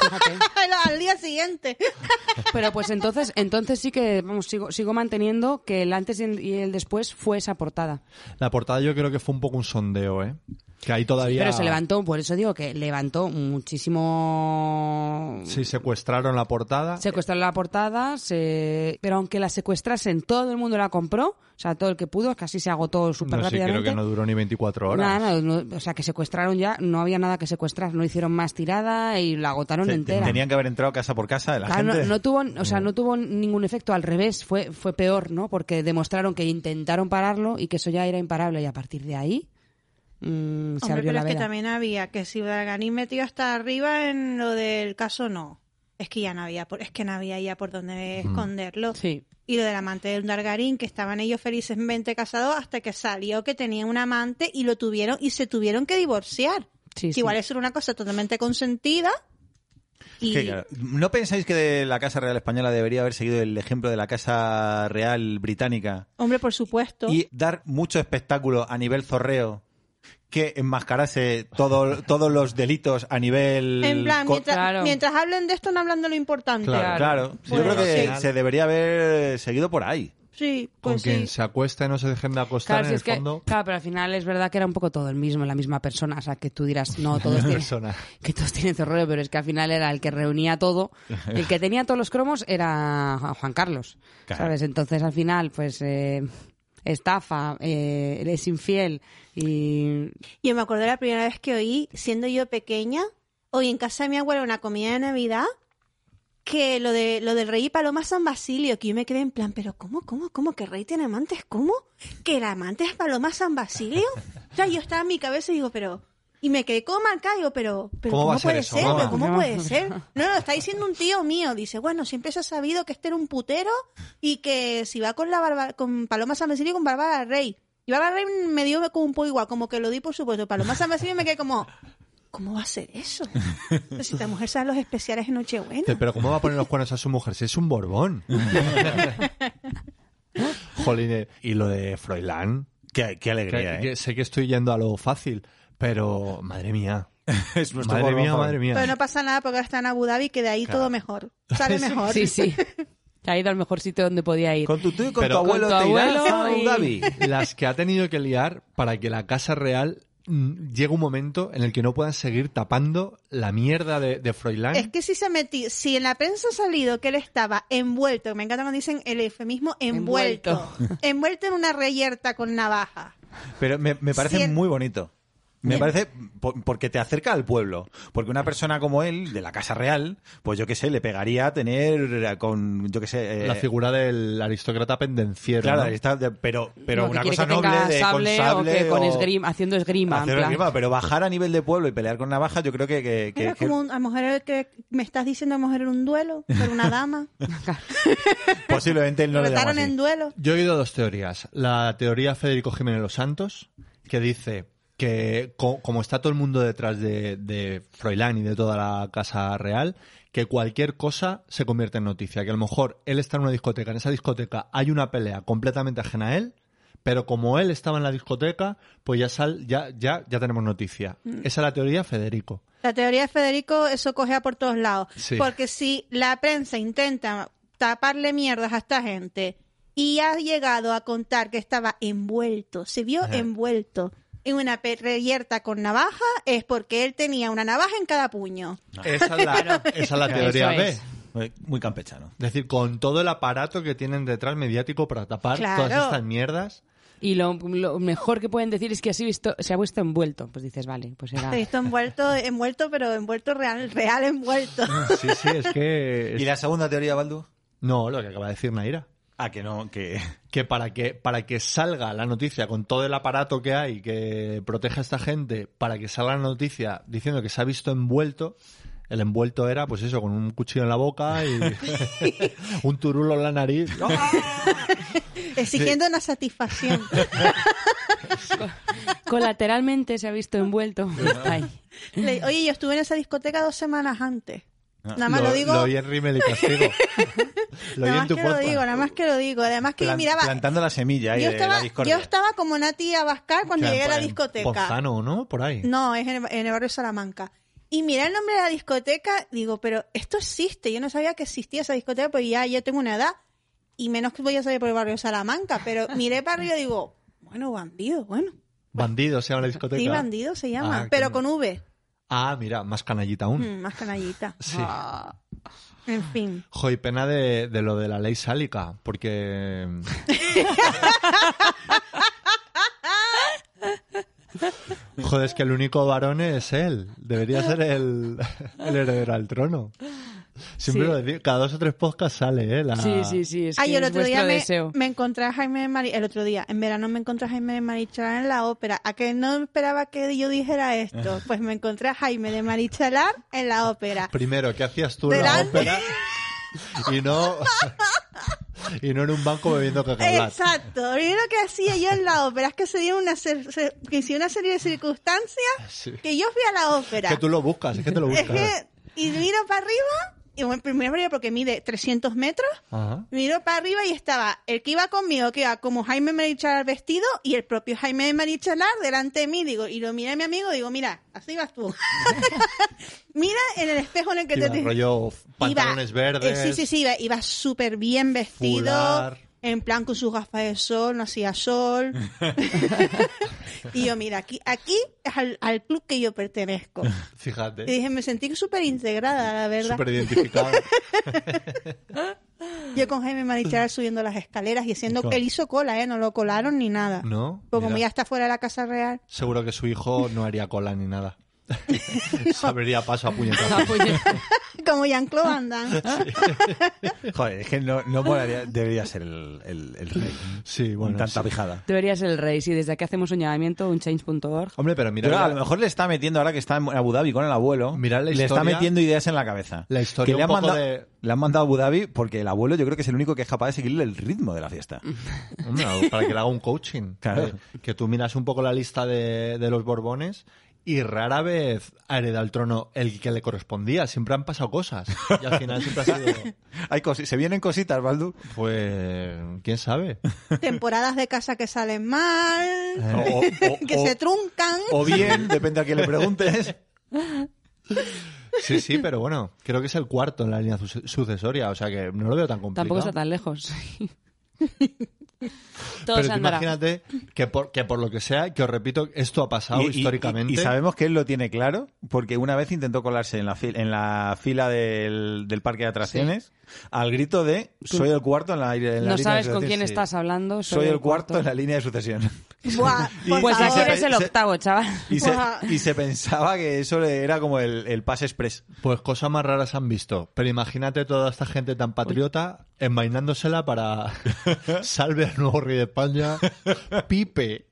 Fíjate. Al día siguiente. Pero pues entonces, entonces sí que vamos, sigo, sigo manteniendo que el antes y el- y el después fue esa portada. La portada yo creo que fue un poco un sondeo, ¿eh? Que ahí todavía. Pero se levantó, por eso digo que levantó muchísimo. Sí, secuestraron la portada. Secuestraron la portada, se... pero aunque la secuestrasen, todo el mundo la compró, o sea, todo el que pudo, casi se agotó súper no sé, rápidamente. creo que no duró ni 24 horas. Nada, no, no, o sea, que secuestraron ya, no había nada que secuestrar, no hicieron más tirada y la agotaron Te- entera. Tenían que haber entrado casa por casa de la Claro, gente. no, no tuvo, o sea, no tuvo ningún efecto, al revés, fue, fue peor, ¿no? Porque demostraron que intentaron pararlo y que eso ya era imparable y a partir de ahí mm, se Hombre, abrió pero la es que veda. también había que si Targaryen metido hasta arriba en lo del caso, no. Es que ya no había, por, es que no había ya por dónde esconderlo. Sí. Y lo del amante del Targaryen, que estaban ellos felizmente casados hasta que salió que tenía un amante y lo tuvieron y se tuvieron que divorciar. Sí, que sí. Igual eso era una cosa totalmente consentida. Y Que, claro, ¿No pensáis que de la Casa Real Española debería haber seguido el ejemplo de la Casa Real Británica hombre, por supuesto. y dar mucho espectáculo a nivel zorreo que enmascarase todo- todos los delitos a nivel... en plan, co- mientras, Claro. mientras hablen de esto, no hablan de lo importante. Claro, claro. Bueno, Yo creo que sí. se debería haber seguido por ahí. Sí, Con pues quien sí. se acuesta y no se dejen de acostar Claro, en si el es que- fondo. claro, pero al final es verdad que era un poco todo el mismo, la misma persona. O sea, que tú dirás, no, todos tienen, persona. que todos tienen zorreo, pero es que al final era el que reunía todo. El que tenía todos los cromos era Juan Carlos, Claro. ¿sabes? Entonces al final, pues, eh, estafa, eh, es infiel y... Yo me acuerdo la primera vez que oí, siendo yo pequeña, hoy en casa de mi abuela una comida de Navidad, que lo de lo del rey y paloma San Basilio, que yo me quedé en plan, pero ¿cómo, cómo, cómo? ¿Que el rey tiene amantes? ¿Cómo? ¿Que el amante es paloma San Basilio? O sea, yo estaba en mi cabeza y digo, pero... Y me quedé como marcada, digo, pero, pero ¿Cómo ¿cómo, va a ser puede eso, ser? mamá? ¿Pero ¿Cómo No. puede ser? No, no, está diciendo un tío mío. Dice, bueno, siempre se ha sabido que este era un putero y que si va con la barba- con Paloma San Basilio y con Bárbara Rey. Y Bárbara Rey me dio como un poco igual, como que lo di por supuesto. Paloma San Basilio me quedé como, ¿cómo va a ser eso? Si esta mujer sabe los especiales de Nochebuena. Pero ¿cómo va a poner los cuernos a su mujer si es un borbón? Jolín, eh, y lo de Froilán. Qué, qué Que- alegría, que ¿eh? sé que estoy yendo a lo fácil, pero madre mía. Es nuestro Madre Borbón mía, favorito. madre mía. Pero no pasa nada porque ahora está en Abu Dhabi que de ahí todo mejor. Sale mejor. Sí, sí. Ha ido al mejor sitio donde podía ir. Con tu tú y con Pero- tu abuelo Con tu te irás abuelo a Abu y- Dhabi. Las que ha tenido que liar para que la Casa Real mm, llegue un momento en el que no puedan seguir tapando la mierda de, de Froilán. Es que si se metió, si en la prensa ha salido que él estaba envuelto, me encanta cuando dicen el eufemismo envuelto, envuelto, en una reyerta con navaja. Pero me, me parece Cien- muy bonito. Me Bien. parece po- porque te acerca al pueblo. Porque una persona como él, de la Casa Real, pues yo qué sé, le pegaría a tener eh, con, yo qué sé... eh, La figura del aristócrata pendenciero. Claro, ¿no? ahí está, de- pero, pero No, que una quiere cosa que noble tenga de sable con o sable que con o- esgrima, haciendo esgrima. en hacer plan. esgrima, pero bajar a nivel de pueblo y pelear con navaja, yo creo que... que- que- Era que- como un- a lo mejor era que me estás diciendo a lo mejor era un duelo, pero una dama. posiblemente él no Lo le llamó retaron así. en duelo. Yo he oído dos teorías. La teoría Federico Jiménez Los Santos, que dice que co- como está todo el mundo detrás de, de Froilán y de toda la Casa Real, que cualquier cosa se convierte en noticia. Que a lo mejor él está en una discoteca, en esa discoteca hay una pelea completamente ajena a él, pero como él estaba en la discoteca, pues ya sal, ya, ya, ya tenemos noticia. Mm. Esa es la teoría Federico. La teoría de Federico, eso cogea por todos lados. Sí. Porque si la prensa intenta taparle mierdas a esta gente y ha llegado a contar que estaba envuelto, se vio envuelto en una pe- reyerta con navaja, es porque él tenía una navaja en cada puño. Esa es la, esa es la teoría Ah. Eso B. es. Muy- Muy campechano. Es decir, con todo el aparato que tienen detrás mediático para tapar Claro. todas estas mierdas. Y lo, lo mejor que pueden decir es que así visto, se ha visto envuelto. Pues dices, vale, pues era... Te he visto envuelto, envuelto, pero envuelto real, real envuelto. Sí, sí, es que... ¿Y la segunda teoría, Baldu? No, lo que acaba de decir Naira. Ah, que no, que... Que para, que para que salga la noticia con todo el aparato que hay que protege a esta gente, para que salga la noticia diciendo que se ha visto envuelto, El envuelto era, pues eso, con un cuchillo en la boca y un turulo en la nariz. Exigiendo una satisfacción. Colateralmente se ha visto envuelto. Ay. Le- Oye, yo estuve en esa discoteca dos semanas antes. Nada más lo, digo. Ah, oí en Rimmel y Castigo. lo oí nada en más tu que lo podcast. digo, nada más que lo digo. Además que yo Plan- miraba. plantando la semilla ahí Yo de estaba, la discordia. pues, yo estaba como Nati Abascal cuando Que llegué a la en discoteca. Ponzano, ¿no? Por ahí. No, es en el, en el barrio Salamanca. Y miré el nombre de la discoteca, digo, pero esto existe. Yo no sabía que existía esa discoteca, pues ya, ya tengo una edad. Y menos que voy a salir por el barrio Salamanca. Pero miré para arriba y digo, bueno, bandido, bueno. Bandido se llama la discoteca. Sí, bandido se llama, Ah, pero que- con V. Ah, mira, más canallita aún. Mm, Ah. más canallita. Sí. En fin. Jo, y pena de, de lo de la ley sálica, porque... Joder, es que el único varón es él. Debería ser el, el heredero al trono. Siempre Sí. lo digo, cada dos o tres podcasts sale, ¿eh? La... Sí, sí, sí. Es Ay, que Ah, yo el es otro día vuestro me, deseo. me encontré a Jaime de Mari- el otro día, en verano me encontré a Jaime de Marichalar en la ópera. A que no esperaba que yo dijera Ah. esto, pues me encontré a Jaime de Marichalar en la ópera. Primero, ¿qué hacías tú Delante. en la ópera? Y no... y no en un banco bebiendo cacahuat. Exacto. Y lo que hacía yo en la ópera es que se dieron una cer- se- que hice una serie de circunstancias Sí. que yo fui a la ópera. Que tú lo buscas, es que te lo Es buscas. que- y miro para arriba, y bueno, primero porque mide 300 metros. Ajá. Miro para arriba y estaba el que iba conmigo, que iba como Jaime Marichalar vestido, y el propio Jaime de Marichalar delante de mí. Digo, y lo miré a mi amigo, digo, mira, así vas tú. mira en el espejo en el que Iba te rollo pantalones Iba- verdes. eh, sí, sí, sí, iba, iba súper bien vestido. Fular. En plan con sus gafas de sol, no hacía sol. y yo, mira, aquí, aquí es al, al club que yo pertenezco. Fíjate. Y dije, me sentí súper integrada, la verdad. Súper identificado. Yo con Jaime Marichalar subiendo las escaleras y haciendo. Claro. Él hizo cola, ¿eh? No lo colaron ni nada. ¿No? Porque como Mira. ya está fuera de la Casa Real. Seguro que su hijo no haría cola ni nada. Se abriría paso a Ah, puñetazos. pues, Como Jean-Claude Van Damme. Joder, es que no, no molaría- debería ser el, el, el rey. Sí, bueno. Con tanta sí. pijada. debería ser el rey. Si desde aquí hacemos un llamamiento, un change.org. Hombre, pero mira, Yo, a lo la, mejor le está metiendo, ahora que está en Abu Dhabi con el abuelo, Mirad la le está historia- metiendo ideas en la cabeza. la historia que le un han, poco mandado, de... Le han mandado a Abu Dhabi porque el abuelo yo creo que es el único que es capaz de seguirle el ritmo de la fiesta. Hombre, para que le haga un coaching. Claro. Eh, Que tú miras un poco la lista de, de los Borbones y rara vez ha heredado el trono el que le correspondía. Siempre han pasado cosas. Y al final siempre ha sido... Hay cosi- se vienen cositas, Baldu. Pues... ¿Quién sabe? Temporadas de casa que salen mal. Oh, Eh, que se truncan. O bien, depende a quién le preguntes. Sí, sí, pero bueno, creo que es el cuarto en la línea su- sucesoria, o sea que no lo veo tan complicado. Tampoco está tan lejos. Todo pero se tú andará. imagínate que por, que por lo que sea, que os repito, esto ha pasado Y- y- históricamente. Y, y sabemos que él lo tiene claro, porque una vez intentó colarse en la, fil- en la fila del, del parque de atracciones al grito de soy el cuarto en la, en la línea No de sabes con sucesión". quién Sí. estás hablando. Soy el cuarto en la línea de sucesión. Buah, por Pues favor. aquí eres se- el se- octavo, chaval. Y se, Guau. y se pensaba que eso le- era como el, el pase express. Pues cosas más raras han visto. Pero imagínate toda esta gente tan patriota envainándosela para salve al nuevo rey de España, Pipe.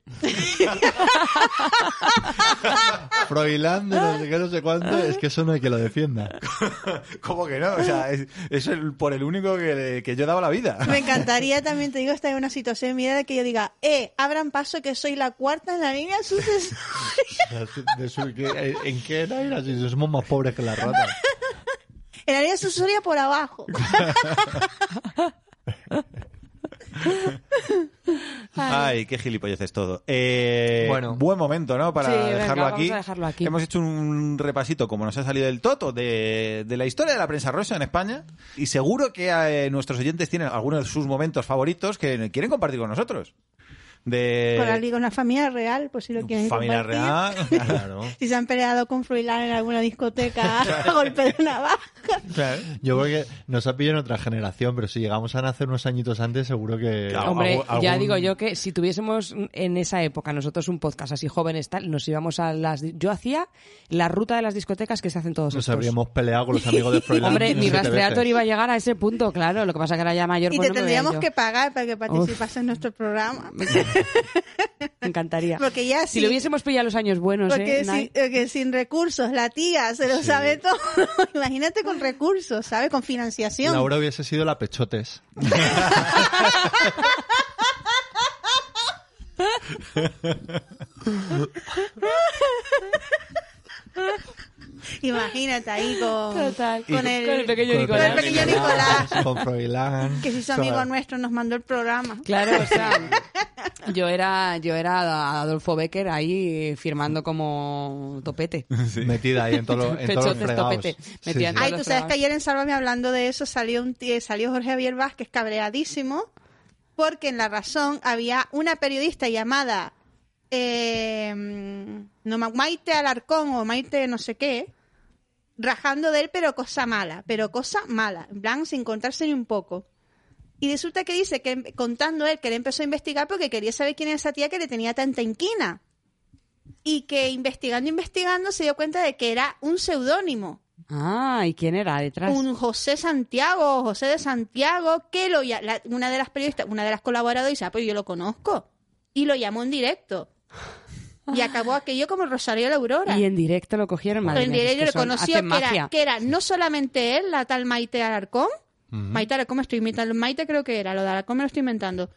Froilán de no sé qué, no sé cuánto. Es que eso no hay que lo defienda. ¿Cómo que no? O sea, es, es el- por el único que, que yo daba la vida. Me encantaría también, te digo, estar en una situación, mira, de que yo diga, eh, abran paso que soy la cuarta en la línea de sucesión. De su- que- eh, ¿En qué era? Era si somos más pobres que la rata. En la línea de sucesión por abajo. Ay, qué gilipolleces todo. Eh, Bueno. Buen momento, ¿no? Para Sí, venga, dejarlo, vamos aquí. a dejarlo aquí. Hemos hecho un repasito, como nos ha salido del toto, de, de la historia de la prensa rosa en España. Y seguro que eh, nuestros oyentes tienen algunos de sus momentos favoritos que quieren compartir con nosotros. De Con alguien, con la familia real, por si lo quieren Eh, familia compartir. real. Claro. Si se han peleado con Fruilán en alguna discoteca a golpe de navaja. Yo creo que nos ha pillado en otra generación, pero si llegamos a nacer unos añitos antes, seguro que. Claro. Hombre, algún- ya algún- digo yo que si tuviésemos en esa época nosotros un podcast así jóvenes tal, nos íbamos a las... di- Yo hacía la ruta de las discotecas que se hacen todos Nos estos. habríamos peleado con los amigos de Freud. Hombre, mi rastreator iba a llegar a ese punto, claro. Lo que pasa que era ya mayor. Y pues te no me veía tendríamos yo. que pagar para que participases en nuestro programa. Me encantaría. Porque ya si sí. lo hubiésemos pillado en los años buenos, Porque ¿eh? Nay? sin, eh, que sin recursos, la tía se lo sabe todo. Imagínate con recursos, ¿sabes? Con financiación. Laura hubiese sido la pechotes. Imagínate ahí con, Total. con, el, pequeño Con Nicolás. el pequeño Nicolás. Con Froilán. que si es amigo nuestro nos mandó el programa. Claro, o sea, yo era, yo era Adolfo Becker ahí firmando como topete. Metida ahí en todos los en todos los Pechotes, fregados. topete. Sí, Metida sí. en todos Ay, los tú sabes que programas. ayer en Sálvame hablando de eso salió un tío- salió Jorge Javier Vázquez cabreadísimo porque en La Razón había una periodista llamada eh, no, ma- Maite Alarcón o Maite no sé qué rajando de él, pero cosa mala, pero cosa mala, en plan sin contarse ni un poco. Y resulta que dice que contando él que él empezó a investigar porque quería saber quién era esa tía que le tenía tanta inquina. Y que investigando, investigando se dio cuenta de que era un seudónimo Ah, ¿y quién era detrás? un José Santiago, José de Santiago, que lo ya- la- una de las periodistas, una de las colaboradoras dice, "Ah, pues yo lo conozco. Y lo llamó en directo. Y acabó aquello como Rosario de la Aurora. Ah. Y en directo lo cogieron, Pero madre en mía, directo es que son- reconoció hacen que era, magia. que era no solamente él, la tal Maite Alarcón. Maite Alarcón me estoy inventando. Maite creo que era, lo de Alarcón me lo estoy inventando.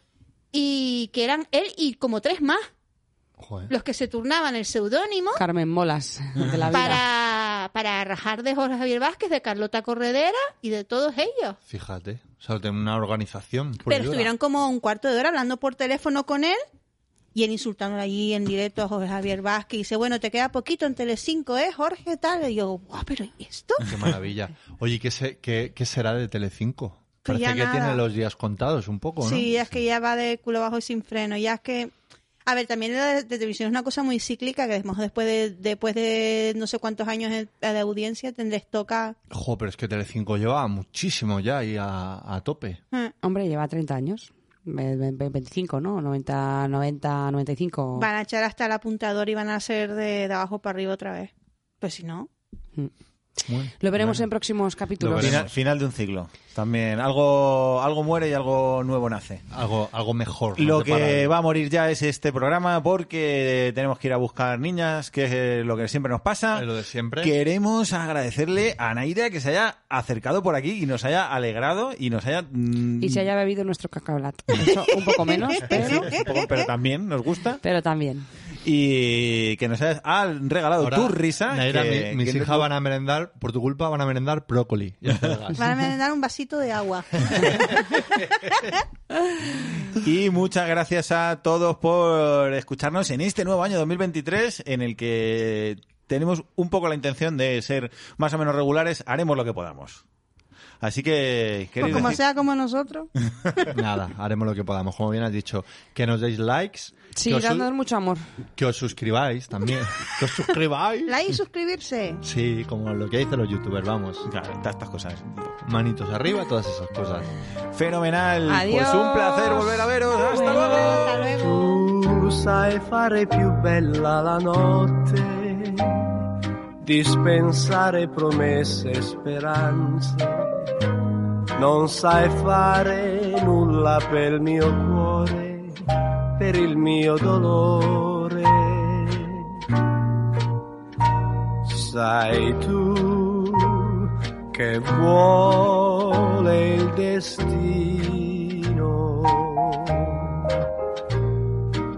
Y que eran él y como tres más Joder. los que se turnaban el seudónimo Carmen Molas, de la vida. para, para rajar de Jorge Javier Vázquez, de Carlota Corredera y de todos ellos. Fíjate. O sea, tengo una organización. pura y Pero dura. estuvieron como un cuarto de hora hablando por teléfono con él y él insultándole allí en directo a Jorge Javier Vázquez. Y dice, bueno, te queda poquito en Telecinco, ¿eh, Jorge? Tal. Y yo, guau, pero ¿y esto? Qué maravilla. Oye, ¿qué, se- qué, qué será de Telecinco? Que Parece Pues ya que nada. tiene los días contados un poco, ¿no? Sí, es que ya va de culo bajo y sin freno. Ya es que... A ver, también la de, de televisión es una cosa muy cíclica, que además después de, después de no sé cuántos años de, de audiencia te les toca... Jo, pero es que Telecinco lleva muchísimo ya y a, a tope. eh, Hombre, lleva 30 años. Ve- ve- ve- 25, ¿no? 90, 90, 95. Van a echar hasta el apuntador y van a hacer de, de abajo para arriba otra vez. Pues si no... Bueno, Lo veremos bueno. en próximos Lo capítulos. veremos. Final, final de un ciclo. También algo, algo muere y algo nuevo nace. Algo, algo mejor. ¿no? Lo Te para que el- va a morir ya es este programa porque tenemos que ir a buscar niñas, que es eh, lo que siempre nos pasa. Es lo de siempre. Queremos agradecerle a Naira que se haya acercado por aquí y nos haya alegrado y nos haya... mm, Y se haya bebido nuestro cacaolat. Eso un poco menos, pero, un poco, pero también nos gusta. pero también. Y que nos hayas ah, regalado Ahora, tu risa. Naira, que- mi- mis que- hijas van a merendar, por tu culpa, van a merendar brócoli. y albergas. Van a merendar un vasito de agua. Y muchas gracias a todos por escucharnos en este nuevo año 2023 en el que tenemos un poco la intención de ser más o menos regulares, haremos lo que podamos. Así que, Pues queréis como decir- sea como nosotros. Nada, haremos lo que podamos. Como bien has dicho, que nos deis likes. Sí, que, os, dándonos mucho amor. que os suscribáis también. Que os suscribáis. Like y suscribirse. Sí, como lo que dicen los youtubers, vamos. Claro, todas estas cosas. Manitos arriba, todas esas cosas. Fenomenal. Adiós. Pues un placer volver a veros. Hasta luego. Hasta luego. Tu sai fare più bella la notte, dispensare promesse e speranze. Non sai fare nulla per il mio cuore, per il mio dolore. Sai tu che vuole il destino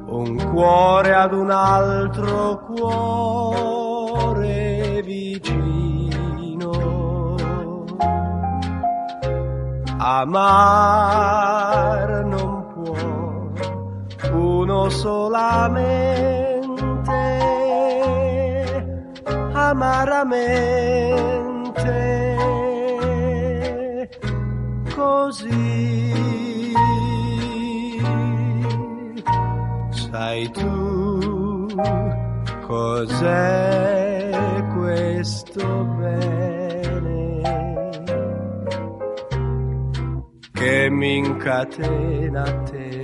un cuore ad un altro cuore vicino. Amar non può uno solamente, amaramente così. Sai tu cos'è questo bene che mi incatena a te,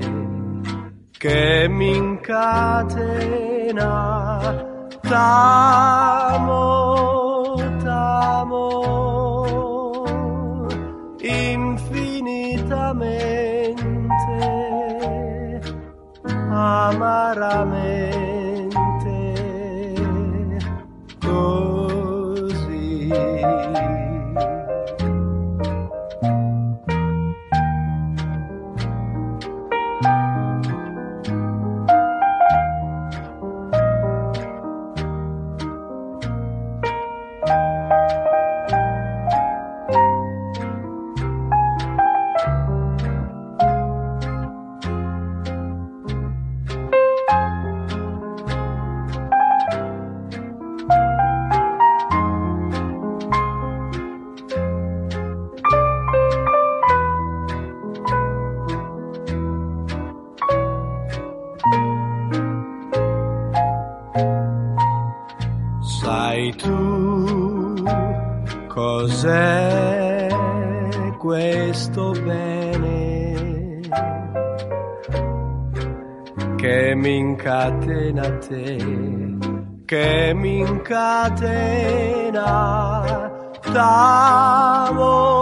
che mi incatena, t'amo, t'amo infinitamente. Ah, raramente Oh. così. Sai tu cos'è questo bene che mi incatena a te, che mi incatena t'amo.